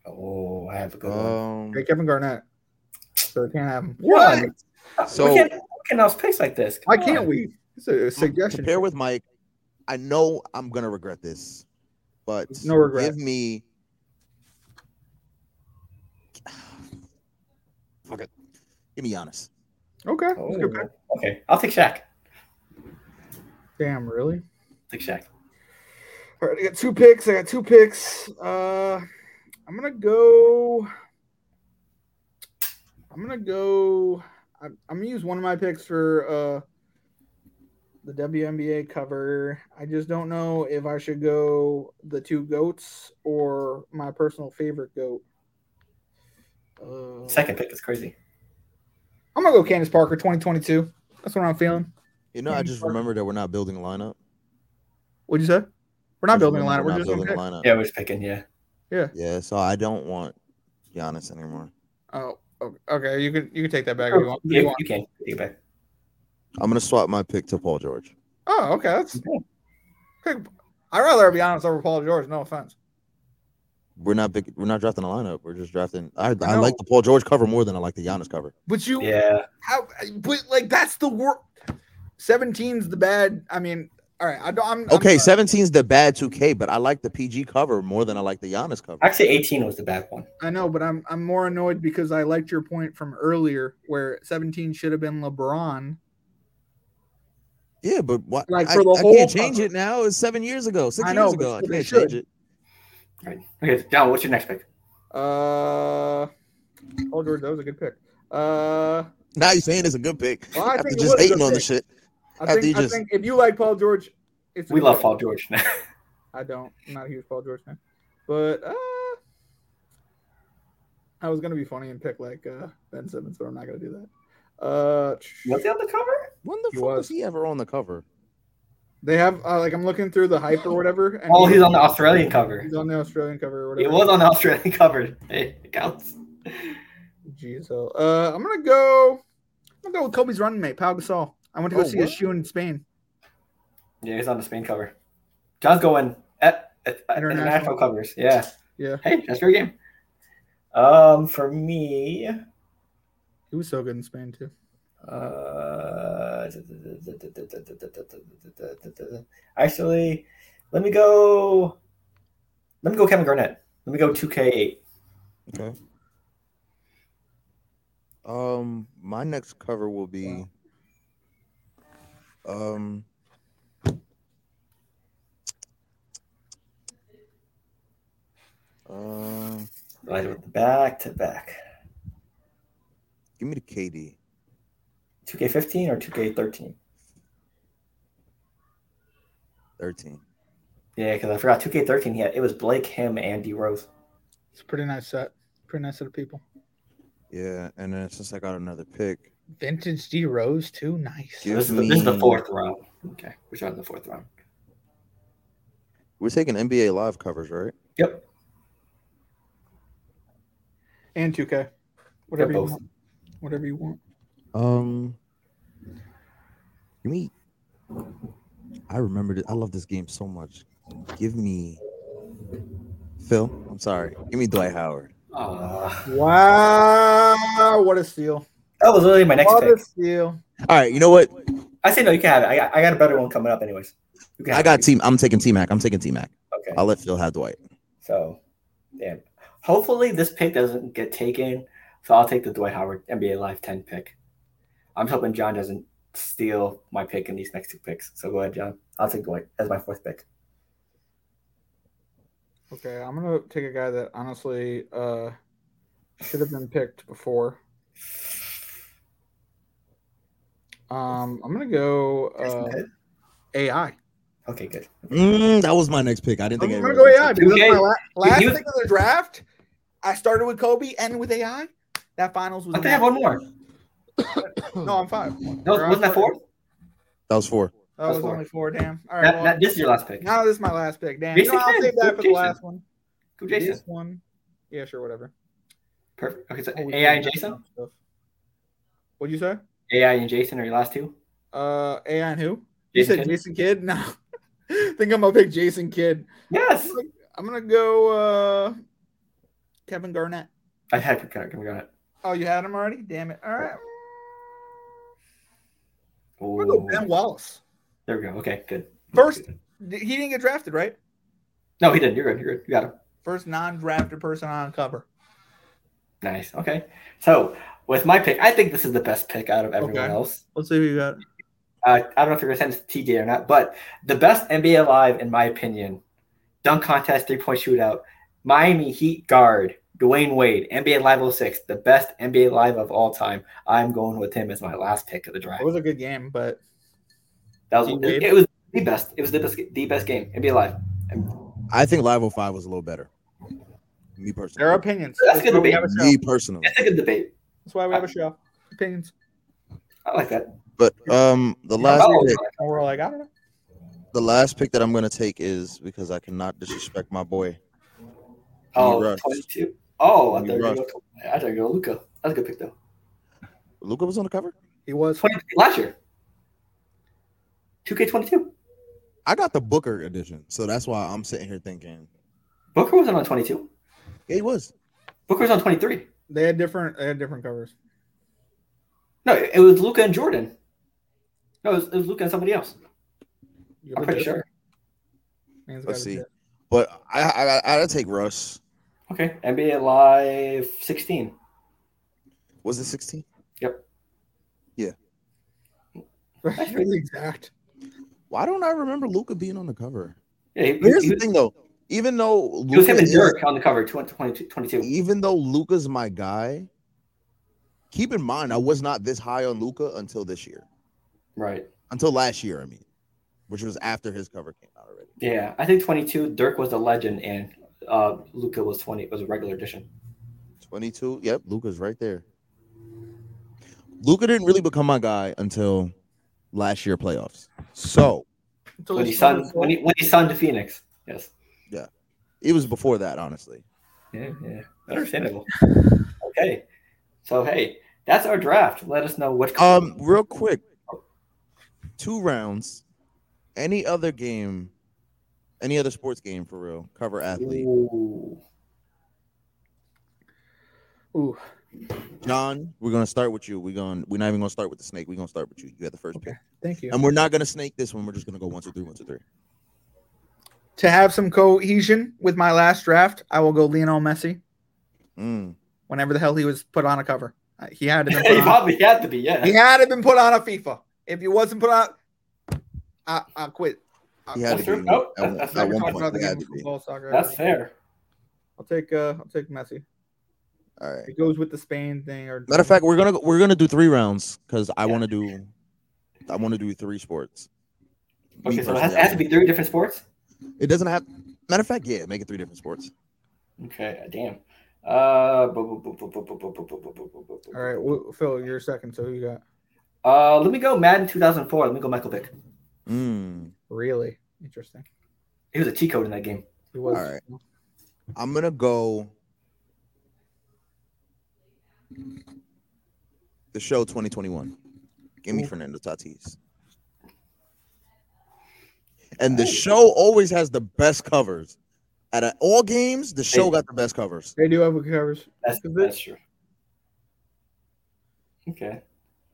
Speaker 1: Oh, I have a
Speaker 2: Uh,
Speaker 1: good one.
Speaker 3: Um.
Speaker 2: Hey, Kevin Garnett. So we can't have him.
Speaker 1: What?
Speaker 3: So-
Speaker 1: we can't, we can't announce picks like this.
Speaker 2: Why
Speaker 1: Come
Speaker 2: can't
Speaker 1: on.
Speaker 2: we? It's a, a
Speaker 3: Mm, To
Speaker 2: suggestion.
Speaker 3: pair with Mike, I know I'm gonna regret this, but
Speaker 2: No regret.
Speaker 3: Give me. Fuck it. Give me Giannis.
Speaker 2: Okay. that's a good pick.
Speaker 1: Oh, okay, I'll take Shaq.
Speaker 2: Damn, really?
Speaker 1: Take Shaq.
Speaker 2: All right, I got two picks. I got two picks. Uh, I'm gonna go. I'm gonna go. I'm, I'm gonna use one of my picks for uh the WNBA cover. I just don't know if I should go the two goats or my personal favorite goat. Uh,
Speaker 1: Second pick is crazy.
Speaker 2: I'm gonna go Candace Parker 2022. That's what I'm feeling.
Speaker 3: You
Speaker 2: Mm-hmm.
Speaker 3: know, I just remembered that we're not building a lineup.
Speaker 2: What'd you say? We're not
Speaker 3: Just
Speaker 2: building a
Speaker 3: remember
Speaker 2: lineup. We're
Speaker 3: not
Speaker 2: just gonna
Speaker 3: building a
Speaker 2: pick.
Speaker 3: lineup.
Speaker 1: Yeah, we're just picking. Yeah.
Speaker 3: Yeah, so I don't want Giannis anymore.
Speaker 2: Oh, oh, okay. You can you can take that back if you
Speaker 1: Oh,
Speaker 2: want. if
Speaker 1: yeah,
Speaker 2: you
Speaker 1: you,
Speaker 2: want.
Speaker 1: can take it back.
Speaker 3: I'm gonna swap my pick to Paul George.
Speaker 2: Oh, okay. That's pick. I'd rather be honest over Paul George. No offense.
Speaker 3: We're not big, we're not drafting a lineup. We're just drafting. I, I
Speaker 2: No.
Speaker 3: like the Paul George cover more than I like the Giannis cover.
Speaker 2: But you
Speaker 1: Yeah.
Speaker 2: how? But like that's the worst. 17's the bad. I mean, all right. I don't. I'm, I'm
Speaker 3: Okay,
Speaker 2: sorry.
Speaker 3: 17's the bad 2K, but I like the PG cover more than I like the Giannis cover.
Speaker 1: Actually, 18 was the bad one.
Speaker 2: I know, but I'm I'm more annoyed because I liked your point from earlier where 17 should have been LeBron.
Speaker 3: Yeah, but what?
Speaker 2: Like,
Speaker 3: I,
Speaker 2: for the
Speaker 3: I
Speaker 2: whole
Speaker 3: can't change
Speaker 2: cover.
Speaker 3: it now. It's seven years ago, six
Speaker 2: I know,
Speaker 3: years
Speaker 2: but
Speaker 3: ago. I
Speaker 2: still, they
Speaker 3: can't
Speaker 2: should.
Speaker 3: change it.
Speaker 1: Okay, John, what's your next pick?
Speaker 2: Uh, Paul George, that was a good pick. Uh,
Speaker 3: Now you're saying it's a good pick
Speaker 2: Well, I
Speaker 3: after
Speaker 2: think it
Speaker 3: just
Speaker 2: was a
Speaker 3: hating
Speaker 2: good
Speaker 3: on the
Speaker 2: pick.
Speaker 3: shit.
Speaker 2: I
Speaker 3: How do
Speaker 2: think,
Speaker 3: you
Speaker 2: I
Speaker 3: just-
Speaker 2: think if you like Paul George, it's a
Speaker 1: We
Speaker 2: good
Speaker 1: love
Speaker 2: pick.
Speaker 1: Paul George now.
Speaker 2: I don't. I'm not a huge Paul George fan, but uh, I was gonna be funny and pick like uh, Ben Simmons, but I'm not gonna do that. Uh,
Speaker 1: What's the other cover?
Speaker 3: When the
Speaker 2: He
Speaker 3: fuck was.
Speaker 2: was.
Speaker 3: he ever on the cover?
Speaker 2: they have uh, like I'm looking through the hype or whatever. And
Speaker 1: Oh,
Speaker 2: he-
Speaker 1: he's on the Australian cover.
Speaker 2: he's on the Australian cover or
Speaker 1: He
Speaker 2: whatever.
Speaker 1: was on the Australian cover. Hey, it counts.
Speaker 2: Jeez, oh. uh, I'm gonna go. I'm gonna go with Kobe's running mate, Pau Gasol. I went to go
Speaker 3: Oh,
Speaker 2: see
Speaker 3: what?
Speaker 2: his shoe in Spain.
Speaker 1: Yeah, he's on the Spain cover. John's going at, at, at
Speaker 2: International.
Speaker 1: international. covers. Yeah.
Speaker 2: Yeah.
Speaker 1: Hey, that's your game. Um, for me,
Speaker 2: He was so good in Spain too.
Speaker 1: uh, actually, let me go. Let me go, Kevin Garnett. Let me go 2K8.
Speaker 3: Okay. Um, my next cover will be. Um. Uh,
Speaker 1: Right, back to back.
Speaker 3: give me the KD.
Speaker 1: 2K15 or 2K13?
Speaker 3: 13.
Speaker 1: Yeah, because I forgot 2K13. He had, it was Blake, him, and D Rose.
Speaker 2: It's a pretty nice set. Pretty nice set of people.
Speaker 3: Yeah, and then since I got another pick,
Speaker 2: Vintage D Rose too. Nice.
Speaker 3: Give
Speaker 1: this, is the, this is the
Speaker 3: me-
Speaker 1: fourth round. Okay, we're starting the fourth round.
Speaker 3: we're taking NBA live covers, right?
Speaker 1: Yep,
Speaker 2: And 2K. Whatever you want. Whatever you want.
Speaker 3: Um, give me. I remember it. I love this game so much. Give me Phil. I'm sorry. Give me Dwight Howard.
Speaker 1: Oh. Aw.
Speaker 2: Wow, what a steal!
Speaker 1: Uh, that was literally my next
Speaker 2: what
Speaker 1: pick.
Speaker 2: a steal!
Speaker 3: All right. You know what?
Speaker 1: I say no, you can have it. I got, I got a better one coming up, anyways. You can
Speaker 3: I
Speaker 1: have
Speaker 3: got
Speaker 1: it.
Speaker 3: team. I'm taking T Mac. I'm taking T Mac.
Speaker 1: Okay,
Speaker 3: I'll let Phil have Dwight.
Speaker 1: so damn. Hopefully, this pick doesn't get taken. So I'll take the Dwight Howard NBA Live 10 pick. I'm hoping John doesn't steal my pick in these next two picks. So go ahead, John. I'll take Dwight as my fourth pick.
Speaker 2: Okay, I'm gonna take a guy that honestly uh should have been picked before. Um, I'm gonna go uh, AI.
Speaker 1: okay, good.
Speaker 3: Mm, that was my next pick. I didn't
Speaker 2: I'm
Speaker 3: think
Speaker 2: gonna
Speaker 3: anybody
Speaker 2: go
Speaker 3: was
Speaker 2: AI
Speaker 3: gonna
Speaker 2: because that's my
Speaker 1: Okay.
Speaker 2: la- last
Speaker 1: He was-
Speaker 2: pick of the draft. I started with Kobe, ended with AI. That finals was.
Speaker 1: I think I have one more.
Speaker 2: No, I'm five.
Speaker 1: No, wasn't that fourth?
Speaker 3: That was four.
Speaker 2: That was
Speaker 1: That's four.
Speaker 2: only four. Damn. All right.
Speaker 1: That,
Speaker 2: well,
Speaker 1: that- this is your last pick.
Speaker 2: now this is my last pick. Damn. You know,
Speaker 1: Jason
Speaker 2: what? I'll
Speaker 1: Kidd.
Speaker 2: save that
Speaker 1: Go
Speaker 2: for the
Speaker 1: Jason.
Speaker 2: last one.
Speaker 1: Go Jason.
Speaker 2: This one. Yeah, sure, whatever.
Speaker 1: Perfect. Okay, so
Speaker 2: Oh, we
Speaker 1: AI and
Speaker 2: can-
Speaker 1: Jason.
Speaker 2: What'd you say?
Speaker 1: AI and Jason are your last two.
Speaker 2: Uh, AI and who? you
Speaker 1: Jason
Speaker 2: said
Speaker 1: Kidd?
Speaker 2: Jason Kidd? No. think I'm gonna pick Jason Kidd.
Speaker 1: Yes.
Speaker 2: I'm gonna go uh Kevin Garnett.
Speaker 1: I had Kevin Garnett.
Speaker 2: Oh, you had him already? Damn it. All right. I'm gonna go
Speaker 1: Ooh.
Speaker 2: Ben Wallace.
Speaker 1: There we go. Okay, good.
Speaker 2: First He didn't get drafted, right?
Speaker 1: No, he didn't. You're good. You're good. You got him.
Speaker 2: First non-drafted person on cover.
Speaker 1: Nice. Okay. So with my pick, I think this is the best pick out of everyone
Speaker 2: Okay.
Speaker 1: else.
Speaker 2: Let's see who you got.
Speaker 1: Uh, I don't know if you're gonna send this to TJ or not, but the best NBA Live, in my opinion, dunk contest, three point shootout, Miami Heat guard, Dwayne Wade, NBA Live 06, the best NBA Live of all time. I'm going with him as my last pick of the draft.
Speaker 2: It was a good game, but
Speaker 1: That was
Speaker 2: Dwayne
Speaker 1: it,
Speaker 2: Wade?
Speaker 1: it was the best. It was the best the best game. NBA Live.
Speaker 3: I think Live 05 was a little better. Me personally.
Speaker 2: there are opinions.
Speaker 1: That's
Speaker 2: why
Speaker 1: gonna
Speaker 2: we
Speaker 1: be-
Speaker 2: have a show.
Speaker 3: Me personally.
Speaker 1: It's a good debate.
Speaker 2: That's why we have a show. Opinions.
Speaker 1: I like that. Oh,
Speaker 3: But um, the last
Speaker 1: Carmelo was
Speaker 3: pick,
Speaker 1: like,
Speaker 2: And we're like, I don't know.
Speaker 3: the last pick that I'm gonna take is because I cannot disrespect my boy.
Speaker 1: Oh,
Speaker 3: Russ.
Speaker 1: 22. Oh, I
Speaker 3: He
Speaker 1: thought you were
Speaker 3: Russ.
Speaker 1: going I thought you were going Luca. That's a good pick though.
Speaker 3: Luca was on the cover.
Speaker 2: He was.
Speaker 1: 20 last year. 2K22.
Speaker 3: I got the Booker edition, so that's why I'm sitting here thinking
Speaker 1: Booker wasn't on 22.
Speaker 3: yeah, he was.
Speaker 1: Booker was on 23.
Speaker 2: They had different. They had different covers.
Speaker 1: No, it it was Luca and Jordan. No, it was, it was Luca and somebody else.
Speaker 2: You
Speaker 1: I'm
Speaker 2: have
Speaker 1: pretty
Speaker 2: a
Speaker 1: sure.
Speaker 2: man's
Speaker 3: Let's
Speaker 2: got a
Speaker 3: see.
Speaker 2: dip.
Speaker 3: But I I I, I take Russ.
Speaker 1: Okay, NBA Live 16.
Speaker 3: Was it 16?
Speaker 2: That's really exact.
Speaker 3: Why don't I remember Luca being on the cover?
Speaker 1: Yeah, he, he,
Speaker 3: Here's
Speaker 1: he
Speaker 3: the
Speaker 1: was,
Speaker 3: thing though. Even though
Speaker 1: it was him
Speaker 3: Luka
Speaker 1: and
Speaker 3: is-
Speaker 1: Dirk on the cover, 22. 22.
Speaker 3: even though Luca's my guy, keep in mind I was not this high on Luca until this year,
Speaker 1: Right.
Speaker 3: until last year. I mean, which was after his cover came out already.
Speaker 1: Yeah, I think 22. Dirk was the legend, and uh, Luca was 20. Was a regular edition.
Speaker 3: Twenty-two. Yep, Luca's right there. Luca didn't really become my guy until last year playoffs. So
Speaker 2: Until
Speaker 1: When
Speaker 2: he
Speaker 1: he signed
Speaker 2: started-
Speaker 1: when he, when he signed to Phoenix. Yes.
Speaker 3: it was before that, honestly.
Speaker 1: Yeah, yeah. Understandable. okay. So hey, that's our draft. Let us know what.
Speaker 3: Um, real quick, two rounds. Any other game, any other sports game for real? Cover athlete.
Speaker 1: Ooh.
Speaker 2: Ooh,
Speaker 3: John, we're gonna start with you. We're going we're not even gonna start with the snake. We're gonna start with you. You had the first
Speaker 2: Okay.
Speaker 3: pick.
Speaker 2: thank you.
Speaker 3: And we're not gonna snake this one. We're just gonna go one, two, three, one, two, three.
Speaker 2: to have some cohesion with my last draft, I will go Lionel Messi.
Speaker 3: Mm.
Speaker 2: Whenever the hell he was put on a cover, Uh, he had to. Been put
Speaker 1: he
Speaker 2: on,
Speaker 1: probably had to be. Yeah.
Speaker 2: he had to been put on a FIFA. If he wasn't put on, I I quit. I,
Speaker 3: He had to
Speaker 1: That's
Speaker 3: be
Speaker 1: fair. Oh,
Speaker 3: at one,
Speaker 1: that's
Speaker 3: at
Speaker 1: fair.
Speaker 3: one
Speaker 2: Talking
Speaker 3: point.
Speaker 2: about the
Speaker 3: He
Speaker 2: game
Speaker 3: had
Speaker 2: of
Speaker 3: to be.
Speaker 2: football, soccer,
Speaker 1: That's
Speaker 2: everything.
Speaker 1: fair.
Speaker 2: I'll take uh, I'll take Messi.
Speaker 3: All right.
Speaker 2: It goes with the Spain thing, or
Speaker 3: Matter of fact, we're gonna go- we're gonna do three rounds because I wanna do I wanna do three sports. Me
Speaker 1: Okay, so it
Speaker 3: personally,
Speaker 1: has,
Speaker 3: I
Speaker 1: it has to
Speaker 3: wanna-
Speaker 1: be three different sports.
Speaker 3: It doesn't have matter of fact, yeah, make it three different sports.
Speaker 1: Okay, damn. Uh, bu- bu- bu- bu- bu- bu- bu- bu- bu- bu- bu- bu- bu- bu-
Speaker 2: All right, well, Phil, you're second. So who you got
Speaker 1: Uh, let me go Madden 2004. Let me go Michael Vick.
Speaker 3: Mm.
Speaker 2: really interesting.
Speaker 1: He was a cheat code in that game.
Speaker 2: He was.
Speaker 3: All right. I'm gonna go the show 2021. Give me
Speaker 2: Ooh.
Speaker 3: Fernando Tatis. And the show always has the best covers. At uh, all games, the show got the best covers.
Speaker 2: They do have good covers.
Speaker 1: That's
Speaker 2: Michael Vick.
Speaker 1: that's true. Okay.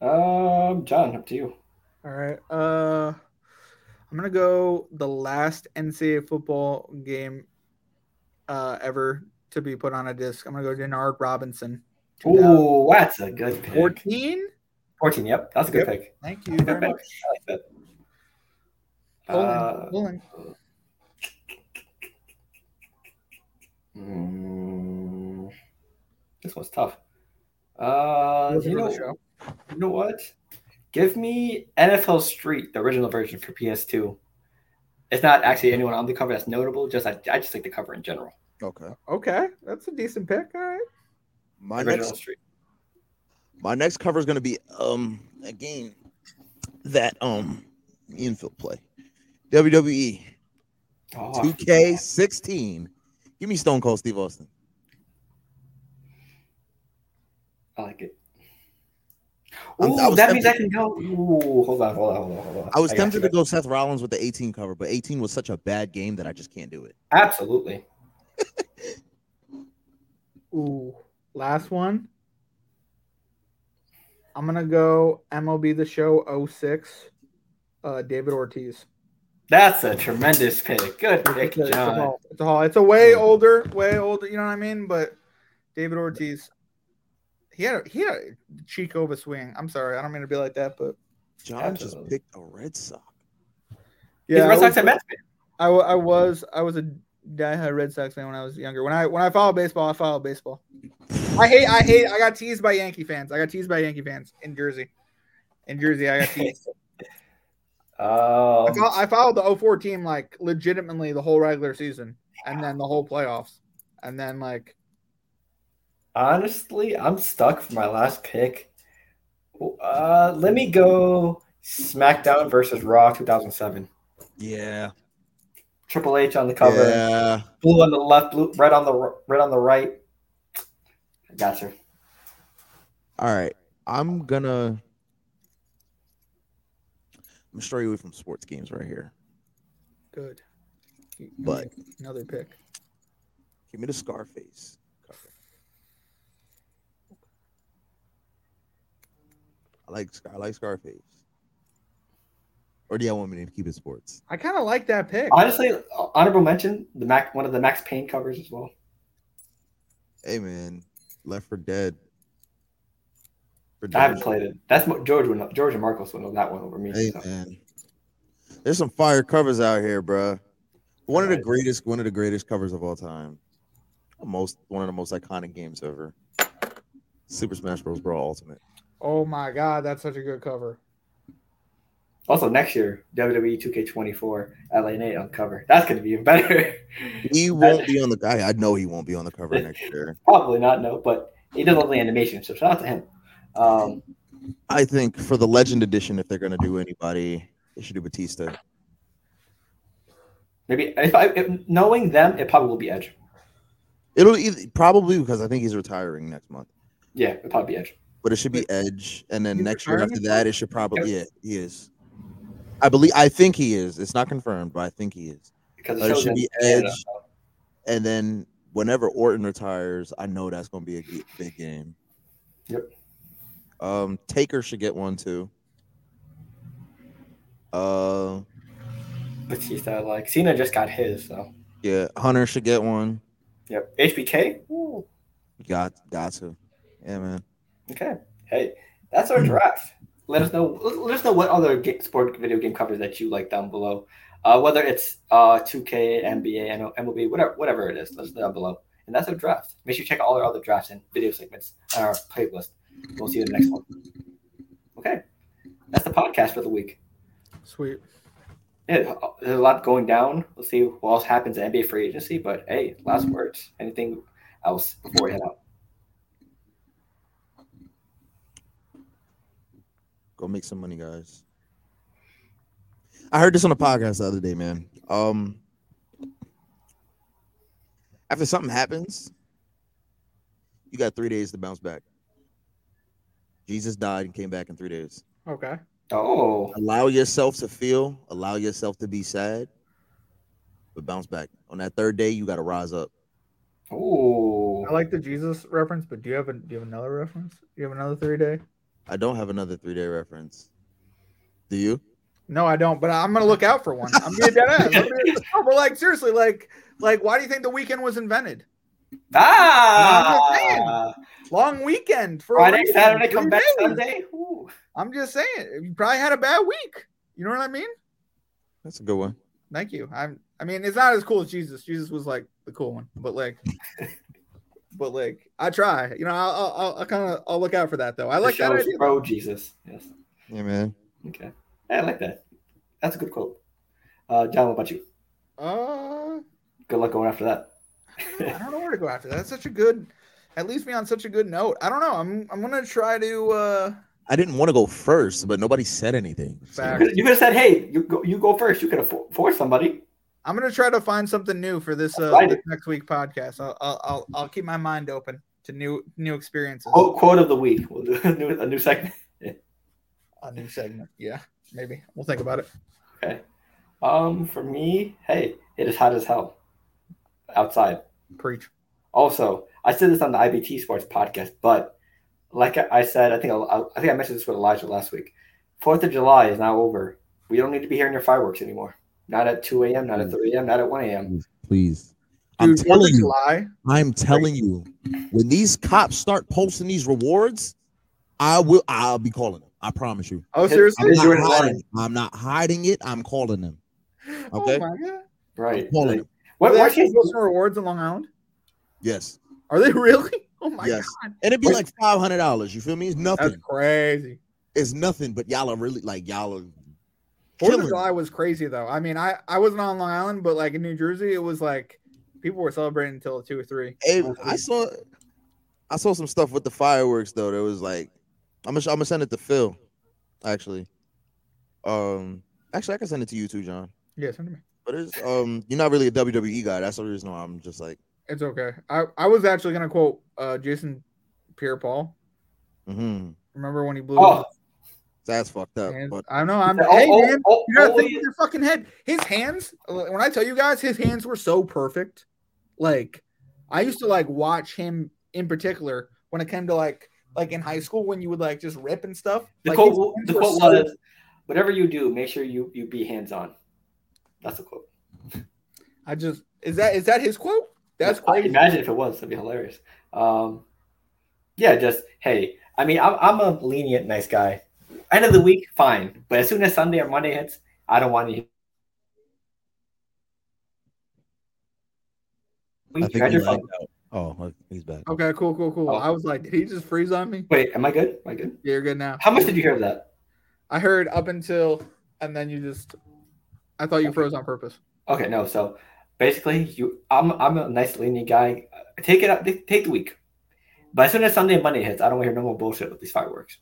Speaker 1: Um, John, up to you.
Speaker 2: All right. Uh, I'm gonna go the last NCAA football game uh, ever to be put on a disc. I'm gonna go Denard Robinson.
Speaker 1: Ooh, that's a good pick.
Speaker 2: 14.
Speaker 1: 14. Yep, that's a good
Speaker 2: Yep.
Speaker 1: pick.
Speaker 2: Thank you very
Speaker 1: Okay.
Speaker 2: much.
Speaker 1: I like that.
Speaker 2: Pulling,
Speaker 1: Uh,
Speaker 2: pulling.
Speaker 1: mm, this one's tough. Uh,
Speaker 2: Listen
Speaker 1: you
Speaker 2: to
Speaker 1: know,
Speaker 2: the show.
Speaker 1: You know what? Give me NFL Street, the original version for PS2. It's not actually anyone on the cover that's notable. Just I, I just like the cover in general.
Speaker 3: Okay.
Speaker 2: Okay, that's a decent pick. All right.
Speaker 3: My
Speaker 1: original
Speaker 3: next
Speaker 1: Street.
Speaker 3: my next cover is gonna be um a game that um me and Phil play. E WWE
Speaker 1: Oh, I forgot.
Speaker 3: 2K16. Give me Stone Cold Steve Austin.
Speaker 1: I like it.
Speaker 3: I'm-
Speaker 1: Ooh,
Speaker 3: I was
Speaker 1: that means I
Speaker 3: tempted-
Speaker 1: can go. Ooh, hold on, hold on, hold on, hold on.
Speaker 3: I was
Speaker 1: got
Speaker 3: tempted
Speaker 1: you.
Speaker 3: to go Seth Rollins with the 18 cover, but 18 was such a bad game that I just can't do it.
Speaker 1: Absolutely.
Speaker 2: Ooh, last one. I'm gonna go MLB The Show 06. Uh, David Ortiz.
Speaker 1: That's a tremendous pick. Good pick,
Speaker 2: It's a, it's, a
Speaker 1: John.
Speaker 2: haul. it's a haul. It's a way older, way older. You know what I mean? But David Ortiz, he had a, he had a cheek of a swing. I'm sorry, I don't mean to be like that, but
Speaker 3: John
Speaker 1: Absolutely.
Speaker 3: just picked a Red Sox.
Speaker 1: He's
Speaker 2: yeah,
Speaker 1: a
Speaker 2: I
Speaker 1: Red Sox
Speaker 2: was,
Speaker 1: and Mets fan.
Speaker 2: I, wa- I was I was a diehard Red Sox fan when I was younger. When I when I followed baseball, I followed baseball. I hate I hate I got teased by Yankee fans. I got teased by Yankee fans in Jersey. In Jersey, I got teased. I,
Speaker 1: Um,
Speaker 2: fol- I followed the 04 team like legitimately the whole regular season, and then the whole playoffs, and then like
Speaker 1: honestly, I'm stuck for my last pick Uh, let me go SmackDown versus Raw 2007.
Speaker 3: Yeah.
Speaker 1: Triple H on the cover,
Speaker 3: Yeah.
Speaker 1: blue on the left, blue red on the r- red on the right. Gotcha.
Speaker 3: All right. I'm gonna I'm stray away from sports games right here.
Speaker 2: Good. You- you
Speaker 3: But-
Speaker 2: make another pick.
Speaker 3: Give me the Scarface. cover. I like Scar- I like Scarface. Or do you want me to keep it sports?
Speaker 2: I kind of like that pick.
Speaker 1: Honestly, honorable mention the Mac, one of the Max Payne covers as well.
Speaker 3: Hey man, Left for Dead. For
Speaker 1: I haven't
Speaker 3: Dead.
Speaker 1: played it. That's mo- George would know, George and Marcos would know that one over me.
Speaker 3: Hey
Speaker 1: so.
Speaker 3: man, there's some fire covers out here, bruh. One of the
Speaker 1: Right.
Speaker 3: greatest, one of the greatest covers of all time. Most one of the most iconic games ever. Super Smash Bros. Brawl Ultimate.
Speaker 2: Oh my god, that's such a good cover.
Speaker 1: Also, next year E WWE 2K24 LA Nate on cover. That's gonna be even better.
Speaker 3: He won't be on the. I, I know he won't be on the cover next year.
Speaker 1: Probably not, no, but he does love the animation, so shout out to him. Um,
Speaker 3: I think for the Legend Edition, if they're gonna do anybody, they should do Batista.
Speaker 1: maybe if I if, knowing them, it probably will be Edge.
Speaker 3: It'll either, probably because I think he's retiring next month.
Speaker 1: Yeah, it'll probably be Edge.
Speaker 3: but it should be Edge, and then
Speaker 2: He's
Speaker 3: next year
Speaker 2: retiring
Speaker 3: after
Speaker 2: next
Speaker 3: that, it should probably yeah, he is. I believe I think he is. It's not confirmed, but I think he is.
Speaker 1: Because
Speaker 3: But Oh, it
Speaker 1: shows
Speaker 3: should
Speaker 1: in
Speaker 3: be
Speaker 1: Canada,
Speaker 3: Edge.
Speaker 1: so.
Speaker 3: And then whenever Orton retires, I know that's going to be a ge- big game.
Speaker 1: Yep.
Speaker 3: Um, Taker should get one too. Uh,
Speaker 1: Batista, like Cena just got his, so
Speaker 3: yeah, Hunter should get one.
Speaker 1: yep. HBK. Ooh,
Speaker 3: Got got to. Yeah, man.
Speaker 1: okay. Hey, that's our draft. Let us know. Let let us know what other ga- sport video game covers that you like down below. Uh, whether it's uh 2K, NBA, NO MLB, whatever, whatever it is, let us know down below. And that's our draft. Make sure you check out all our other drafts and video segments on our playlist. We'll see you in the next one. Okay, that's the podcast for the week.
Speaker 2: Sweet.
Speaker 1: Yeah, there's a lot going down. We'll see what else happens at NBA free agency. But hey, last words. Anything else before we head out?
Speaker 3: Go make some money, guys. I heard this on a podcast the other day, man. Um, after something happens, you got three days to bounce back. Jesus died and came back in three days.
Speaker 2: Okay.
Speaker 1: Oh,
Speaker 3: Allow yourself to feel, allow yourself to be sad, but bounce back. On that third day, you got to rise up.
Speaker 1: oh,
Speaker 2: I like the Jesus reference, but do you have a do you have another reference? Do you have another three day?
Speaker 3: I don't have another three day reference. Do you?
Speaker 2: No, I don't. But I'm gonna look out for one. I'm being dead ass. I'm being- no, but like seriously, like like why do you think the weekend was invented?
Speaker 1: ah,
Speaker 2: Long weekend for a
Speaker 1: Friday,
Speaker 2: reason.
Speaker 1: Saturday, come
Speaker 2: Three
Speaker 1: back
Speaker 2: days.
Speaker 1: Sunday. Ooh.
Speaker 2: I'm just saying, you probably had a bad week. You know what I mean?
Speaker 3: That's a good one.
Speaker 2: Thank you. I'm. I mean, it's not as cool as Jesus. Jesus was like the cool one, but like, but like, I try. You know, I'll, I'll, I'll kind of, I'll look out for that though. I like that idea.
Speaker 1: Bro, Jesus. Yes.
Speaker 3: Yeah, man.
Speaker 1: Okay. I like that. That's a good quote. Uh, John, what about you?
Speaker 2: Uh,
Speaker 1: Good luck going after that.
Speaker 2: I don't know where to go after that. That's such a good. That leaves me on such a good note. I don't know. I'm, I'm gonna try to. uh
Speaker 3: I didn't want to go first, but nobody said anything. So-
Speaker 1: You
Speaker 2: Fact.
Speaker 1: could have said, "Hey, you go, you go first. You could have for- forced somebody.
Speaker 2: I'm gonna try to find something new for this, uh,
Speaker 1: Right.
Speaker 2: this next week podcast. I'll, I'll, I'll, I'll keep my mind open to new, new experiences.
Speaker 3: Oh.
Speaker 1: Quote, quote of the week. We'll do a new, a new segment.
Speaker 2: A new segment. Yeah, maybe we'll think about it.
Speaker 1: Okay. Um, for me, hey, it is hot as hell outside.
Speaker 2: Preach.
Speaker 1: Also, I said this on the IBT Sports podcast, but like I I said, I think I, I think I mentioned this with Elijah last week. Fourth of July is now over. We don't need to be hearing your fireworks anymore. Not at two a.m.
Speaker 2: Mm.
Speaker 1: Not at three a.m. Not at one a.m.
Speaker 3: Please. I'm
Speaker 2: Dude, Fourth of
Speaker 3: telling you,
Speaker 2: July.
Speaker 3: I'm telling you, when these cops start posting these rewards, I will I'll be calling them. I promise you.
Speaker 2: Oh,
Speaker 1: It-
Speaker 2: seriously?
Speaker 3: I'm
Speaker 1: Is your
Speaker 3: not hiding,
Speaker 1: line?
Speaker 3: I'm not hiding it. I'm calling them. Okay.
Speaker 2: Oh my god.
Speaker 1: Right.
Speaker 3: I'm calling them.
Speaker 1: What,
Speaker 2: Are they
Speaker 1: what
Speaker 2: actually
Speaker 1: case,
Speaker 2: posting rewards in Long Island?
Speaker 3: Yes.
Speaker 2: Are they really? Oh my
Speaker 3: Yes.
Speaker 2: god.
Speaker 3: And it'd be
Speaker 1: Wait.
Speaker 3: like five hundred dollars. You feel me? It's nothing.
Speaker 2: That's crazy.
Speaker 3: it's nothing, but y'all are really like y'all are
Speaker 2: Fourth of
Speaker 3: Killing.
Speaker 2: July was crazy though. I mean, I, I wasn't on Long Island, but like in New Jersey, it was like people were celebrating until two or three.
Speaker 3: Hey, I saw I saw some stuff with the fireworks though. There was like I'm gonna I'm gonna send it to Phil, actually. Um, actually, I can send it to you too, John.
Speaker 2: Yeah, send it to me.
Speaker 3: But it's um, you're not really a WWE guy. That's the reason why I'm just like,
Speaker 2: It's okay. I, I was actually gonna quote uh Jason Pierre Paul.
Speaker 3: mm-hmm,
Speaker 2: Remember when he blew
Speaker 1: Oh,
Speaker 2: up?
Speaker 3: that's fucked up.
Speaker 2: hands?
Speaker 3: But
Speaker 2: I know. I'm.
Speaker 1: oh,
Speaker 2: hey,
Speaker 1: oh,
Speaker 2: man,
Speaker 1: oh,
Speaker 2: you gotta
Speaker 1: only-
Speaker 2: think with your fucking head. His hands. When I tell you guys, his hands were so perfect. Like, I used to like watch him in particular when it came to like like in high school when you would like just rip and stuff.
Speaker 1: The
Speaker 2: like, his
Speaker 1: quote,
Speaker 2: hands
Speaker 1: the
Speaker 2: were
Speaker 1: quote
Speaker 2: so-
Speaker 1: was, "Whatever you do, make sure you you be hands on." That's the quote.
Speaker 2: I just is that is that his quote? That's
Speaker 1: I
Speaker 2: crazy.
Speaker 1: imagine if it was, that'd be hilarious. Um, yeah, just hey. I mean, I'm I'm a lenient, nice guy. End of the week, fine. But as soon as Sunday or Monday hits, I don't want to.
Speaker 3: I think he lagged out. Oh, he's back.
Speaker 2: Okay, cool, cool, cool.
Speaker 1: Oh.
Speaker 2: I was like, did he just freeze on me?
Speaker 1: Wait, am I good? Am I good?
Speaker 2: Yeah, you're good now.
Speaker 1: How much did you hear of that?
Speaker 2: I heard up until, and then you just, I thought you froze on purpose.
Speaker 1: Okay, no. So basically, you, I'm, I'm a nice lenient guy. Uh, Take it, out- take the week. But as soon as Sunday and Monday hits, I don't want to hear no more bullshit with these fireworks.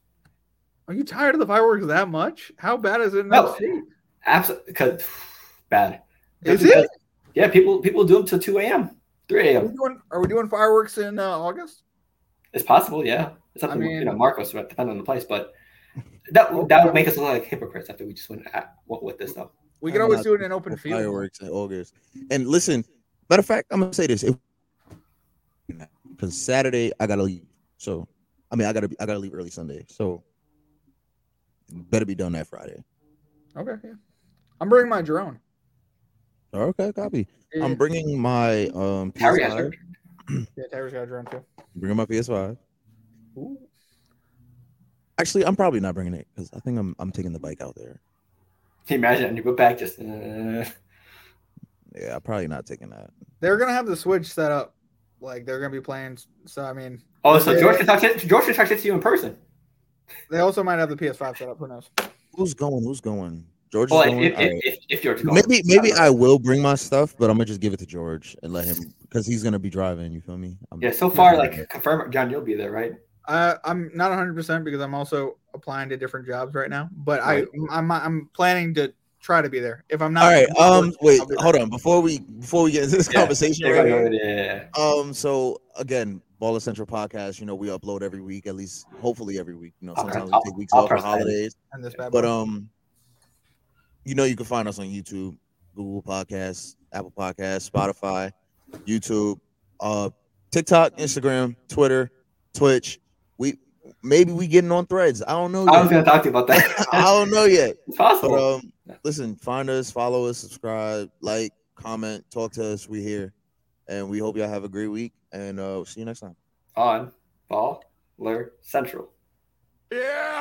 Speaker 2: Are you tired of the fireworks that much? How bad is it in that
Speaker 1: No.
Speaker 2: state?
Speaker 1: Absolutely, because bad.
Speaker 2: Is
Speaker 1: Because-
Speaker 2: it?
Speaker 1: Yeah, people people do them till two a.m., three
Speaker 2: Are we
Speaker 1: a.m.
Speaker 2: doing, are we doing fireworks in uh, August?
Speaker 1: It's possible. Yeah, it's something
Speaker 2: I mean-
Speaker 1: you know, Marcos, right, depending on the place, but. That, would- that would make us look like hypocrites after we just went at, went with this though.
Speaker 2: We could
Speaker 3: I'm
Speaker 2: always
Speaker 3: not
Speaker 2: do it in open field.
Speaker 3: fireworks in August. And listen, matter of fact, I'm gonna say this because Saturday I gotta leave. So I mean, I gotta be, I gotta leave early Sunday. So better be done that Friday.
Speaker 2: Okay, yeah. I'm bringing my drone.
Speaker 3: Okay, copy.
Speaker 2: Yeah,
Speaker 3: I'm bringing my um
Speaker 1: Harry has
Speaker 3: PS5.
Speaker 2: yeah, Tyler's got a drone too.
Speaker 3: Bringing my PS5.
Speaker 2: Ooh.
Speaker 3: Actually, I'm probably not bringing it because I think I'm I'm taking the bike out there.
Speaker 1: Imagine and you go back just uh,
Speaker 3: Yeah, I'm probably not taking that.
Speaker 2: They're gonna have the switch set up, like they're gonna be playing. So I mean,
Speaker 1: oh, so George can talk shit. George can talk shit to you in person.
Speaker 2: they also might have the PS5 set up. Who knows?
Speaker 3: Who's going? Who's going? George is
Speaker 1: Well,
Speaker 3: going.
Speaker 1: if, if,
Speaker 3: All right.
Speaker 1: if, if, if George goes,
Speaker 3: Maybe maybe
Speaker 1: don't know.
Speaker 3: I will bring my stuff, but I'm gonna just give it to George and let him because he's gonna be driving. You feel me? I'm-
Speaker 1: Yeah, so far,
Speaker 3: Yeah.
Speaker 1: like confirm, John, you'll be there, right?
Speaker 2: Uh, I'm not 100 percent because I'm also applying to different jobs right now. But
Speaker 1: Right.
Speaker 2: I, I'm, I'm planning to try to be there. If I'm not,
Speaker 3: All right.
Speaker 2: I'll
Speaker 3: Um.
Speaker 2: be
Speaker 3: Wait.
Speaker 2: there.
Speaker 3: Hold on. Before we before we get into this
Speaker 1: Yeah,
Speaker 3: conversation,
Speaker 1: Yeah,
Speaker 3: right
Speaker 1: yeah,
Speaker 3: here,
Speaker 1: yeah,
Speaker 3: um. So again, Baller Central podcast. You know, we upload every week, at least hopefully every week. You know,
Speaker 1: I'll press-
Speaker 3: sometimes
Speaker 1: I'll-
Speaker 3: we take weeks
Speaker 1: I'll
Speaker 3: off for
Speaker 1: press play.
Speaker 3: holidays,
Speaker 2: And this bad
Speaker 3: but
Speaker 2: boy.
Speaker 3: um, you know, you can find us on YouTube, Google Podcasts, Apple Podcasts, Spotify, YouTube, uh, TikTok, Instagram, Twitter, Twitch. We maybe we getting on Threads. I don't know.
Speaker 1: yeah. I was gonna
Speaker 3: Yet.
Speaker 1: talk to you about
Speaker 3: I
Speaker 1: that.
Speaker 3: don't know yet.
Speaker 1: it's possible.
Speaker 3: But um, listen, find us, follow us, subscribe, like, comment, talk to us. We here, and we hope y'all have a great week. And uh, see you next time.
Speaker 1: On ball, central.
Speaker 2: yeah.